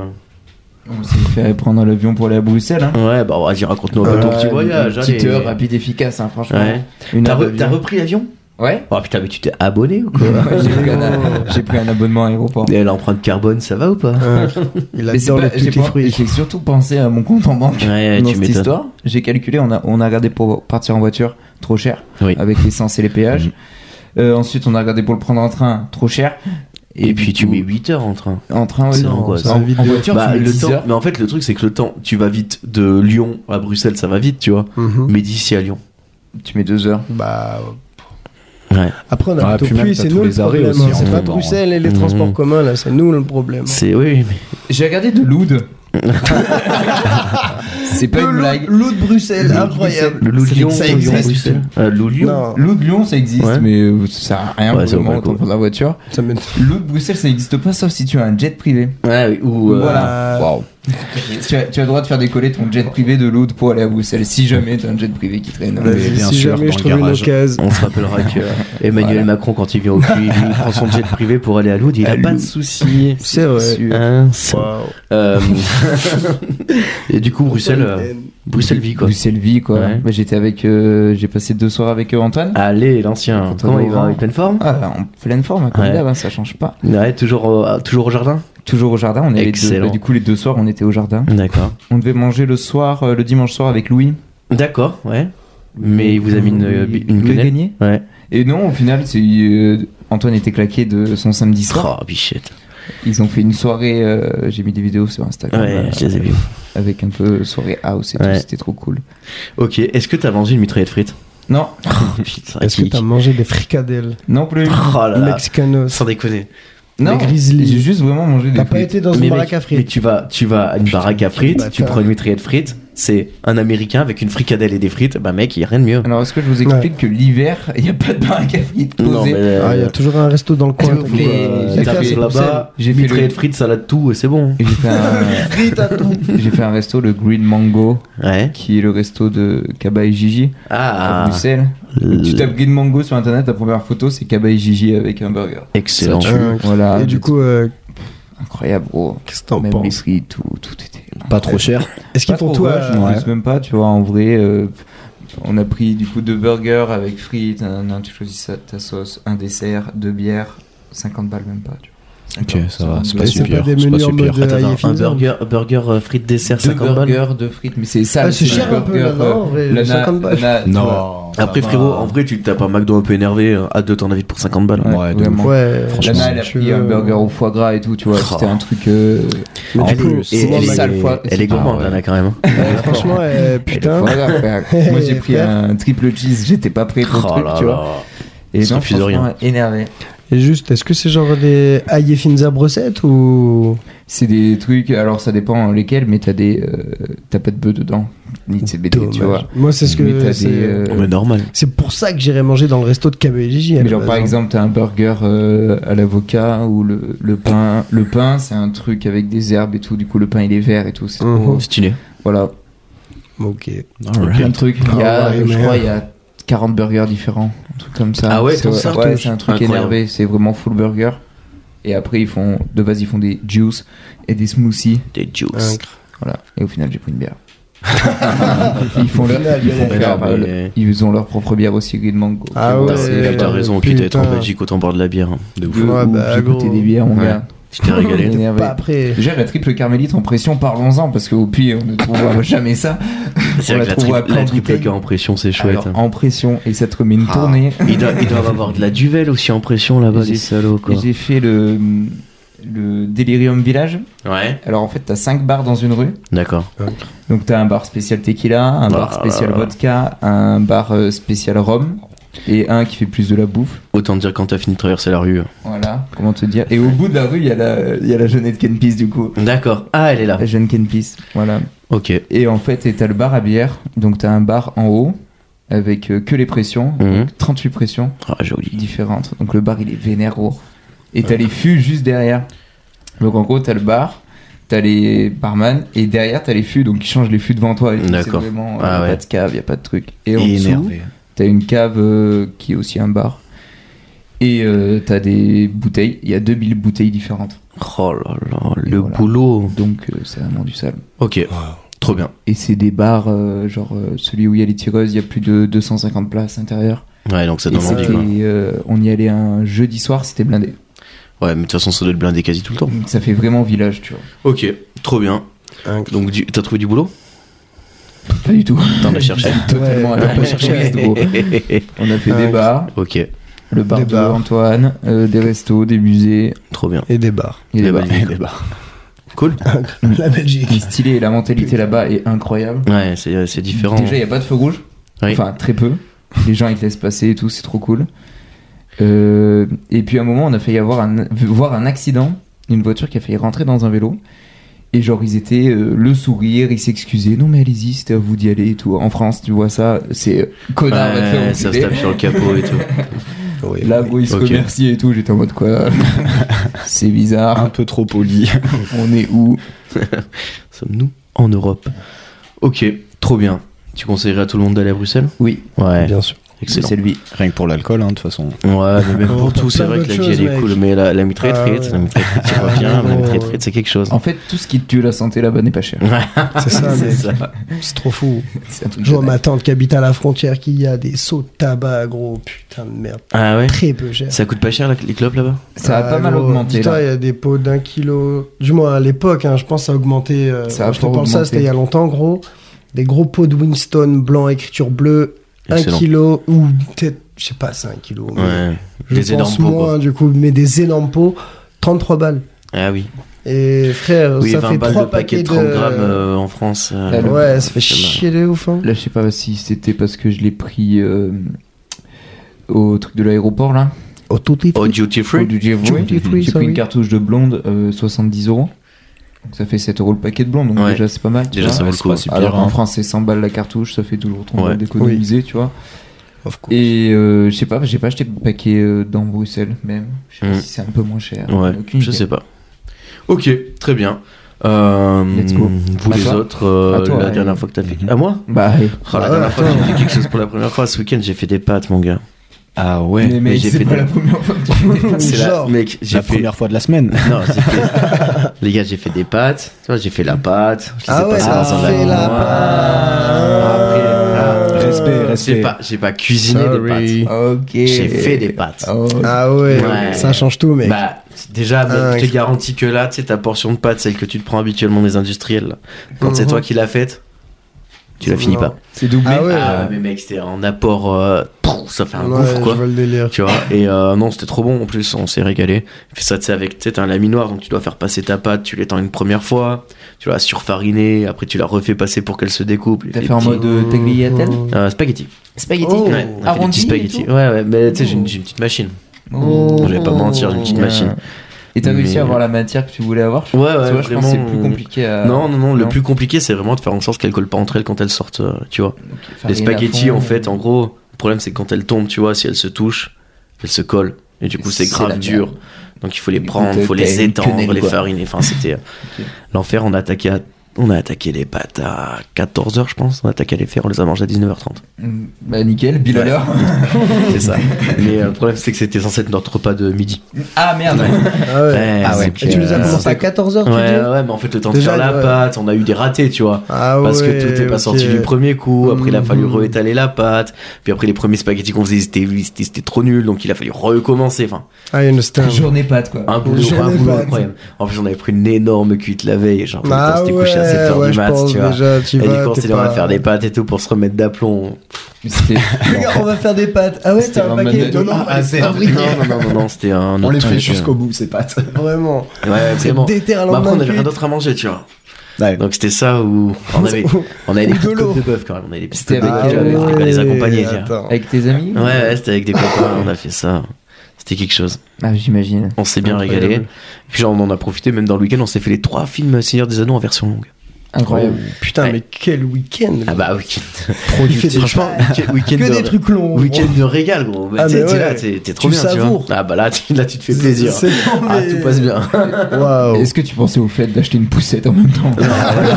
On s'est fait prendre l'avion pour aller à Bruxelles. Hein.
Ouais, bah vas-y, raconte-nous un peu ton
Ouais,
petit
Euh, une
voyage.
Petite
allez.
heure rapide, efficace, hein, franchement.
Ouais.
Une
T'as
heure
re-
d'avion.
t'as Oh. repris l'avion
Ouais.
Oh putain, mais tu t'es abonné ou quoi
J'ai pris, un- j'ai pris un abonnement à l'aéroport.
Et l'empreinte carbone, ça va ou pas
euh, Il
Mais c'est
adore
pas-
les
j'ai
tutti
pas-
fruits.
J'ai surtout pensé à mon compte en banque.
Ouais,
dans
tu
cette
m'étonnes.
histoire. J'ai calculé, on a, on a regardé pour partir en voiture, trop cher,
Oui. Mhm.
avec l'essence et les péages. Euh, ensuite, on a regardé pour le prendre en train, trop cher.
Et, puis
du
tu
coup,
mets 8 heures en train.
en train, ouais,
C'est
non,
angoissant.
en, en voiture,
Bah,
tu mets
le
10
temps,
heures.
mais en fait, le truc, c'est que le temps, tu vas vite de Lyon à Bruxelles, ça va vite, tu vois.
Mhm.
Mais d'ici à Lyon.
Tu mets 2 heures.
Bah.
Ouais.
Après, on
Ah,
a
puis
plutôt
même,
plus,
t'as
c'est
tous
nous le
les arrêts
problème.
aussi,
hein.
en
C'est pas
même temps.
Bruxelles et les
Mhm.
transports communs, là, c'est nous le problème. hein.
C'est oui, mais
J'ai regardé de l'Oud. C'est pas une blague.
L'eau de Bruxelles,
L'eau de
incroyable.
le loup de
Ça
Lyon,
existe.
Lyon, Bruxelles. Euh, loup de Lyon.
Non,
L'eau de Lyon, ça existe,
Ouais.
mais euh, ça sert à rien
Ouais,
pour
ça vaut pas
le moment,
le coup.
autant prendre la voiture.
ça m'étonne.
L'eau de Bruxelles, ça n'existe pas, sauf si tu as un jet privé.
Ouais, oui, ou. euh,
Voilà.
Waouh.
Tu as, tu as le droit de faire décoller ton jet privé de l'Oud pour aller à Bruxelles si jamais t'as un jet privé qui traîne.
Vas-y.
Vas-y,
bien
si
sûr,
jamais
dans
je
le
trouve une
garage.
occasion.
On se rappellera que Emmanuel
Voilà.
Macron, quand il vient au puy, il prend son jet privé pour aller à Lourdes, il a
À
pas de
Lourdes.
soucis.
C'est vrai.
Hein, ça-
Waouh.
Euh, Et du coup, Bruxelles, euh, Bruxelles vit quoi.
Bruxelles vie quoi.
Ouais. Ah.
Bah, J'étais avec, euh, j'ai passé deux soirs avec eux, Antoine.
Allez, l'ancien,
Quand on
comment
va
il va
voir.
Il est en pleine forme
Ah, en pleine forme, comme
Ouais.
d'hab, hein, ça change pas.
Ouais, toujours, au- toujours au jardin
Toujours au jardin, on est les deux.
Excellent.
bah, du coup, les deux soirs, on était au jardin.
D'accord.
On devait manger le soir, euh, le dimanche soir avec Louis.
D'accord, ouais. Mais il vous a mis une, euh,
Louis-
une
Louis
quenelle
Gagné.
Ouais.
Et non, au final, c'est euh, Antoine était claqué de son samedi soir.
Oh, bichette.
Ils ont fait une soirée, euh, j'ai mis des vidéos sur Instagram.
Ah, Ouais,
euh,
je les ai vues.
Avec un peu soirée house et
Ouais.
tout, c'était trop cool.
Ok, est-ce que t'as mangé une mitraillette frite
Non,
Oh putain,
Est-ce que
kick.
t'as mangé des fricadelles
non plus.
Oh là là.
mexicanos
Sans déconner.
Non,
Des grizzlies.
j'ai juste vraiment mangé des
T'as pas
frites.
été dans une
mais, mec,
baraque à
mais
frites
tu vas, tu vas à une baraque à frites,
bâtard.
tu prends une mitraillette frite, c'est un américain avec une fricadelle et des frites, bah mec, il y a rien de mieux.
Alors, est-ce que je vous explique que l'hiver, il n'y a pas de baraque à frites posée
euh,
Ah, il y a toujours un resto dans le coin.
Est-ce que
euh,
vous
t'inquiète.
voulez-
euh,
j'ai
t'arrives
fait-
là-bas,
j'ai fait
mitraillette
le-
frites, salade tout, et c'est bon.
Et J'ai fait, un... j'ai fait un resto, le Green Mango,
Ouais.
qui est le resto de Kaba et Gigi à
Ah,
Bruxelles.
Euh,
Tu tapes Green Mango sur internet, la première photo c'est Kaba et Gigi avec un burger.
excellent.
Ça
Euh,
Voilà.
Et du coup, euh,
incroyable, gros.
qu'est-ce que t'en
Même les
penses
frites, tout, tout était.
Pas trop cher.
Est-ce
Pas
qu'ils font
trop
tout
moche,
à...
je m'en
Ouais.
doute même pas, tu vois, en vrai, euh, on a pris du coup deux burgers avec frites, nanana, tu choisis sa- ta sauce, un dessert, deux bières, 50 balles même pas, tu vois.
Ok, ça va, c'est pas
Mais
Deux-
c'est
super.
pas des
c'est
menus
pas
en
super.
mode
Attends,
euh,
attends, un
IFI, non
burger, euh, burger, euh, frites, dessert,
hein. Deux
50 balles.
burgers, deux frites, mais c'est sale.
Ah, c'est
ce
cher un peu,
burger,
là, non,
euh,
en vrai,
la na-
50 balles.
la na-
Non.
Après,
Ah,
ça va.
bah.
frérot, en vrai, tu te tapes un McDo un peu énervé, euh, à deux, t'en as vite pour 50 balles.
Ouais, de
vraiment.
Ouais,
Franchement,
La
si
na, elle a
tu
pris un
veux.
burger au foie gras et tout, tu vois,
Oh.
c'était un truc. euh,
Mais
En
du coup,
plus,
Et
souvent,
elle,
Mac-
sale
est,
fois.
elle est gourmande,
Ah ouais.
Anna, quand même.
euh, franchement, euh, putain.
foie gras, frère. Moi j'ai pris
Frère.
un triple cheese, j'étais pas prêt
Oh
pour le truc, tu vois. Et
Ça
non,
refuse rien.
franchement, énervé.
Et juste, est-ce que c'est genre des Ayefinza brossettes ou.
C'est des trucs, alors ça dépend lesquels, mais t'as des. euh, t'as pas de bœuf dedans, ni de CBD, tu
Dommage.
vois.
Moi, c'est ce
Mais t'as
que.
des.
c'est-
euh,
Mais normal.
C'est pour ça que j'irai manger dans le resto de KBJJ. à
mais
la
genre
base,
par
hein.
exemple, t'as un burger euh, à l'avocat ou le, le pain. Le pain, c'est un truc avec des herbes et tout, du coup le pain il est vert et tout, c'est trop.
Mhm.
Stylé.
Voilà.
Ok.
Plein de trucs. Il y a,
Ah ouais,
je
mais-
crois, il y a 40 burgers différents, un truc comme ça.
Ah ouais,
c'est
comme ça
ouais, c'est un truc
Incroyable.
énervé, c'est vraiment full burger. Et après, ils font, de base, ils font des juices et des smoothies.
Des juices.
Incre.
Voilà. Et au final, j'ai pris une bière. ils font leur,
final,
ils, font
mais
faire,
non,
euh,
mais-
le- ils ont leur propre bière aussi, Green Mango.
Ah
Qui est
ouais,
assez-
ouais,
T'as
ouais.
raison, quitte à être en
Putain.
Belgique, autant boire de la bière. hein. De ouf.
de
Ouais,
ouf,
bah,
j'ai goûté
gros.
des bières, mon
Ouais.
gars.
Tu t'es régalé.
Énervé.
Pas après.
Déjà, la triple carmélite en pression, parlons-en, parce qu'au pire, on ne trouvera jamais ça.
C'est
On
vrai que la,
la trouve
tri-
à plein
la
de
triple
bouteilles.
K en pression, c'est chouette. Ah.
Alors,
hein.
en pression, et ça te remet une tournée.
Ils doivent, ils doivent avoir de la duvel aussi en pression là-bas, Ah
J'ai-
bah, les salauds quoi.
Et J'ai fait le, le Delirium Village.
Ouais.
Alors en fait, t'as 5 bars dans une rue.
D'accord.
Donc t'as un bar spécial tequila, un bar
Ah
spécial
là là.
vodka, un bar euh, spécial rhum et un qui fait plus de la bouffe.
Autant te dire quand t'as fini de traverser la rue.
Voilà, comment te dire. Et au bout de la rue, il y a la, il y a la jeunette Kenpis du coup.
D'accord. Ah, elle est là.
La jeune Kenpis, voilà.
Ok.
Et en fait, et t'as le bar à bière. Donc t'as un bar en haut avec euh, que les pressions,
Mhm.
38 pressions.
Ah, joli.
différentes. Donc le bar il est vénère gros. Et t'as les fûts juste derrière. Donc en gros t'as le bar, t'as les barman et derrière t'as les fûts donc ils changent les fûts devant toi. et tout. C'est
D'accord.
vraiment
Ah
euh,
ouais.
pas de cave, y a pas de truc. Et en dessous
énervé.
t'as une cave euh, qui est aussi un bar. Et euh, t'as des bouteilles, il y a 2000 bouteilles différentes.
Oh là là,
Et
le
voilà.
boulot.
Donc euh, c'est vraiment du sale.
Ok. Trop bien.
Et c'est des bars, euh, genre euh, celui où il y a les tireuses, il y a plus de 250 places à l'intérieur.
Ouais, donc ça
Et
donne envie quoi.
c'était, euh, on y allait un jeudi soir, c'était blindé.
Ouais, mais de toute façon, ça doit être blindé quasi tout le temps.
Donc ça fait vraiment village, tu vois.
Ok, trop bien. Donc, du- t'as trouvé du boulot
Pas du tout.
T'en as cherché.
Totalement
Ouais,
à la
t'as pas cherché.
touriste, gros. On a fait des
Ouais.
bars,
ok,
le bar
Des
de
bars.
Antoine, euh, des restos, des musées.
trop bien. Eh bah,
Et des bars.
Il y a des bars.
Cool.
La Belgique.
Il est stylé et la mentalité là-bas est incroyable.
Ouais, c'est c'est différent.
Déjà, il n'y a pas de feu rouge.
Oui.
Enfin, très peu. Les gens, ils te laissent passer et tout, c'est trop cool. Euh, et puis à un moment, on a failli avoir un, voir un accident, une voiture qui a failli rentrer dans un vélo. Et genre, ils étaient euh, le sourire, ils s'excusaient. Non, mais allez-y, c'était à vous d'y aller et tout. En France, tu vois ça, c'est euh, connard, va te faire
Ouais, ça se
enculer.
tape sur le capot et tout.
Oui,
Là
oui.
où ils se
Ok.
remercient et tout, j'étais en mode quoi C'est bizarre,
Un peu trop poli.
on est où
Sommes-nous en Europe Ok, trop bien. Tu conseillerais à tout le monde d'aller à Bruxelles
Oui,
Ouais,
Bien sûr.
excellent.
c'est lui.
Rien que pour l'alcool, hein, de toute façon.
Ouais, mais même
Oh,
pour
t'as
tout, c'est
plein
vrai que
d'autres
la vie elle est
choses,
cool, mais la, la mitraille
Ah
frite,
ouais.
la mitraille frite, c'est pas
Ah
bien, la
non,
mitraille
ouais.
frite, c'est quelque chose.
En fait, tout ce qui tue la santé là-bas n'est pas cher.
Ouais,
C'est ça,
c'est
mais
ça.
c'est trop fou.
C'est un truc
Je vois
de
ma
dingue.
tante qui habite à la frontière qui y a des sauts de tabac, gros. Putain de merde.
Ah ouais
Très peu cher.
Ça coûte pas cher la- les clopes là-bas
Ça a
Ah,
pas mal
gros,
augmenté
Putain,
là.
il y a des pots d'un kilo. Du moins à l'époque, hein, je pense que ça a augmenté. euh,
Ça a
je te
fort
parle ça,
augmenté.
c'était il y a longtemps, gros. Des gros pots de Winston blanc, écriture bleue.
Excellent.
Un kilo ou peut-être, je sais pas, c'est un kilo. mais
Ouais.
je
Des
pense
énormes pots,
moins,
quoi.
du coup, mais des énormes pots, 33 balles.
Ah oui.
Et frère,
Oui,
ça
20
fait
balles de
3
paquet
paquets
de 30 grammes euh, en France. euh,
Ah, le-
Ouais, ça fait
c'est mal.
chier de ouf. hein.
Là, je sais pas si c'était parce que je l'ai pris euh, au truc de l'aéroport là.
Au tout petit
Au duty
Au
free
duty free.
Duty free,
J'ai
ça,
pris une
oui.
cartouche de blonde, euh, 70 euros. Donc ça fait 7 euros le paquet de blonde, donc
Ouais.
déjà c'est pas mal. tu
Déjà,
vois.
ça vaut le
c'est
coup.
pas super.
Alors
hein.
en France, c'est 100 balles la cartouche, ça fait toujours 30
Ouais.
balles d'économiser, tu vois.
Of course.
Et euh, je sais pas, j'ai pas acheté le paquet euh, dans Bruxelles même. Je sais pas
Mm.
si c'est un peu moins cher.
Ouais,
Aucune
je
idée.
sais pas. Ok, très bien. Euh,
Let's go.
Vous
À
les
toi.
autres, euh,
À toi,
la
ouais.
dernière fois que t'as fait.
Mhm.
À moi
Bah, ouais.
Ah, La dernière fois que j'ai fait quelque chose pour la première fois, ce week-end, j'ai fait des pâtes, mon gars.
Ah ouais.
mais,
mais
mais
j'ai
c'est
fait
pas
des-
la première fois que tu fais des
C'est la...
Genre.
Mec, j'ai
la
fait.
première fois de la semaine.
Non, j'ai fait- les gars, j'ai fait des pâtes. Tu vois, j'ai fait la pâte. Je les ai
Ah ouais,
passées
t'as
dans un
fait
lac. Ah,
la pâte.
après, ah,
Respect,
J'ai
respect.
pas, j'ai pas cuisiné des
Sorry.
pâtes.
Ok.
J'ai fait des pâtes.
Oh.
Ah ouais,
Ouais.
ça change tout, mais.
Bah, déjà, mec,
Ah,
je te
je-
garantis que là, tu sais, ta portion de pâtes, celle que tu te prends habituellement des industriels, là, quand c'est
Mhm.
toi qui l'as faite, tu la finis
Non.
pas.
C'est doublé.
Ah ouais.
Ah, mais mec, c'était en apport, euh, pff, ça fait un
Ouais,
gouffre, quoi.
Je vois le délire.
Tu vois, et euh, non, c'était trop bon en plus, on s'est régalé. Fais ça, tu sais, avec, tu sais, t'as un laminoir, donc tu dois faire passer ta pâte, tu l'étends une première fois, tu la surfariner, après tu la refais passer pour qu'elle se découpe.
T'as
Les
fait en
petits-
mode euh, tagliatelle
Euh, spaghetti.
Spaghetti.
Oh.
Ouais, on a fait des petits
Arrondi et
spaghetti.
tout
Ouais, ouais, mais tu sais, j'ai une, j'ai une petite machine.
Oh.
Je vais pas mentir, j'ai une petite machine.
Et t'as réussi
Mais-
à avoir la matière que tu voulais avoir je
Ouais,
pense.
ouais,
Tu vois, je pense que c'est
vraiment. euh,
plus compliqué à.
non, non, non, le
Euh, non.
plus compliqué, c'est vraiment de faire en sorte qu'elles collent pas entre elles quand elles sortent, euh, tu vois.
Ok,
Les
farine à
spaghettis,
fond.
en fait, en gros, le problème, c'est que quand elles tombent, tu vois, si elles se touchent, elles se collent. Et du coup, c'est
C'est la
grave
merde.
dur. Donc, il faut les
Du coup,
prendre,
t'as-
faut
t'as
les
une
étendre,
quenelle,
les
quoi.
fariner. Enfin, c'était euh, l'enfer. On a attaqué à On a attaqué les pâtes à 14h, je pense. On a attaqué les fers, on les a mangés à 19h30.
Bah nickel, bill à
Ouais.
l'heure.
C'est ça. Mais euh, le problème, c'est que c'était censé être notre repas de midi.
Ah merde.
Ah ouais.
ah
ouais.
Et tu les as
Euh,
commencés à 14h, tu
Ouais,
dis
ouais, mais en fait, le temps de
Déjà,
faire la
ouais.
pâte, on a eu des ratés, tu vois.
Ah
Parce
ouais,
que tout n'est pas
ok.
sorti du premier coup. Après, il a fallu
Mhm.
réétaler la pâte. Puis après, les premiers spaghettis qu'on faisait, c'était- c'était c'était trop nul. Donc, il a fallu recommencer. Enfin,
Ah, il y en a, c'était un-
Journée pâte quoi.
un boulot,
J'en
un
ai
boulot
pas,
incroyable. En plus, on avait pris une énorme cuite la veille. Genre,
Ah
on s'était couché à
ouais,
7h
ouais,
du
je
mat,
pense
tu vois.
déjà, tu
Et du
vas,
coup, on
t'es
s'est dit, on va
pas-
faire des pâtes et tout pour se remettre d'aplomb.
C'était-
Les gars, on va faire des pâtes. Ah ouais,
C'était
t'as un
vraiment
paquet.
de-
Non, non,
Ah, c'est-
Non, non, non, non, non, c'était un.
On
autre
les
truc,
fait
euh.
jusqu'au bout, ces pâtes.
vraiment.
Ouais,
C'est
vraiment.
déter à
Bah, après, on
lendemain
n'avait
de
rien
cuite.
d'autre à manger, tu vois.
Ouais.
Donc, c'était ça où on avait, on avait des
Ou de
petites
l'eau.
côtes de bœuf quand même. On avait des petites
C'était
côtes de bœuf,
avec quel-
avec des
ouais,
bonnets accompagnés, tu vois.
attends.
Avec tes amis
Ouais, ouais, c'était avec des copains, on a fait ça. C'était quelque chose.
Ah j'imagine.
On s'est bien
Incroyable.
régalé. Puis genre, on en a profité, même dans le week-end, on s'est fait les trois films Seigneur des Anneaux en version longue.
Incroyable.
Putain,
Ouais.
mais quel week-end.
Ah bah, week-end.
Il fait des-
Franchement, week-end- week-end
que
de-
des trucs longs.
Week-end de régal, gros. Mais
Ah,
t'es
mais
t'es
ouais.
là, t'es t'es trop
Tu
bien,
savoures.
tu vois. Ah bah là, tu, là, tu te fais
C'est-
plaisir.
c'est-
Ah, tout passe bien. Oh,
Waouh.
Est-ce que tu pensais au fait d'acheter une poussette en même temps Ah,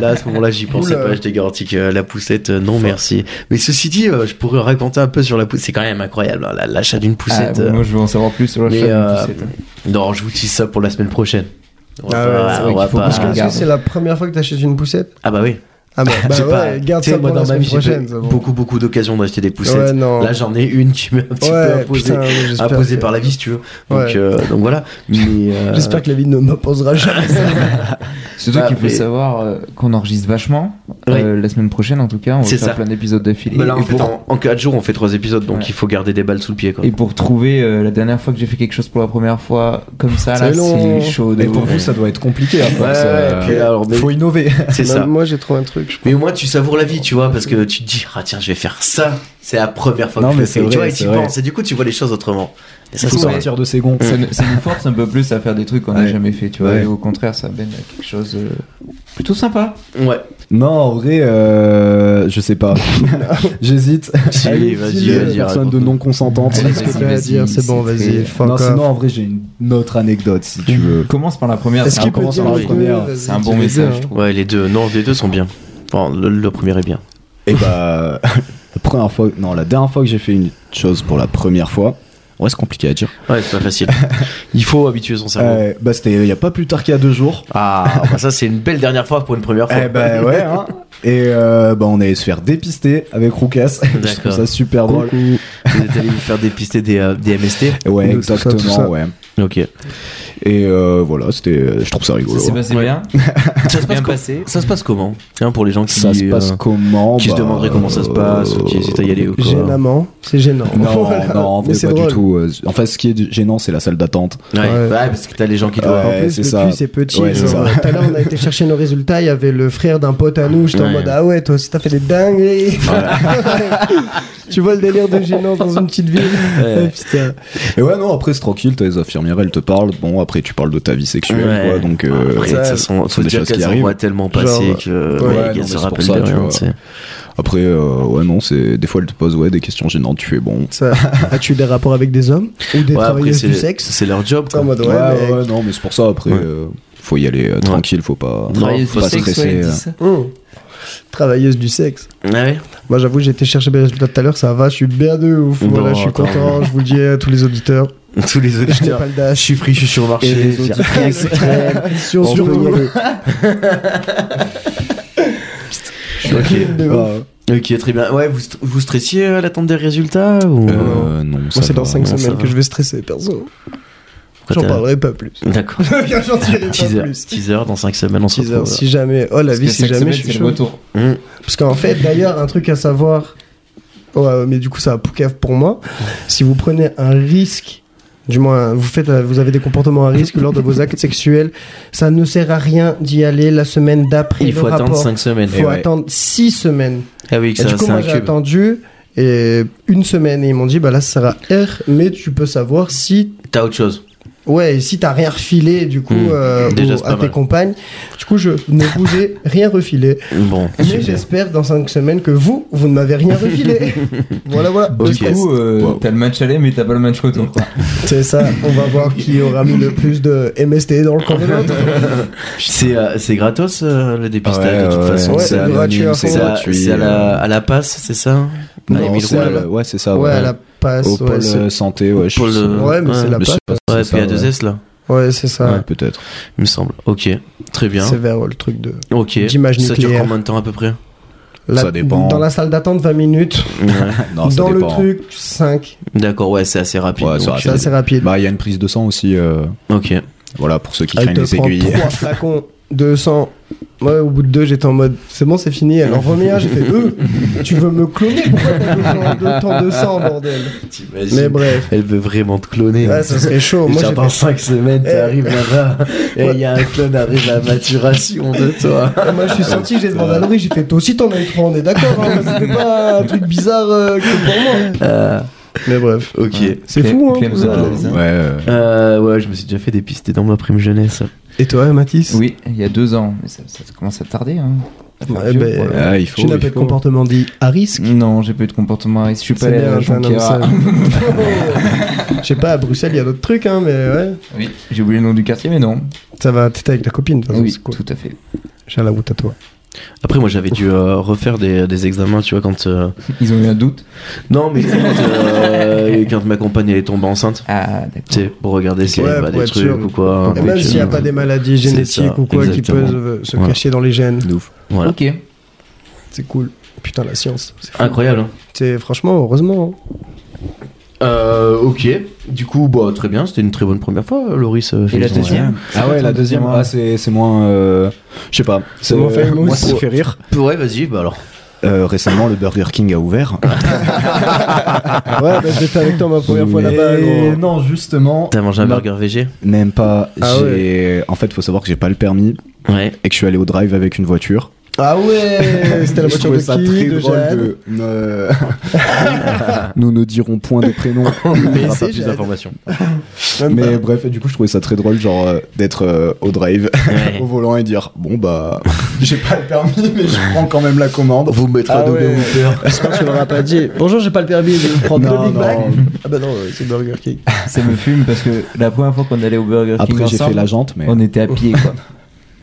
Là, à ce moment-là, j'y pensais
Ah Oula.
pas. Je t'ai garanti que la poussette, euh, non, merci. Mais ceci dit, euh, je pourrais raconter un peu sur la poussette. C'est quand même incroyable, hein, la- l'achat d'une
Ah,
poussette.
bon,
euh.
Moi je veux en savoir plus sur la
mais
chaîne d'une
euh,
poussette.
non, je vous dis ça pour la semaine prochaine. On va
Ah
pas-
ouais, c'est
on
vrai
va
qu'il faut
pas-
Parce que est-ce que
Regarde.
c'est la première fois que t'achètes une poussette
Ah bah oui.
Ah bah, bah
Je sais
ouais,
pas,
garde
tu sais,
ça
moi,
pour
dans
la
ma
semaine
vie, j'ai
prochaine.
fait
ça va.
beaucoup, beaucoup d'occasions d'acheter des poussettes.
Ouais, non.
Là, j'en ai une qui m'est un petit peu
Ouais,
imposée.
putain, mais j'espère
imposée
que-
par la vie, si tu veux. Donc,
Ouais.
euh, donc voilà. Mais, euh,
J'espère que la vie ne m'imposera jamais ça.
Surtout
Ah,
qu'il faut
mais-
savoir euh, qu'on enregistre vachement. Euh, la semaine prochaine, en tout cas, on va
C'est
faire
ça.
plein d'épisodes d'affilée.
Bah là, en,
et,
fait,
pour-
en, 4 jours, on fait 3 épisodes, donc
Ouais.
il faut garder des balles sous le pied. Quoi.
et pour trouver euh, la dernière fois que j'ai fait quelque chose pour la première fois, comme ça, là,
C'est long. hein.
c'est chaud. de
Et pour
ouf.
vous, ça doit être compliqué à force.
bah,
Ouais,
euh,
et puis alors, mais-
Faut innover.
C'est ça.
Moi, j'ai trouvé un truc. je-
Mais au moins, tu savoures la vie, tu vois, parce que tu te dis, ah tiens, je vais faire ça. C'est la première fois
Non,
que je
mais
le
c'est
fais. Tu
vrai,
vois, et tu
c'est vrai.
penses. Et du coup, tu vois les choses autrement. Et ça,
Il faut
c'est
vrai.
sortir de ses gonds.
Ça, nous- ça nous force un peu plus à faire des trucs qu'on n'a
Ouais.
jamais fait, tu vois.
Ouais.
Et au contraire, ça mène à quelque chose euh, plutôt sympa.
Ouais.
Non, en vrai, euh, je sais pas. J'hésite.
Si,
Allez,
vas-y,
si, euh,
vas-y.
Personne
raconte.
de non consentante.
Dis ce que
vas-y,
t'as à
vas-y,
dire, c'est bon,
c'est
vas-y.
fait.
fuck
Non,
off.
sinon, en vrai, j'ai une autre anecdote si tu veux.
Commence par la première.
Est-ce
c'est
qu'il
un-
peut
commence
dire
par la
les deux,
première.
vas-y,
C'est un
dis
bon
les
message,
deux,
je
hein.
trouve.
Ouais, les deux. Non, les deux sont bien. Enfin, le, le premier est bien.
Et bah, la première fois, non, la dernière fois que j'ai fait une chose pour la première fois, ouais, c'est compliqué à dire.
Ouais, c'est pas facile. Il faut habituer son cerveau.
Euh, bah, c'était il y a pas plus tard qu'il y a deux jours.
Ah, bah ça, c'est une belle dernière fois pour une première fois.
Eh bah ouais. hein. Et euh, bah, on allait se faire dépister avec Roucas. je trouve
D'accord.
ça super drôle.
Vous êtes allé vous faire dépister des, euh, des MST.
Ouais,
Tout ça, tout
exactement,
ça.
ouais.
Ok.
Et euh, voilà, c'était, euh, je trouve ça
Ça
rigolo.
s'est passé
Ouais.
bien.
Ça se passe,
Bien
co-
passé.
ça se passe comment Tiens, Pour les gens qui,
Ça se
euh,
passe comment
qui se
Bah,
demanderaient comment ça se passe, ou qui hésitent à y aller ou quoi.
Gênamment, c'est gênant.
euh, Non,
Voilà.
non, en
Mais
vrai,
c'est
pas
drôle.
du tout. euh, En fait, ce qui est gênant, c'est la salle d'attente.
Ouais.
Ouais.
Ouais, parce que t'as les gens qui doivent.
Ouais.
En plus,
c'est
le
ça.
cul, c'est petit.
Ouais, c'est
genre,
ça.
Tout à l'heure, on a été chercher nos résultats. Il y avait le frère d'un pote à nous. J'étais en
Ouais.
mode, ah ouais, toi aussi, t'as fait des dingueries. tu vois le délire de gênant dans une petite ville.
Ouais.
Ah, putain.
Et ouais, non, après, c'est tranquille, t'as les infirmières, elles te parlent. Bon, après, tu parles de ta vie sexuelle,
Ouais.
quoi. Donc, euh,
Après, de toute façon,
ce
faut
sont des
dire
choses qui
qu'elles en
arrivent.
voient tellement passer
Genre,
que
ouais,
ouais,
non,
qu'elles
mais
se
c'est pour
rappellent
ça,
de
tu
rien.
vois.
tu sais.
après, euh, ouais, non, c'est des fois, elles te posent ouais, des questions gênantes. Tu fais bon.
Ça, as-tu des rapports avec des hommes ou des
Ouais, après,
travailleuses
c'est
du sexe
c'est leur job.
T'es en
quoi.
mode, ouais, mec.
ouais, non, mais c'est pour ça. Après,
Ouais.
euh, faut y aller euh, tranquille, faut pas,
Non,
faut
Travailleuse
faut
du
pas
sexe, ouais,
stresser.
ils
euh.
disent ça.
Hum. Travailleuse du sexe.
Ah ouais
Moi, j'avoue, j'ai été chercher mes résultats tout à l'heure. Ça va, je suis bien de ouf.
Bon,
voilà, je suis
attends.
content. Je vous le dis à tous les auditeurs.
Tous les
Je n'ai
auditeurs.
pas le
Je
dash.
suis free, je suis sur le
Et
marché.
les
je veux dire,
auditeurs.
rien que-
Si on se
Surtout.
retrouve,
Ok.
de ouf.
Ah,
Ok, très bien. Ouais, vous, st- vous stressiez à l'attente des résultats ou...
euh, non,
Moi, c'est dans
va.
5
non, ça
semaines
va.
que je vais stresser, perso.
Pourquoi
J'en
t'as-
parlerai pas plus.
D'accord.
J'en dirai pas
Teaser,
plus.
teaser, dans 5 semaines, on se
Teaser,
retrouve.
si jamais. Oh la
Parce
vie,
que
si
chaque
jamais
semaine,
je suis
c'est le
chaud.
retour.
Hum.
Parce qu'en fait, d'ailleurs, un truc à savoir. Ouais, mais du coup, ça a poucave pour moi. Si vous prenez un risque, du moins, vous, faites, euh, vous avez des comportements à risque lors de vos actes sexuels, ça ne sert à rien d'y aller la semaine d'après.
Il
le
faut attendre
rapport.
5 semaines.
Il faut attendre 6 semaines.
Ah oui, que
Et
Eh ça,
du coup,
c'est
moi,
un
j'ai
cube.
attendu. Et une semaine, et ils m'ont dit, bah là, ça sera R, mais tu peux savoir si
T'as autre chose.
Ouais, et si t'as rien refilé, du coup,
Mmh.
euh,
Déjà,
aux-
c'est
à
pas
tes
mal.
compagnes, du coup, je ne vous ai rien refilé.
Bon.
Mais j'espère dans 5 semaines que vous, vous ne m'avez rien refilé. voilà, voilà.
Ok.
Deux
Du coup, euh,
Wow.
t'as le match aller, mais t'as pas le match retour. quoi.
C'est ça, on va voir qui aura mis le plus de MST dans le camp de l'autre.
C'est euh, c'est gratos euh, le dépistage
Ouais,
de toute
ouais,
façon.
ouais,
c'est
c'est
anonyme,
gratuit hein, à
c'est
C'est
fond.
à,
gratuit. euh.
c'est à la, à la passe, c'est ça
Non,
À les 1000
c'est
roues,
à
là.
la- Ah ouais, c'est ça.
Ouais, à la passe,
Au
ouais,
pôle
c'est-
euh, santé, ouais. je
Pôle,
sais-
euh,
ouais, mais c'est la
je sais
passe.
Ouais,
pas si c'est ça,
puis à 2S là,
Ouais, c'est ça.
Ouais, peut-être.
il me semble. Ok, très bien.
C'est vers le truc de.
Ok.
J'imagine
Ça dure
nucléaire.
combien de temps à peu près
Ça dépend.
Dans la salle d'attente, 20 minutes.
Non, ça
dans le
dépend. hein.
truc, 5.
D'accord, ouais, c'est assez rapide.
Ouais, c'est
donc,
rapide.
C'est assez rapide.
Bah, il y a une prise de sang aussi. euh,
Ok.
Voilà, pour ceux qui
Elle
craignent
te
les
prend
aiguilles.
3 flacons, 200. Ouais, au bout de deux, j'étais en mode c'est bon, c'est fini. Elle en remet un, j'ai fait euh, tu veux me cloner Pourquoi t'as besoin de tant de sang, bordel Mais bref,
Elle veut vraiment te cloner.
ouais, ça serait chaud. Oh, Moi, j'ai Eh.
5 semaines,
t'arrives
là-bas,
et il
y a un clone arrive à maturation de toi.
Et Moi, je suis sorti, j'ai
Euh.
demandé à Laurie, j'ai fait toi aussi t'en as eu trois, on est d'accord, hein, parce que c'était pas un truc bizarre euh, que pour moi.
Euh.
Mais bref,
Ok.
c'est
Clem-
fou, hein.
Clem-
tout ça.
Clem-
Ouais, euh,
Euh, ouais, je me suis déjà fait dépister dans ma prime jeunesse.
Et toi, Mathis
Oui, il y a deux ans. Mais ça, ça commence à tarder. Hein. Ça fait
Ouais,
un vieux,
ben,
voilà.
ah, il faut.
Tu n'as
il
pas de
faut.
comportement dit à risque
Non, j'ai pas eu de comportement. Je suis pas
C'est
allé à la
bien, t'es un homme
Jonquera.
sage. Je sais pas, à Bruxelles, il y a d'autres trucs, hein, mais ouais.
Oui, j'ai oublié le nom du quartier, mais non.
Ça va, t'étais avec ta copine, de toute façon,
Eh Oui,
c'est cool.
tout à fait.
J'ai la route à toi.
Après, moi, j'avais dû euh, refaire des, des examens, tu vois, quand. euh,
Ils ont eu un doute.
Non, mais quand, euh, quand ma compagne elle est tombée enceinte,
Ah,
tu sais,
d'accord.
pour regarder s'il n'y
Ouais,
avait pas
pour
des
être
trucs
sûr.
ou quoi.
Ah,
un
Et même
truc,
s'il n'y a
euh,
pas des maladies
c'est
génétiques
ça,
ou quoi qui
exactement.
peuvent euh, se
Voilà.
cacher dans les gènes,
De ouf.
Voilà.
Ok.
c'est cool. Putain, la science. c'est fou.
Incroyable. hein.
C'est franchement, heureusement. hein.
Euh, ok. Du coup, bah, très bien, c'était une très bonne première fois, euh, Loris. euh,
Et la
félicitations.
deuxième
Ah ouais, la deuxième, ah, c'est c'est moins. euh, Je sais pas. C'est euh,
moins famous.
Moi, ça me fait rire.
Ouais, vas-y, bah alors.
Euh, récemment, le Burger King a ouvert.
Ouais, bah, j'étais avec toi ma première fois là-bas,
Et
gros.
non, justement.
T'as mangé un
Non,
burger VG
Même pas.
Ah
j'ai- En fait, faut savoir que j'ai pas le permis
Ouais.
et que je suis allé au drive avec une voiture.
Ah ouais C'était la
Je
voiture
trouvais
de
ça
qui
très
De
drôle
Jeanne
de- Euh, Nous ne dirons point de prénom.
On aura pas
c'est
plus
Jade.
d'informations.
Même
Mais bref, du coup, je trouvais ça très drôle, genre euh, d'être euh, au drive,
Ouais.
au volant et dire bon bah j'ai pas le permis, mais je prends quand même la commande.
Vous me mettrez
Ah
à double
ouais.
hauteur.
J'espère que tu m'auras pas dit Bonjour, j'ai pas le permis, je vais prendre
Non,
deux Big
non. Ah,
Mac. Ah bah non, euh, c'est Burger King.
Ça me fume parce que la première fois qu'on allait au Burger King
Après, j'ai
ensemble,
fait la jante, mais
on était à pied, quoi.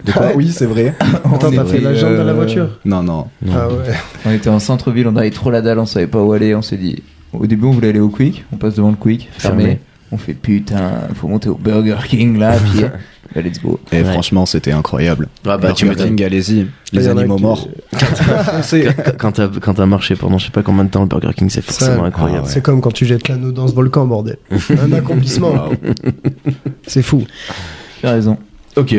de quoi Oui, c'est vrai.
On
Attends, t'as
était,
fait la jambe dans la
euh,
voiture
Non, non.
Ah ouais.
On était en centre-ville, on avait trop la dalle, on savait pas où aller, on s'est dit... Au début, on voulait aller au Quick, on passe devant le Quick, fermé.
Fermé.
On fait putain, faut monter au Burger King, là, puis... bah, let's go.
Et
Ouais.
franchement, c'était incroyable.
Ah bah, tu
Burger
m'étonnes.
King, allez-y.
Il
Les
y en a
animaux
qui-
morts.
Quand- Quand t'as- quand t'as marché pendant je sais pas combien de temps, le Burger King, c'est forcément
Ça,
incroyable.
C'est comme quand tu jettes l'anneau dans ce volcan, bordel. Un accomplissement.
Waouh.
C'est fou.
Tu as raison.
Ok.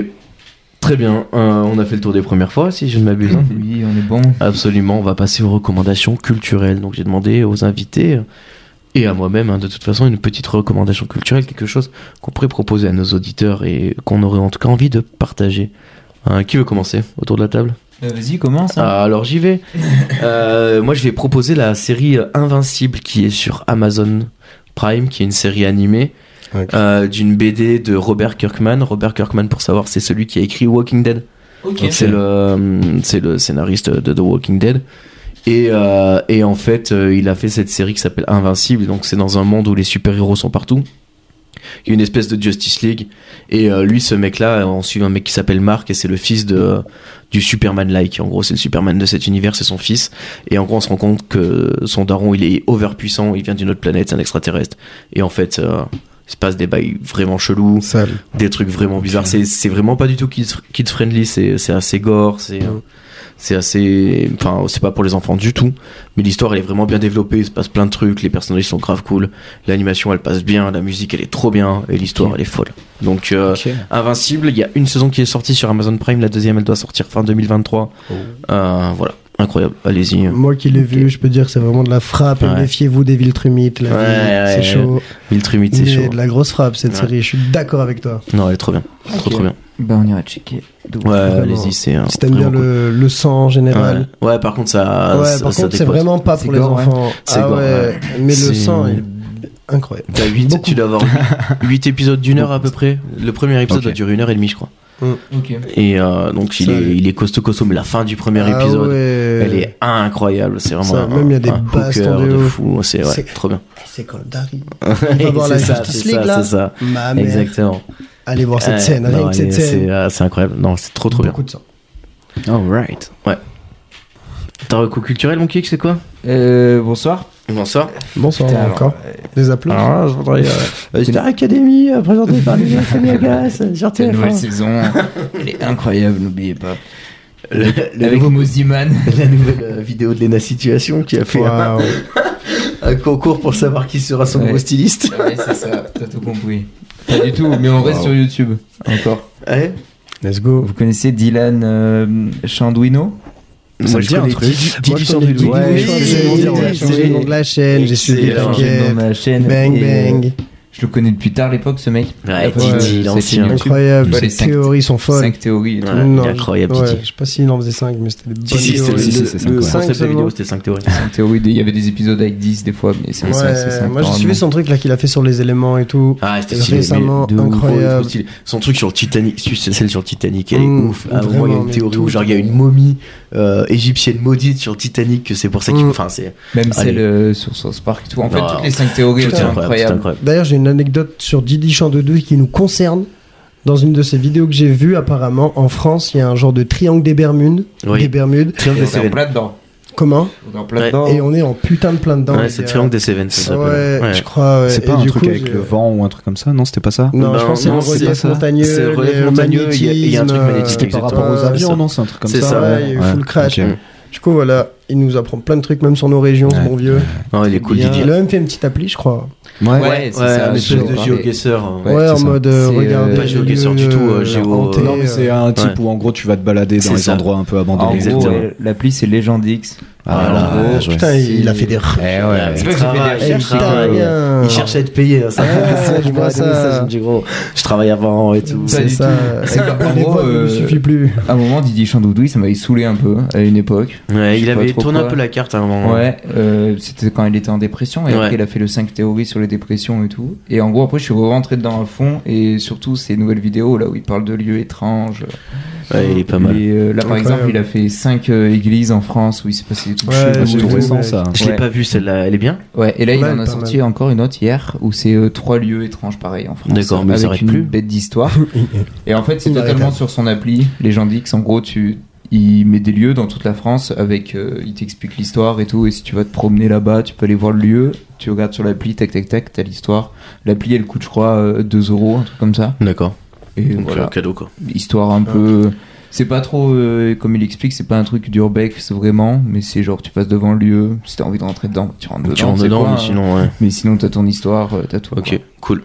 Très bien. Euh, on a fait le tour des premières fois, si je ne m'abuse. hein.
Oui, on est bon.
Absolument, on va passer aux recommandations culturelles. Donc j'ai demandé aux invités euh, et à moi-même, hein, de toute façon, une petite recommandation culturelle, quelque chose qu'on pourrait proposer à nos auditeurs et qu'on aurait en tout cas envie de partager. Hein, qui veut commencer autour de la table
Euh, Vas-y, commence. hein.
Ah, Alors j'y vais. Euh, moi je vais proposer la série euh, Invincible qui est sur Amazon Prime, qui est une série animée
Ok.
euh, d'une BD de Robert Kirkman. Robert Kirkman, pour savoir, c'est celui qui a écrit Walking Dead.
Ok.
Donc, C'est le, euh, c'est le scénariste de The Walking Dead. Et, euh, et en fait, euh, il a fait cette série qui s'appelle Invincible. Donc, c'est dans un monde où les super-héros sont partout. Il y a une espèce de Justice League. Et euh, lui, ce mec-là, on suit un mec qui s'appelle Mark et c'est le fils de, du Superman-like. En gros, c'est le Superman de cet univers, c'est son fils. Et en gros, on se rend compte que son daron, il est overpuissant, il vient d'une autre planète, c'est un extraterrestre. Et en fait, euh, il se passe des bails vraiment chelous
Sale.
des trucs vraiment bizarres. C'est, c'est vraiment pas du tout kids, kids friendly, c'est, c'est assez gore, c'est, euh, c'est assez. Enfin, c'est pas pour les enfants du tout, mais l'histoire elle est vraiment bien développée, il se passe plein de trucs, les personnages sont grave cool, l'animation elle passe bien, la musique elle est trop bien, et l'histoire elle est folle. Donc, euh, Invincible, il y a une saison qui est sortie sur Amazon Prime, la deuxième elle doit sortir fin 2023.
Oh.
Euh, voilà, incroyable, allez-y.
Moi qui l'ai vu, je peux dire que c'est vraiment de la frappe. et
Ouais.
Méfiez-vous des villes trumites. la
Ouais,
ville,
ouais,
c'est
ouais.
chaud.
Viltrumite, c'est
C'est
chaud.
de la grosse frappe cette
Ouais.
série. Je suis d'accord avec toi.
Non, elle est trop bien, trop trop bien.
Bah, on ira checker. Donc,
Ouais,
Vraiment.
allez-y, c'est. euh,
Si t'aimes bien
vraiment cool.
le, le sang en général.
Ouais. Ouais, par contre, ça.
Ouais,
ça-
par
ça
contre, c'est
décote.
vraiment pas
C'est
pour les
gore, ouais.
enfants.
C'est
Ah
gore,
ouais.
ouais.
Mais le
C'est-
sang, il- incroyable.
T'as 8,
Beaucoup.
tu dois avoir 8 épisodes d'une heure à peu près. Le premier épisode
Ok.
doit durer une heure et demie, je crois.
Ok.
Et euh, donc, il
Ça,
est,
oui.
il est costaud costaud, mais la fin du premier
Ah
épisode,
ouais.
elle est incroyable. C'est vraiment
Ça,
un,
même il y a des
un
bastons
hooker
de
de
ouf.
fou. C'est ouais,
C'est-
trop bien.
C'est quand Dari.
C'est
va voir la
ça,
Justice
c'est
Ah, League,
ça,
là
c'est ça.
Ma mère.
Exactement.
Allez voir cette
Ouais,
scène,
non,
rien que cette
elle est- c'est
scène.
ah, c'est incroyable. Non, c'est trop trop bien.
Beaucoup de sang.
Alright.
T'as un coup culturel, mon kick, c'est quoi
Euh, bonsoir.
Bonsoir.
Bonsoir
Putain, alors,
encore. Des applaudissements.
Alors là, je voudrais. Euh, Star Academy, euh, présenté par Julien Samiagas sur
La nouvelle
TF1.
saison, elle est incroyable, n'oubliez pas.
Le, le
Avec
nouveau-
Moziman.
la nouvelle euh, vidéo de Lena Situation qui a fait un,
Waouh.
un concours pour savoir qui sera son
Ouais.
nouveau styliste.
ouais, c'est ça, t'as tout compris. Pas du tout, mais on reste sur YouTube. Encore.
Ouais.
Let's go.
Vous connaissez Dylan euh, Chanduino
Ça me dit un truc.
Moi, je connais
Sandrine.
Didi,
Ouais,
je crois que
Didi,
c'est mon
Didi,
nom, ouais.
Didi,
J'ai changé le nom de la chaîne, j'ai suivi
Excellent.
Dans
l'enquête.
ma chaîne.
Bang
et, euh,
bang.
Je le connais depuis tard l'époque, ce mec.
Ouais,
Ouais,
Didi,
cette
l'ancien.
chaîne YouTube.
Incroyable,
Ouais,
ces
les cinq-
théories sont folles.
5 théories et tout.
Ouais, il est
Non,
incroyable,
ouais,
Didi.
je sais pas s'il en faisait 5, mais c'était des bonnes
Si, si,
théories.
c'était
si,
si,
si,
c'est
c'est
ça.
ça,
Le
quoi.
cinq,
Cinq
cette vidéo,
seulement.
c'était 5 théories.
Cinq théories, il y avait des épisodes avec 10 des fois, mais c'est ça, c'est
Ouais,
ça.
moi j'ai suivi son truc là qu'il a fait sur les éléments et tout.
Ah, c'était
C'est
stylé. mais
récemment
de ouf,
incroyable.
trop stylé. Son truc sur le Titanic, su- celle sur le Titanic, elle est
Mm,
ouf. À un moment, il y a
vraiment,
une
mais
théorie
tout.
où genre il y a une momie euh, égyptienne maudite sur le Titanic, que c'est pour ça qu'il.
Mm.
Enfin, c'est Allez.
Même celle euh, sur South Park et tout. En fait,
Non,
toutes les 5 théories,
tout est
elles sont
incroyable, tout est
incroyables.
incroyable.
D'ailleurs, j'ai une anecdote sur Didi Chandedou qui nous concerne. Dans une de ses vidéos que j'ai vues, apparemment, en France, il y a un genre de triangle des Bermudes.
Oui.
Des Bermudes.
Triangle
Et
des
On est en
Cévennes.
plein dedans.
Comment
On est en plein
Ouais.
dedans.
Et on est en putain de plein dedans.
Ouais,
les
c'est
gars.
Triangle des Cévennes, ça
Ouais,
s'appelle. Ouais.
je crois. ouais.
C'est pas
Et
un
du
truc
coup,
avec
j'ai-
le vent ou un truc comme ça Non, c'était pas ça
Non,
Ben
je pense que c'est
non,
le
c'est
relief
ça.
montagneux.
C'est le
les
relief montagneux, il y a- il y a un truc
magnétismes, euh,
magnétique,
C'était par rapport aux
ouais,
avions,
ça.
non C'est un truc comme
C'est
ça.
ça,
ouais, il y a eu full crash.
ok.
Du coup, voilà, il nous apprend plein de trucs, même sur nos régions, ce
Ouais.
bon vieux.
Non, il est cool,
Il
Didi.
a même fait une petite appli, je crois.
Ouais.
Ouais, c'est
Ouais, un
ça. je
espèce
sais
de
pas.
géoguesseur. hein.
Ouais,
Ouais, en
c'est ça.
mode
C'est,
euh,
euh,
regardez.
pas
géoguesseur du tout, euh,
le
géo-
hanté,
Non, mais c'est un type
Ouais.
où en gros tu vas te balader
C'est
dans les
ça.
endroits un peu
En
abandonnés.
gros,
Exactement.
euh, l'appli, c'est Legendix.
Ah,
Voilà.
là,
Ouais,
bien joué.
Putain, il a fait des. Eh,
Eh
C'est
ouais.
pas que j'ai fait des
travail,
recherches,
il travaille.
putain, rien.
Il cherche à être payé. hein, ça.
Ouais, je
Il
vois
m'a donné
ça.
je me dis, gros, je travaille avant et tout.
Pas
C'est
du
ça.
tout. C'est pas- en
Les
gros,
voix ne
euh,
lui suffit plus.
À un moment, Didier Chandoudoui, ça m'avait saoulé un peu à une époque.
Ouais,
Je
il
sais pas
avait
trop
tourné un
quoi.
peu la carte à un moment.
Ouais, euh, c'était quand il était en dépression et
Ouais.
après il a fait le 5 théories sur les dépressions et tout. Et en gros, après je suis rentré dedans à fond et surtout ces nouvelles vidéos là où il parle de lieux étranges.
Ouais, il est pas mal.
Et, euh, là par
Incroyable.
exemple, il a fait 5 églises en France où il s'est passé des trucs
Ouais,
chelous
Ah,
et
C'est
j'ai
tout.
tout
vu,
récent
mec.
ça.
Je l'ai
Ouais.
pas vu celle-là, elle est bien
Ouais, et là
Mal,
il en a
pas
sorti encore une autre hier où c'est 3 lieux étranges pareil en France.
D'accord, mais ça
avec
arrête
une
plus.
bête d'histoire. Et en fait, c'est
Inarrêtable.
totalement sur son appli, Legendix. En gros, tu, il met des lieux dans toute la France avec, euh, il t'explique l'histoire et tout. Et si tu vas te promener là-bas, tu peux aller voir le lieu. Tu regardes sur l'appli, tac, tac, tac, t'as l'histoire. L'appli, elle coûte, je crois, euh, 2 euros, un truc comme ça.
D'accord.
Et
Donc
voilà,
euh, cadeau quoi.
histoire un peu.
Ah.
C'est pas trop, euh, comme il explique, c'est pas un truc d'urbex vraiment, mais c'est genre tu passes devant le lieu, si t'as envie de rentrer dedans, tu rentres dedans.
Tu rentres
c'est
dedans,
quoi,
mais
hein.
sinon, ouais.
Mais sinon, t'as ton histoire, euh, t'as tout.
Ok, cool.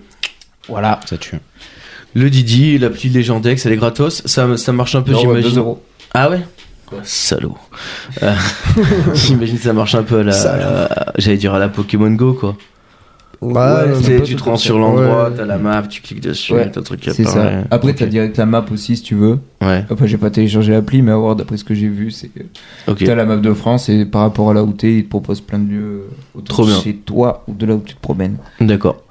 Voilà. Ça tue.
Le Didi, l'appli Legendex, elle est gratos. Ça, ça marche un peu, j'imagine.
2 euros.
Ah ouais Salaud. Euh, J'imagine que ça marche un peu à la. à- J'allais dire à la Pokémon Go quoi.
Ouais,
Tu
ouais,
sais,
un peu
tu te
tout
rends
comme
sur
ça.
l'endroit,
Ouais.
t'as la map, tu cliques dessus,
Ouais,
t'as un truc qui
C'est ça.
apparaît.
Après,
Ok.
t'as direct la map aussi si tu veux.
Ouais,
Après, j'ai pas téléchargé l'appli, mais avoir d'après ce que j'ai vu, c'est
ok.
t'as la map de France et par rapport à là où t'es, ils te proposent plein de lieux euh, autour
Trop
de
bien.
chez toi ou de là où tu te promènes.
D'accord.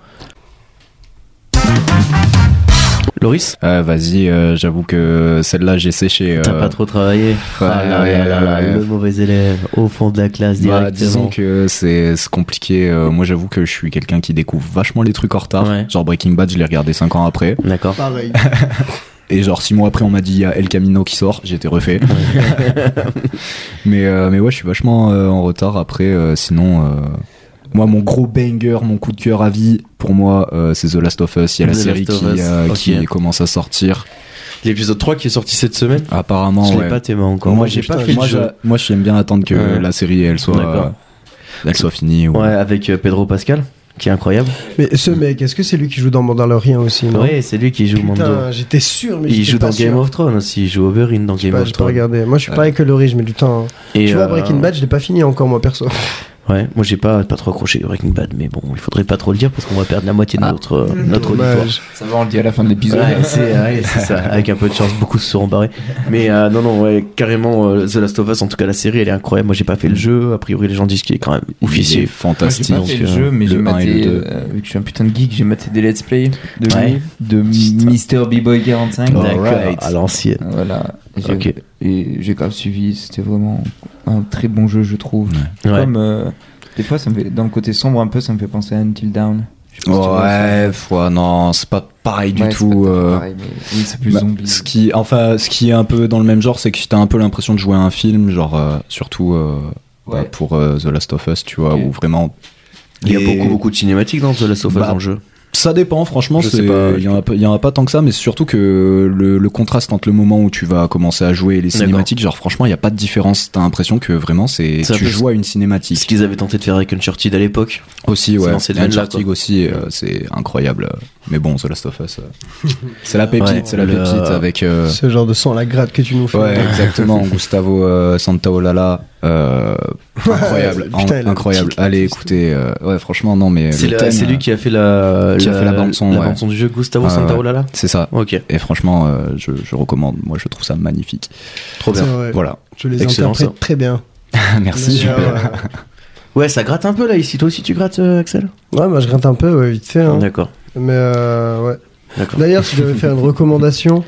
Loris
Ah, Vas-y, euh, j'avoue que celle-là j'ai séché.
T'as
euh,
pas trop travaillé Ah là
ouais,
là
ouais,
là là,
ouais.
Le mauvais élève au fond de la classe
Bah, disons
directement.
que c'est c'est compliqué. Euh, moi, j'avoue que je suis quelqu'un qui découvre vachement les trucs en retard.
Ouais.
Genre Breaking Bad, je l'ai regardé 5 ans après.
D'accord.
Pareil.
Et genre 6 mois après, on m'a dit il y a El Camino qui sort. J'étais refait. mais, euh, mais ouais, je suis vachement euh, en retard après. euh, sinon, euh, moi, mon gros banger, mon coup de cœur à vie, pour moi, euh, c'est The Last of Us. Il y a la
The
série
Last
qui,
of Us,
euh, qui
ok.
commence à sortir.
L'épisode 3 qui est sorti cette semaine
Apparemment,
Je l'ai
ouais.
pas témoin encore.
moi, j'ai
putain,
pas fait
moi,
le jeu. Moi, j'aime bien attendre que
Ouais.
la série elle soit, euh,
D'accord.
elle soit finie. ou-
Ouais, avec euh, Pedro Pascal, qui est incroyable.
Mais ce mec, est-ce que c'est lui qui joue dans Mandalorian aussi non
Ouais, c'est lui qui joue Mando.
Putain, j'étais sûr, mais
Il
j'étais
joue
pas
dans Game
sûr.
of Thrones aussi, il joue Oberyn dans
Je sais
Game
pas,
of
j'ai pas
Thrones.
regardé. Moi, je suis pareil que Laurie, je mets du temps. hein.
Et,
tu
euh,
vois, Breaking Bad, je l'ai pas fini encore, moi, perso.
Ouais, moi j'ai pas, pas trop accroché Breaking Bad, mais bon, il faudrait pas trop le dire parce qu'on va perdre la moitié de
Ah.
notre, euh, notre auditoire.
Mmh. Dommage.
Ça va, on le dit à la fin de l'épisode.
Ouais, c'est ouais, c'est ça. Avec un peu de chance, beaucoup se seront barrés. Mais euh, non, non, ouais, carrément, euh, The Last of Us, en tout cas la série, elle est incroyable. Moi, j'ai pas fait le jeu. A priori, les gens disent qu'il est quand même
Il est
officier.
Moi, j'ai
fantastique.
pas fait le
euh,
jeu, mais
le
j'ai
un et
maté,
le deux.
euh, vu que je suis un putain de geek, j'ai maté des let's play de,
Ouais.
lui, de Mister B-Boy 45.
D'accord,
Alright.
à l'ancienne.
Voilà. J'ai-
Ok.
Et j'ai quand même suivi, c'était vraiment un très bon jeu, je trouve.
Ouais.
Comme, euh, des fois, ça me fait, dans le côté sombre un peu, ça me fait penser à Until Down. Je sais pas si tu vois ça.
Ouais, ouais, non, c'est pas pareil du
Ouais, c'est
tout.
pas
euh,
pareil, mais oui, c'est plus
Bah,
zombie.
Ce qui, enfin, ce qui est un peu dans le même genre, c'est que t'as un peu l'impression de jouer à un film, genre euh, surtout euh, bah,
Ouais.
pour euh, The Last of Us, tu vois,
Ok.
où vraiment.
Il y a
les-
beaucoup, beaucoup de cinématiques dans The Last of Us
Bah,
dans le jeu.
Ça dépend, franchement,
Je
c'est-
sais pas,
il y, en a pas- il y en a pas tant que ça, mais c'est surtout que le, le contraste entre le moment où tu vas commencer à jouer et les
D'accord.
cinématiques, genre franchement, il n'y a pas de différence. T'as l'impression que vraiment, c'est
C'est un
tu
peu
joues à une
C'est ce
cinématique.
qu'ils avaient tenté de faire avec Uncharted à l'époque.
Aussi,
c'est
ouais.
dans ces domaines-là,
Uncharted aussi, euh, c'est incroyable. Mais bon, The Last of Us, euh, c'est la pépite,
Ouais,
c'est la
le-
pépite avec. euh,
Ce genre de sang, la gratte que tu nous fais.
Ouais, exactement. Gustavo euh, Santaolala. euh, incroyable.
Putain, elle
en-
a le
incroyable.
titre,
Allez,
la triste.
écoutez. euh, ouais, franchement, non, mais.
C'est
le
la-
thème,
c'est lui qui a fait la,
qui a fait la bande-son, ouais.
bande-son du jeu, Gustavo
Ah, ouais.
Santaolalla.
C'est ça.
Ok,
Et franchement, euh, je, je recommande. Moi, je trouve ça magnifique.
trop
C'est
bien.
vrai.
Voilà.
Je les
Excellent,
interprète très bien.
Merci.
Mais, euh,
Ouais, ça gratte un peu là ici. Toi aussi, tu grattes, euh, Axel
ouais, moi je gratte un peu, ouais, vite fait. hein.
D'accord,
Mais euh, ouais.
d'accord.
D'ailleurs, si je devais faire une recommandation,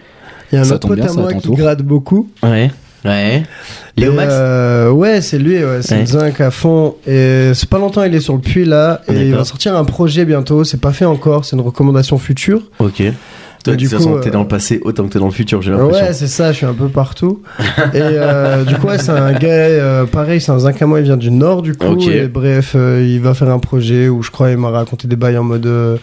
il y a un
Ça
autre
tombe
pote
bien,
à
ça, à
moi
ton
qui
tour.
gratte beaucoup.
Ouais, ouais. Léo
Et,
Max
euh, Ouais, c'est lui, ouais, c'est
Ouais.
le zinc à fond. Et c'est pas longtemps, il est sur le puits là. Et il
D'accord.
va sortir un projet bientôt. C'est pas fait encore, c'est une recommandation future.
Ok. Toi,
Mais
de
du
toute façon,
coup,
t'es
euh,
dans le passé autant que t'es dans le futur, j'ai l'impression.
Ouais, c'est ça, je suis un peu partout. et euh, du coup, ouais, c'est un gars, euh, pareil, c'est un zinc à moi, il vient du Nord, du coup.
Ok.
Et bref, euh, il va faire un projet où je crois il m'a raconté des bails en mode. euh,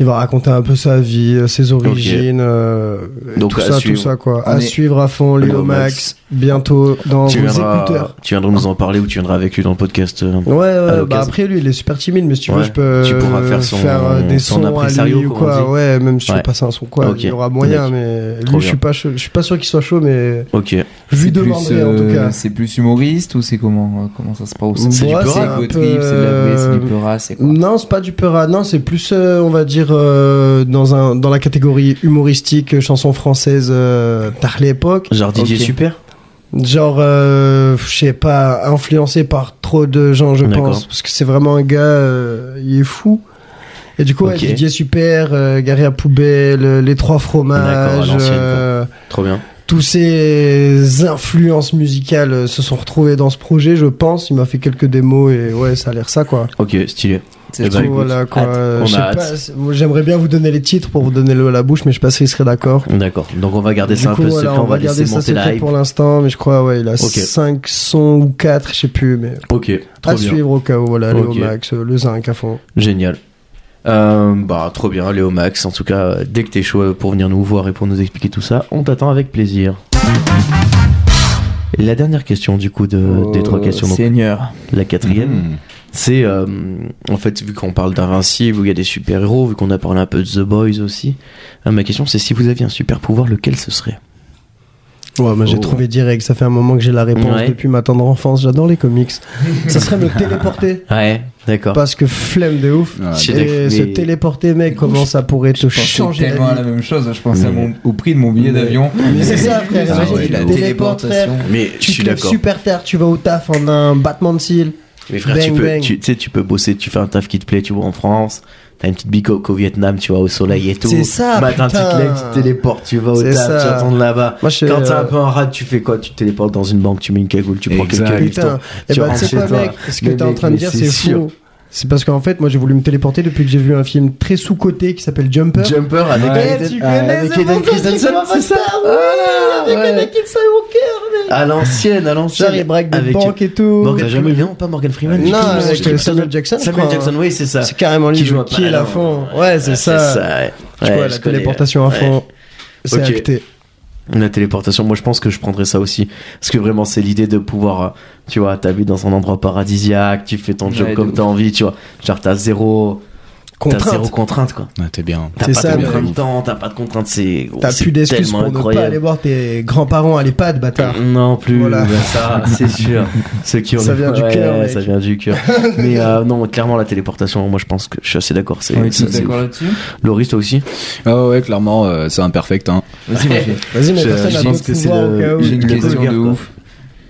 il va raconter un peu sa vie, euh, ses origines, euh, et
Donc,
tout
à
ça,
suivre.
tout ça, quoi.
On
à
est-
suivre à fond, Léo
Léo Max.
Max, bientôt dans
tu,
vos
viendras,
écouteurs.
tu viendras nous en parler ou tu viendras avec lui dans le podcast. euh.
Ouais, ouais
l'occasion.
bah après lui il est super timide, mais si tu veux,
Ouais,
je peux
tu pourras
euh,
faire son-
euh, des
son
sons à lui
impresario, comme
ou
on
quoi.
dit.
Ouais, même si je
Ouais.
veux passer un son quoi,
Ok.
il y aura moyen, mais
Trop
lui je suis
bien.
pas chaud- je suis pas sûr qu'il soit chaud, mais
Ok.
je lui
C'est plus,
demanderai en
euh,
tout cas.
C'est plus humoriste ou c'est comment euh, Comment ça se passe
Ouais,
C'est du
c'est
Peura,
un
Go
peu,
Trip, c'est de la vraie, c'est du
euh,
Peura, c'est quoi
Non, c'est pas du peur non, c'est plus, euh, on va dire, euh, dans, un, dans la catégorie humoristique, euh, chanson française, euh, par l'époque.
Genre Didier
Ok.
Super
Genre, euh, je sais pas, influencé par trop de gens, je
D'accord.
pense. Parce que c'est vraiment un gars, euh, il est fou. Et du coup, ouais,
Ok.
Didier Super, euh, Gary à poubelle, euh, les
D'accord,
trois
à
fromages,
l'ancienne, quoi.
euh,
Trop bien.
tous ces influences musicales euh, se sont retrouvées dans ce projet, je pense. Il m'a fait quelques démos et ouais, ça a l'air ça, quoi.
Ok, stylé.
C'est
eh
tout,
ben, écoute,
Voilà, quoi.
hâte.
Euh,
On
je
a
sais
hâte.
pas, c'est- moi, J'aimerais bien vous donner les titres pour vous donner le à la bouche, mais je sais pas s'il serait d'accord.
D'accord. Donc on va garder
Du
ça un
coup,
peu
voilà,
secret, on va
garder
laisser
ça
monter la
secret
hype.
pour l'instant, mais je crois, ouais, il a
Ok.
5 sons ou 4, je sais plus, mais
Ok, trop
à
bien.
suivre au cas où, voilà,
Ok.
Léo Max, euh, le zinc à fond.
Génial. Euh, bah, trop bien, Léo Max. En tout cas, euh, dès que t'es chaud pour venir nous voir et pour nous expliquer tout ça, on t'attend avec plaisir. La dernière question, du coup, de, euh, des trois
Oh,
questions, donc
Seigneur.
la quatrième,
Mmh.
c'est euh, en fait, vu qu'on parle d'Invincible, où il y a des super-héros, vu qu'on a parlé un peu de The Boys aussi, euh, ma question c'est si vous aviez un super-pouvoir, lequel ce serait
Ouais, moi j'ai
Oh.
trouvé direct, ça fait un moment que j'ai la réponse
Ouais.
depuis ma tendre enfance, j'adore les comics. ça serait me téléporter,
Ouais, d'accord.
parce que flemme de ouf.
Ouais,
Je suis
Et
d'accord,
se
mais-
téléporter, mec, comment ça pourrait te
Je pensais
changer la
tellement à
vie
la même chose, je pensais à
Mais-
mon- au prix de mon billet
Mais-
d'avion.
Mais c'est ça, frère,
Ah
imagine,
ouais,
tu
la
te téléportes, frère.
Mais je
Tu
suis
te lèves
d'accord.
super terre, tu vas au taf en un battement de cils.
Mais frère, tu
Bang,
peux,
bang.
tu, tu sais, tu peux bosser, tu fais un taf qui te plaît, tu vois, en France. T'as une petite bicoque au Vietnam, tu vois, au soleil et tout.
C'est ça,
Matin,
putain.
tu te lèves, tu te téléportes, tu vas au
C'est
taf,
ça.
tu attends de là-bas.
Moi, je
Quand t'as un
euh,
peu en rade, tu fais quoi Tu te téléportes dans une banque, tu mets une cagoule, tu prends
Exact.
quelqu'un.
Putain, et
Ah, tu
bah,
rentres
tu sais
chez
quoi,
toi.
mec, ce que
Mais
t'es en
mec,
train de
mais
dire,
c'est
c'est
sûr.
fou. C'est parce qu'en fait, moi, j'ai voulu me téléporter depuis que j'ai vu un film très sous-coté qui s'appelle Jumper.
Jumper avec
Ouais,
Aiden-
tu
euh,
connais,
avec
c'est
Aiden
pour ça que je
Christensen,
commence
c'est ça
par-
Voilà,
Avec
ouais.
Anakin Skywalker, mec.
À l'ancienne, à
Genre,
l'ancienne.
il braque des
Avec-
banques et tout.
Morgan Freeman, non, pas Morgan Freeman.
Non,
putain,
avec
putain,
euh, Samuel Jackson. je
Samuel
crois, hein.
Jackson, oui, c'est ça.
C'est carrément lui
Qui joue à
qui est la
Paladin.
fond. Ouais, c'est ça.
ouais.
Tu vois,
Ouais,
la
je connais,
téléportation à
ouais.
fond. C'est
Ok.
acté.
La téléportation, moi je pense que je prendrais ça aussi. Parce que vraiment, c'est l'idée de pouvoir, euh, tu vois, t'habites dans un endroit paradisiaque, tu fais ton job
Ouais, de
comme
ouf.
t'as envie, tu vois. Genre, t'as zéro. T'as
contrainte.
zéro contrainte, quoi.
Ouais, Ah, t'es bien.
T'as
C'est
pas
ça,
de
mais-
contrainte de temps, t'as pas de contrainte, c'est. oh,
T'as
c'est
plus d'excuses
tellement
pour ne pas
incroyable.
aller voir tes grands-parents à l'EHPAD, bâtard.
Non plus,
Voilà.
bah, ça c'est sûr. Ceux qui ont
Ça
les-
vient du
Ouais,
cœur,
ouais,
mec.
Ça vient du cœur. Mais euh, non, clairement la téléportation, moi je pense que je suis assez d'accord. C'est,
On est
ça,
tous
c'est-
d'accord là-dessus
Loris toi aussi.
Ah ouais, clairement, euh, c'est imperfect. Hein.
Vas-y, moi, j'ai-
Vas-y, mais
Je-
personne
je
n'a
pense
d'autre
que c'est
pouvoir
le-
au cas où.
J'ai une
Le
question
regard,
de
quoi.
ouf.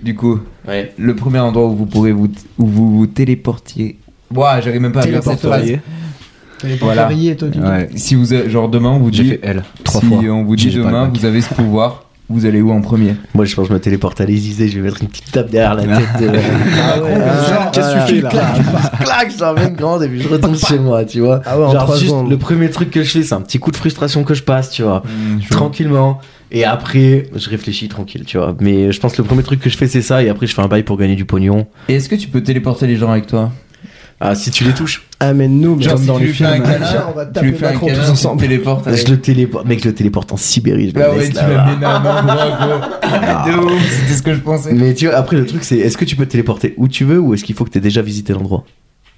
Du coup,
Ouais.
le premier endroit où vous pourrez vous, où vous vous téléportiez. Ouah, j'arrive même pas à dire cette phrase.
Téléporteriez.
Voilà.
Téléporterier, toi, tu dis.
Ouais.
Si vous, avez- genre demain, on vous
J'ai
dit,
fait L trois
si
fois.
euh,
on vous dit
J'ai pas le
demain,
bac.
vous avez ce pouvoir, vous allez où en premier
Moi je pense que je me téléporte à l'Élysée, je vais mettre une petite tape derrière la tête. euh,
Ah ouais, genre, qu'est-ce que tu fais, là
claque, j'en mets une grande et puis je retourne chez moi, tu vois.
Ah ouais, en
Genre
trois
juste
secondes.
le premier truc que je fais, c'est un petit coup de frustration que je passe, tu vois.
Mmh,
Je-
Tranquillement. Et après, je réfléchis tranquille, tu vois. Mais je pense que le premier truc que je fais, c'est ça. Et après, je fais un bail pour gagner du pognon.
Et Est-ce que tu peux téléporter les gens avec toi
Ah, si tu les touches.
Amène-nous, mais
Genre,
comme
si
dans
tu
les
lui fais un
films.
câlin,
on va
tu
taper
lui fais un
Macron
câlin,
tous
tu te
ensemble.
téléportes avec-
Je le téléporte, mec, je le téléporte en Sibérie. Je le
Bah ouais,
laisse
tu
là-bas.
l'amènes à un endroit,
Ah.
gros. De ouf, c'était ce que je pensais.
Mais tu vois, après le truc c'est est-ce que tu peux te téléporter où tu veux ou est-ce qu'il faut que t'aies déjà visité l'endroit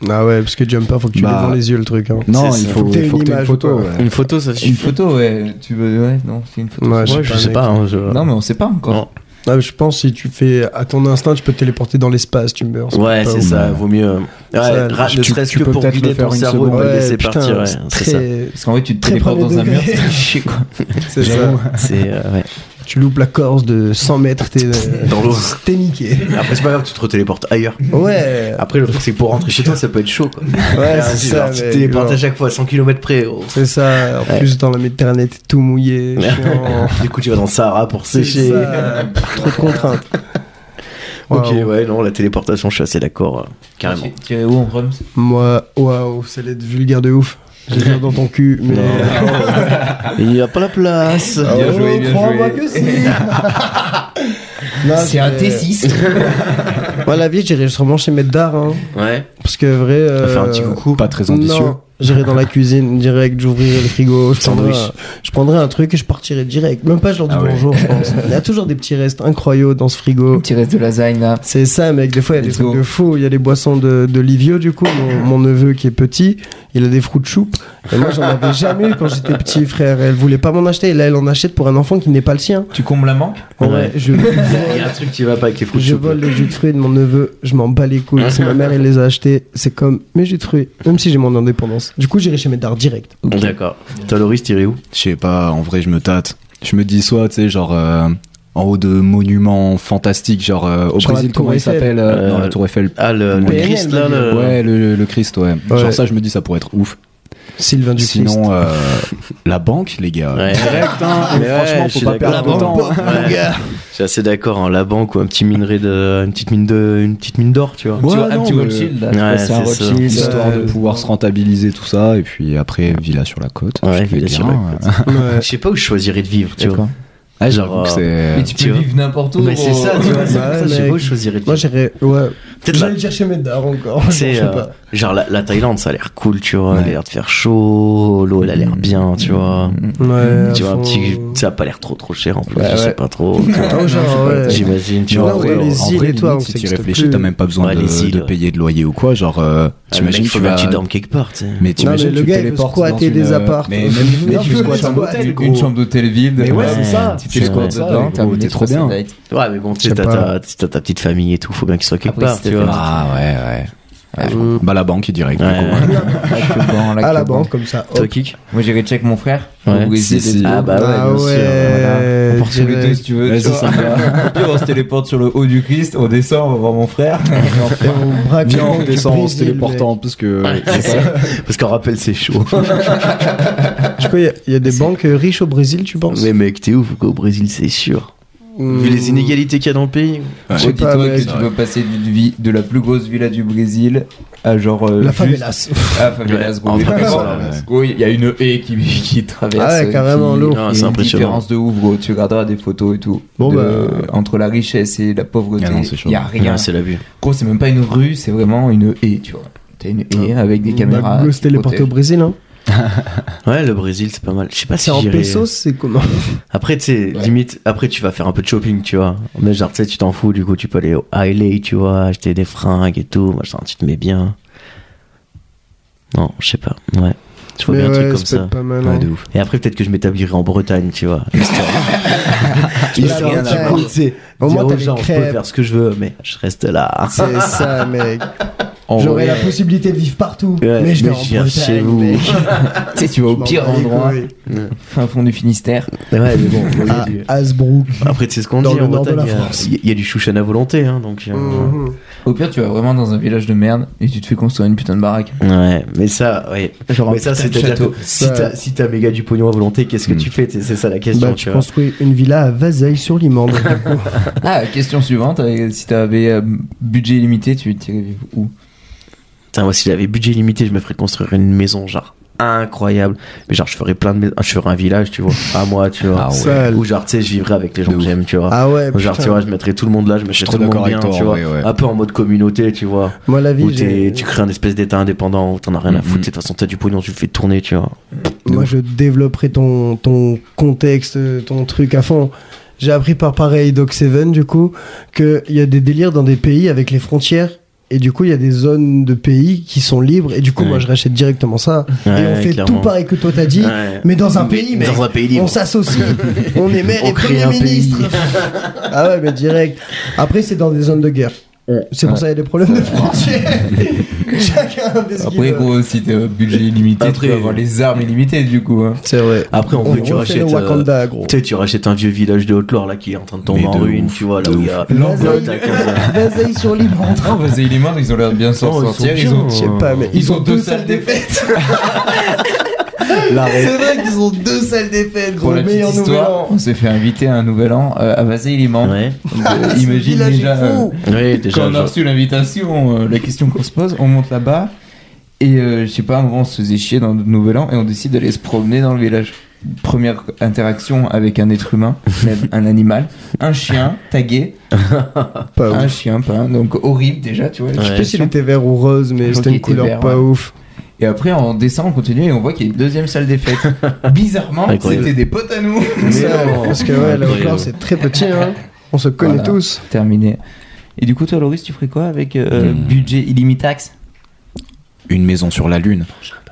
Ah ouais, parce que Jumper, faut que tu l'aies
Bah.
dans les yeux, le truc. hein.
Non,
C'est
il
ça.
faut,
Faut que t'aies
faut
une
que t'aies une
image,
photo.
quoi.
ouais.
Une photo ça
Ah.
Une photo, ouais. Tu veux, ouais, non, c'est une photo.
Ouais,
Ouais, je
pas,
sais
mec.
pas. hein, je-
Non, mais on sait pas encore.
Non.
Ah, je pense si tu fais à ton instinct, tu peux te téléporter dans l'espace, tu meurs.
Ouais,
pas
c'est
ouf.
ça, vaut mieux. euh, Ouais,
Ça,
ra-
tu-
ne
tu-
serait-ce
tu
que
peux
pour
peut-être
guider
le
ton
faire une
cerveau,
seconde.
pas le
Ouais,
laisser
putain,
partir. ouais,
c'est
c'est ça.
très-
Parce qu'en vrai, tu te
Très
téléportes
premier
dans un mur,
degré.
c'est chier, quoi.
c'est ça.
J'avoue.
C'est euh, ouais.
Tu loupes la Corse de 100 mètres, t'es
Dans l'eau.
T'es niqué.
Après c'est pas grave, tu te retéléportes ailleurs.
Ouais.
Après le truc c'est que pour rentrer chez toi ça peut être chaud. Quoi.
Ouais,
Ah,
c'est
genre,
ça.
tu
mec,
te téléportes à
genre.
chaque fois 100 km près. oh.
C'est ça. En plus, dans la Méditerranée, t'es tout mouillé. chiant.
Du coup tu vas dans le Sahara pour
C'est
sécher.
ça. Trop de contraintes.
Ok,
Waouh.
ouais, non, la téléportation je suis assez d'accord, euh, carrément.
Tu- Tu es où en Rums
Moi, waouh, c'est l'être vulgaire de ouf. Je veux dire dans ton cul, mais. euh,
Non. Il n'y a pas la place.
Ah
Oh,
Bien joué, bien
crois-moi
joué.
que si. Non, j'ai- Moi, la vie, j'irai sûrement chez Maître d'art. Hein,
Ouais.
parce que vrai.
va
Euh...
faire un petit coucou.
Pas très ambitieux.
Non, j'irai dans la cuisine direct, j'ouvrirai le frigo, je prendrai,
Sandwich.
un, je prendrai un truc et je partirai direct. Même pas, je leur dis
Ah ouais.
bonjour, je pense. Il y a toujours des petits restes incroyables dans ce frigo.
Petit reste de lasagne, là.
C'est ça, mec. Des fois, il y a des
Let's
trucs
go.
de fou. Il y a les boissons de, de Livio, du coup. Mon, mon neveu qui est petit, il a des fruits de choupe. Et moi, j'en avais jamais eu quand j'étais petit, frère. Elle voulait pas m'en acheter. Et là, elle en achète pour un enfant qui n'est pas le sien.
Tu combles la manque
En
Ouais.
vrai, je,
Il y a un truc qui va pas avec les fruits de
je
chou,
vole les jus de fruits de mon neveu. Je m'en bats les couilles. C'est ma mère, elle les a achetés. C'est comme mes jus de fruits, même si j'ai mon indépendance. Du coup, j'irai chez Médard direct.
quoi. D'accord. Toi, Loris, t'irais où
Je sais pas, en vrai, je me tâte. Je me dis soit, tu sais, genre euh, en haut de monuments fantastiques, genre euh, au
Genre la
Brésil,
Tour
comment il
Eiffel.
s'appelle
Euh,
euh, Non, la Tour Eiffel.
Ah, le, le
Ouais.
Christ, là, le...
Ouais, le, le Christ, ouais.
Ouais.
Genre ça, je me dis, ça pourrait être ouf.
Sylvain Ducrest.
Sinon, euh, la banque, les gars.
Ouais.
Direct, hein.
Mais ouais,
franchement,
je
faut
suis
pas
d'accord.
perdre de
La
temps.
banque, ouais. Je suis assez d'accord, hein, la banque ou un petit minerai de. Une petite mine de, une petite mine d'or, tu vois.
Ouais,
Tu vois, un
non,
petit
mais-
Rothschild, là.
Ouais,
c'est un
c'est ça.
Rothschild.
Histoire
euh,
de pouvoir se rentabiliser tout ça, et puis après, villa sur la côte.
Ouais,
je vais
villa
bien. hein.
sur la côte.
Ouais.
Je sais pas où je choisirais de vivre, tu vois.
D'accord.
Ah, j'avoue
Genre,
que c'est.
Mais tu
tu
peux
vois.
vivre n'importe où.
Mais c'est
gros.
ça, tu vois. c'est pour
Ouais,
ça, je sais
mec.
pas où je choisirais de
Moi,
vivre.
j'irai. Ouais.
Peut-être la-
J'allais dire chez Médard encore.
tu
Je
sais,
sais
euh,
pas.
genre la, la Thaïlande, ça a l'air cool, tu vois. Elle a
Ouais. Mm.
l'air de faire chaud, l'eau, elle a l'air bien, tu vois.
Ouais.
Tu
à
vois, un
fond.
petit. Ça a pas l'air trop trop cher en plus,
Ouais,
je sais
ouais.
pas trop. tu vois.
Ah, genre, ouais.
J'imagine, tu
Ouais,
vois.
en
ouais,
vrai,
les
en
Ah,
îles
vrai,
et tout,
limite,
on
si
sait
tu
que ça
réfléchis,
peut-
t'as même pas besoin
Ouais,
de,
les îles,
de
ouais.
payer de loyer ou quoi. Genre, euh, t'imagines,
T'imagines,
tu
faut bien
vas.
que tu dormes quelque part, tu sais.
Mais t'imagines,
mais le
tu
gars, il veut
téléportes dans
squatter
une,
des
euh,
apparts.
Mais même
Il veut
mais tu
un peu
squattes un
squatter,
hôtel,
Une-
gros.
Une chambre d'hôtel vide. Euh,
Mais ouais,
Ouais.
c'est ça.
Tu
Tu
fais
fais
squat
quoi
ça,
dedans
gros,
T'as t'es trop bien.
Ouais, mais bon, tu sais,
Je
t'as
sais
ta,
pas.
t'as ta petite famille et tout, faut bien que ce soit quelque
Après,
part,
c'était
tu vois.
Ah ouais, ouais. Ouais. Bah la banque direct. du
Ouais.
coup.
À la banque, comme ça.
Toi,
hop.
Kik
Moi j'irai check mon frère.
Ouais.
Au Brésil
Si, si.
et tout.
Ah bah ouais,
Ah
bien sûr,
ouais.
On part tous les deux si tu veux.
Vas-y,
tu vois.
ça
Au pire, on se téléporte sur le haut du Christ, on descend, on va voir mon frère.
Et on braque
Viens,
le
on
mec du
descend en se
Brésil,
téléportant parce que.
Parce qu'en rappel, c'est chaud.
mec. Je crois qu'il y a- il y a des banques euh, riches au Brésil, tu penses
mais mec, t'es ouf, quoi, au Brésil, c'est sûr. Vu les inégalités qu'il y a dans le pays.
Ouais.
Je sais pas,
Dis-toi
mec.
que tu dois passer d'une vie, de la plus grosse villa du Brésil à genre. euh,
La
juste-
favelas.
Ah, favelas, gros.
Ouais, en
Mais
favelas,
vraiment,
ouais.
gros, Il y a une haie qui, qui traverse.
Ah ouais, carrément,
qui-
l'eau.
il y a
Ah, c'est
une
impressionnant.
différence de ouf, gros. Tu regarderas des photos et tout.
Bon,
De-
bah.
Entre la richesse et la pauvreté,
Ah non, c'est chaud.
il y a rien.
Ouais, c'est la vue.
Gros, c'est même pas une rue, c'est vraiment une haie, tu vois. T'as une haie
Ah.
avec des caméras.
Le
qui
se téléporter au
protègent.
Brésil, hein.
Ouais, le Brésil, c'est pas mal. Je sais pas si
C'est en
j'irais-
pesos, c'est comment
Après, tu sais,
Ouais.
limite, après, tu vas faire un peu de shopping, tu vois. Mais genre, tu sais, tu t'en fous, du coup, tu peux aller au Hailey, tu vois, acheter des fringues et tout, machin, tu te mets bien. Non, je sais pas. Ouais. Je vois
Mais
bien un
ouais,
truc comme
ça peut
ça.
être pas mal.
Ouais,
hein.
de ouf.
Et après, peut-être que je m'établirai en Bretagne, tu vois. euh, Histoire.
Tu vas
Histoire,
en
tu
Bretagne.
vois, c'est-
Au moins,
dire aux
t'as des
gens, je peux
crêpes.
faire ce que je veux, mais je reste là.
C'est ça, mec.
En
J'aurai
vrai.
la possibilité de vivre partout.
Ouais,
mais je vais
mais
en
je viens
Bretagne,
chez vous.
mec.
Tu sais, tu vas au
Je m'en
pire
bats les
endroit,
couilles.
fin fond du Finistère.
Ouais, mais bon, faut y
À
aller.
Hasbrook.
Après, tu sais ce qu'on dit
Dans le
en
nord de
Bretagne.
la
il y a-
France.
Il y, a du chouchan à volonté, hein, donc. euh,
Mhm.
Au pire, tu vas vraiment dans un village de merde et tu te fais construire une putain de baraque.
Ouais, mais ça, ouais.
Genre
Mais
un
ça,
putain
c'est
de château.
si t'as si t'as méga du pognon à volonté, qu'est-ce que
Mm.
tu fais C'est c'est ça la question,
Bah,
tu,
tu
vois.
construis une villa à Vazeille sur Limande.
Ah, question suivante, euh, si t'avais euh, budget limité, tu t'irais vivre où
Putain, moi, si j'avais budget limité, je me ferais construire une maison, genre incroyable. Mais genre, je ferais plein de maisons. Je ferais un village, tu vois, à moi, tu vois.
Ah ouais.
Sale.
Ou genre, tu sais, je vivrais avec les gens
De
que
ouf.
j'aime, tu vois.
ah ouais,
genre,
putain.
tu vois, je mettrais tout le monde là, je me
suis
mettrais
trop
tout le monde
d'accord
bien,
avec toi,
tu
en
vois.
vrai, ouais.
Un peu en mode communauté, tu vois.
Moi, la vie,
Où t'es-
j'ai-
tu crées un espèce d'état indépendant où t'en as rien à
Mhm.
foutre. De toute façon, t'as du pognon, tu le fais tourner, tu vois.
moi je développerai ton, ton contexte, ton truc à fond. J'ai appris par pareil Doc Seven, du coup, qu'il y a des délires dans des pays avec les frontières. Et du coup, il y a des zones de pays qui sont libres. Et du coup,
Ouais.
moi, je rachète directement ça. et on
Ouais,
fait
clairement.
tout pareil que toi, t'as dit.
Ouais.
Mais dans un pays, mec.
Dans un pays
On
libre.
s'associe, on est maire
On
et
crée
premier
un
ministre. ah ouais, mais direct. Après, c'est dans des zones de guerre. C'est pour ça qu'il y a des problèmes de frontières. Chacun des
Après, gros, si t'as un budget limité,
Après,
tu peux avoir les armes illimitées du coup. hein.
C'est vrai.
Après, on
On
veut que tu
refait
rachètes.
le
euh,
Wakanda, gros.
Tu sais, tu rachètes un vieux village de Haute-Loire là qui est en train de tomber
Mais
en
de
ruine,
ouf,
tu vois, là
de
où il y a.
Vaseille-
t'as comme ça.
Vaseille sur Libre.
Non, vas-y, les morts, ils ont l'air de bien hein. s'en
Non, ils sont
sortir.
bien,
ont,
Je sais pas, mais
ils ont deux salles des
fêtes.
La ré-
C'est vrai qu'ils ont deux salles des fêtes,
Pour
gros.
la petite
Meilleur nouvel
histoire,
an.
on s'est fait inviter à un nouvel an euh, à Vasey les membres.
Ouais.
euh, Imagine
Ah, village est
déjà
fou.
euh,
Ouais, déjà.
quand on a
genre-
reçu l'invitation, euh, la question qu'on se pose, on monte là-bas et euh, je sais pas, à un moment on se faisait chier dans le nouvel an et on décide d'aller se promener dans le village. Première interaction avec un être humain, même un animal, un chien tagué,
Pas
un
ouf.
chien pas, donc horrible déjà, tu vois.
Ouais.
Je sais pas s'il était vert ou rose, mais
Je crois
c'était
qu'il
une
était vert,
couleur pas
ouais.
ouf.
Et après on descend, on continue et on voit qu'il y a une deuxième salle des fêtes. Bizarrement,
Incroyable.
c'était des potes à nous.
Mais
Ça,
non.
Parce que ouais, la
Incroyable.
couleur c'est très petit, hein. On se connaît
Voilà.
tous.
Terminé. Et du coup, toi, Loris, tu ferais quoi avec euh,
Hmm.
budget illimitax
Une maison sur la lune.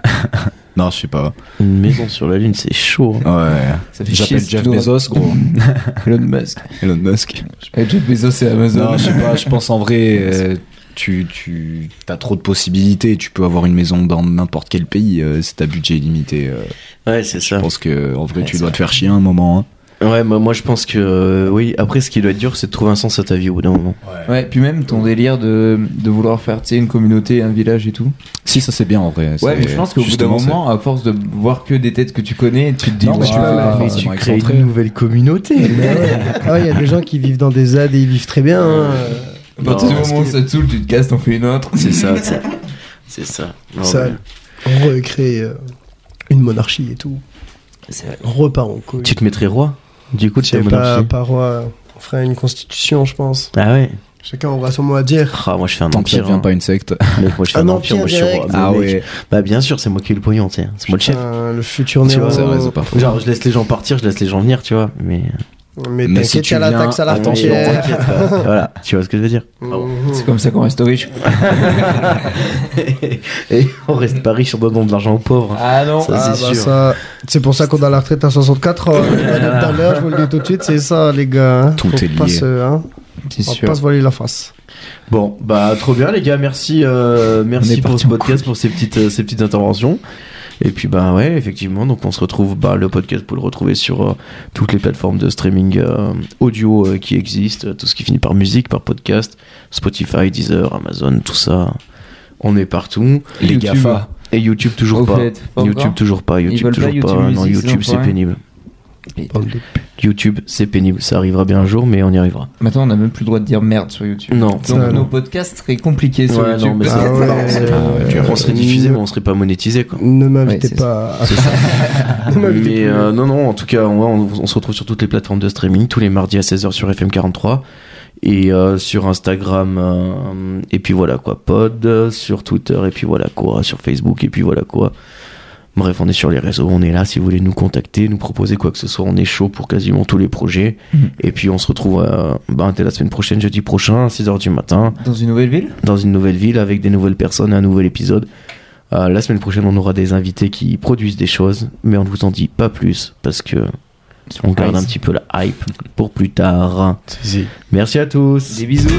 non, je sais pas.
Une maison sur la lune, c'est chaud. hein.
Ouais.
Ça fait chier,
J'appelle
c'est
Jeff
toujours-
Bezos, gros.
Elon Musk.
Elon Musk.
Et Jeff Bezos et Amazon.
Non, je sais pas, je pense en vrai, euh, tu, tu as trop de possibilités, tu peux avoir une maison dans n'importe quel pays, euh, c'est ta budget illimité. euh,
Ouais, c'est ça.
je pense que en vrai,
Ouais,
tu
c'est
dois
vrai.
te faire chier un moment. hein.
Ouais, moi, moi je pense que. euh, oui, après, ce qui doit être dur, c'est de trouver un sens à ta vie au bout d'un moment.
Ouais, puis même ton délire de, de vouloir faire tu sais, une communauté, un village et tout.
Si, ça c'est bien en vrai.
Ouais,
c'est-
mais je pense qu'au bout d'un
justement,
moment, à force de voir que des têtes que tu connais, tu te dis,
Non, mais
ouais,
je peux
Ah,
ouais,
bah,
pas,
ouais,
mais
ouais,
tu-
ouais.
crées une
nouvelle communauté.
Mais ouais. Ah ouais, il y a des gens qui vivent dans des ZAD et ils vivent très bien. hein.
À partir du
Non,
moment où ça te saoule, tu te casses, t'en fais une autre.
C'est ça, tu sais. c'est ça. Non,
Ça,
mais-
on recrée euh, une monarchie et tout.
C'est vrai.
On repart en couille.
Tu te mettrais roi Du coup,
Je
tu
sais
es
pas, par roi, on ferait une constitution, je pense.
Ah ouais
Chacun aura son mot à dire.
Ah, moi je fais un
Tant que ça
empire.
devient
hein.
pas une secte. Ah
Mec, moi je fais
Un
un empire,
empire
moi je suis roi.
Ah direct. Ah
Mais mec,
ouais.
Bah bien sûr, c'est moi qui ai le pognon, tu sais. C'est moi le chef.
Putain, Euh, le futur euh,
Tu
néo.
vois,
C'est vrai, c'est pas
Ah.
faux.
Genre, je laisse les gens partir, je laisse les gens venir, tu vois. Mais,
Mais
Mais si
t'inquiète,
tu
il y a la
viens,
taxe à la
attention.
Mais
frontière.
t'inquiète pas. voilà, tu vois ce que je veux dire.
Mm.
Ah
Mhm.
C'est comme ça qu'on reste riche.
Et on reste pas riche, on doit donner de l'argent aux pauvres.
Ah non.
Ça,
Ah,
c'est
bah
sûr.
ça, c'est pour ça qu'on a la retraite à euh, 64 ans. Je vous l'ai dit tout à l'heure, je vous le dis tout de suite, c'est ça, les gars. hein.
Tout
Faut
est
pas
lié.
se- hein,
C'est
on va
sûr.
pas se voiler la face.
Bon, bah trop bien les gars, merci, euh,
On
merci
est
pour
parti
ce
en
podcast, pour ces petites, euh, ces petites interventions. Et puis bah ouais, effectivement, donc on se retrouve, bah le podcast vous le retrouver sur euh, toutes les plateformes de streaming euh, audio euh, qui existent, euh, tout ce qui finit par musique, par podcast, Spotify, Deezer, Amazon, tout ça. On est partout.
Les
YouTube.
GAFA.
Et YouTube toujours
Au
pas.
fait, pas
YouTube
encore
toujours pas.
Ils
YouTube
veulent
toujours
pas
pas.
YouTube
non,
Music,
YouTube
sinon,
c'est
ouais.
pénible.
Bande de
YouTube c'est pénible. Ça arrivera bien un jour, mais on y arrivera.
Maintenant, on n'a même plus le droit de dire merde sur YouTube.
Non.
Donc,
Ça,
nos
non.
podcasts seraient compliqués sur
Ouais,
YouTube.
non, mais
parce
ça,
que-
Ah ouais.
tu
on serait
Euh,
diffusé, mais on serait pas monétisé quoi.
Ne
Ouais,
m'invitez
c'est
pas à
C'est ça.
Ne m'invitez
Mais
plus.
euh, non, non, en tout cas, on, on- on se retrouve sur toutes les plateformes de streaming, tous les mardis à 16h sur FM43 et euh, sur Instagram, euh, et puis voilà quoi, pod, euh, sur Twitter, et puis voilà quoi, sur Facebook, et puis voilà quoi. Bref, on est sur les réseaux, on est là. Si vous voulez nous contacter, nous proposer quoi que ce soit, on est chaud pour quasiment tous les projets.
Mhm.
Et puis on se retrouve euh, ben, dès la semaine prochaine, jeudi prochain, à 6h du matin,
Dans une nouvelle ville
dans une nouvelle ville avec des nouvelles personnes, un nouvel épisode. Euh, la semaine prochaine, on aura des invités qui produisent des choses, mais on ne vous en dit pas plus parce que on garde un petit peu la hype pour plus tard.
Si.
Merci à tous.
Des bisous.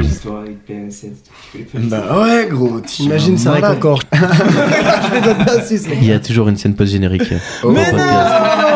L'histoire avec PS7, tu peux les faire.
Bah ouais, gros. t'imagines
Imagine ça avec
malade.
encore. Je vais donner un suce.
Il y a toujours une scène post-générique. au podcast.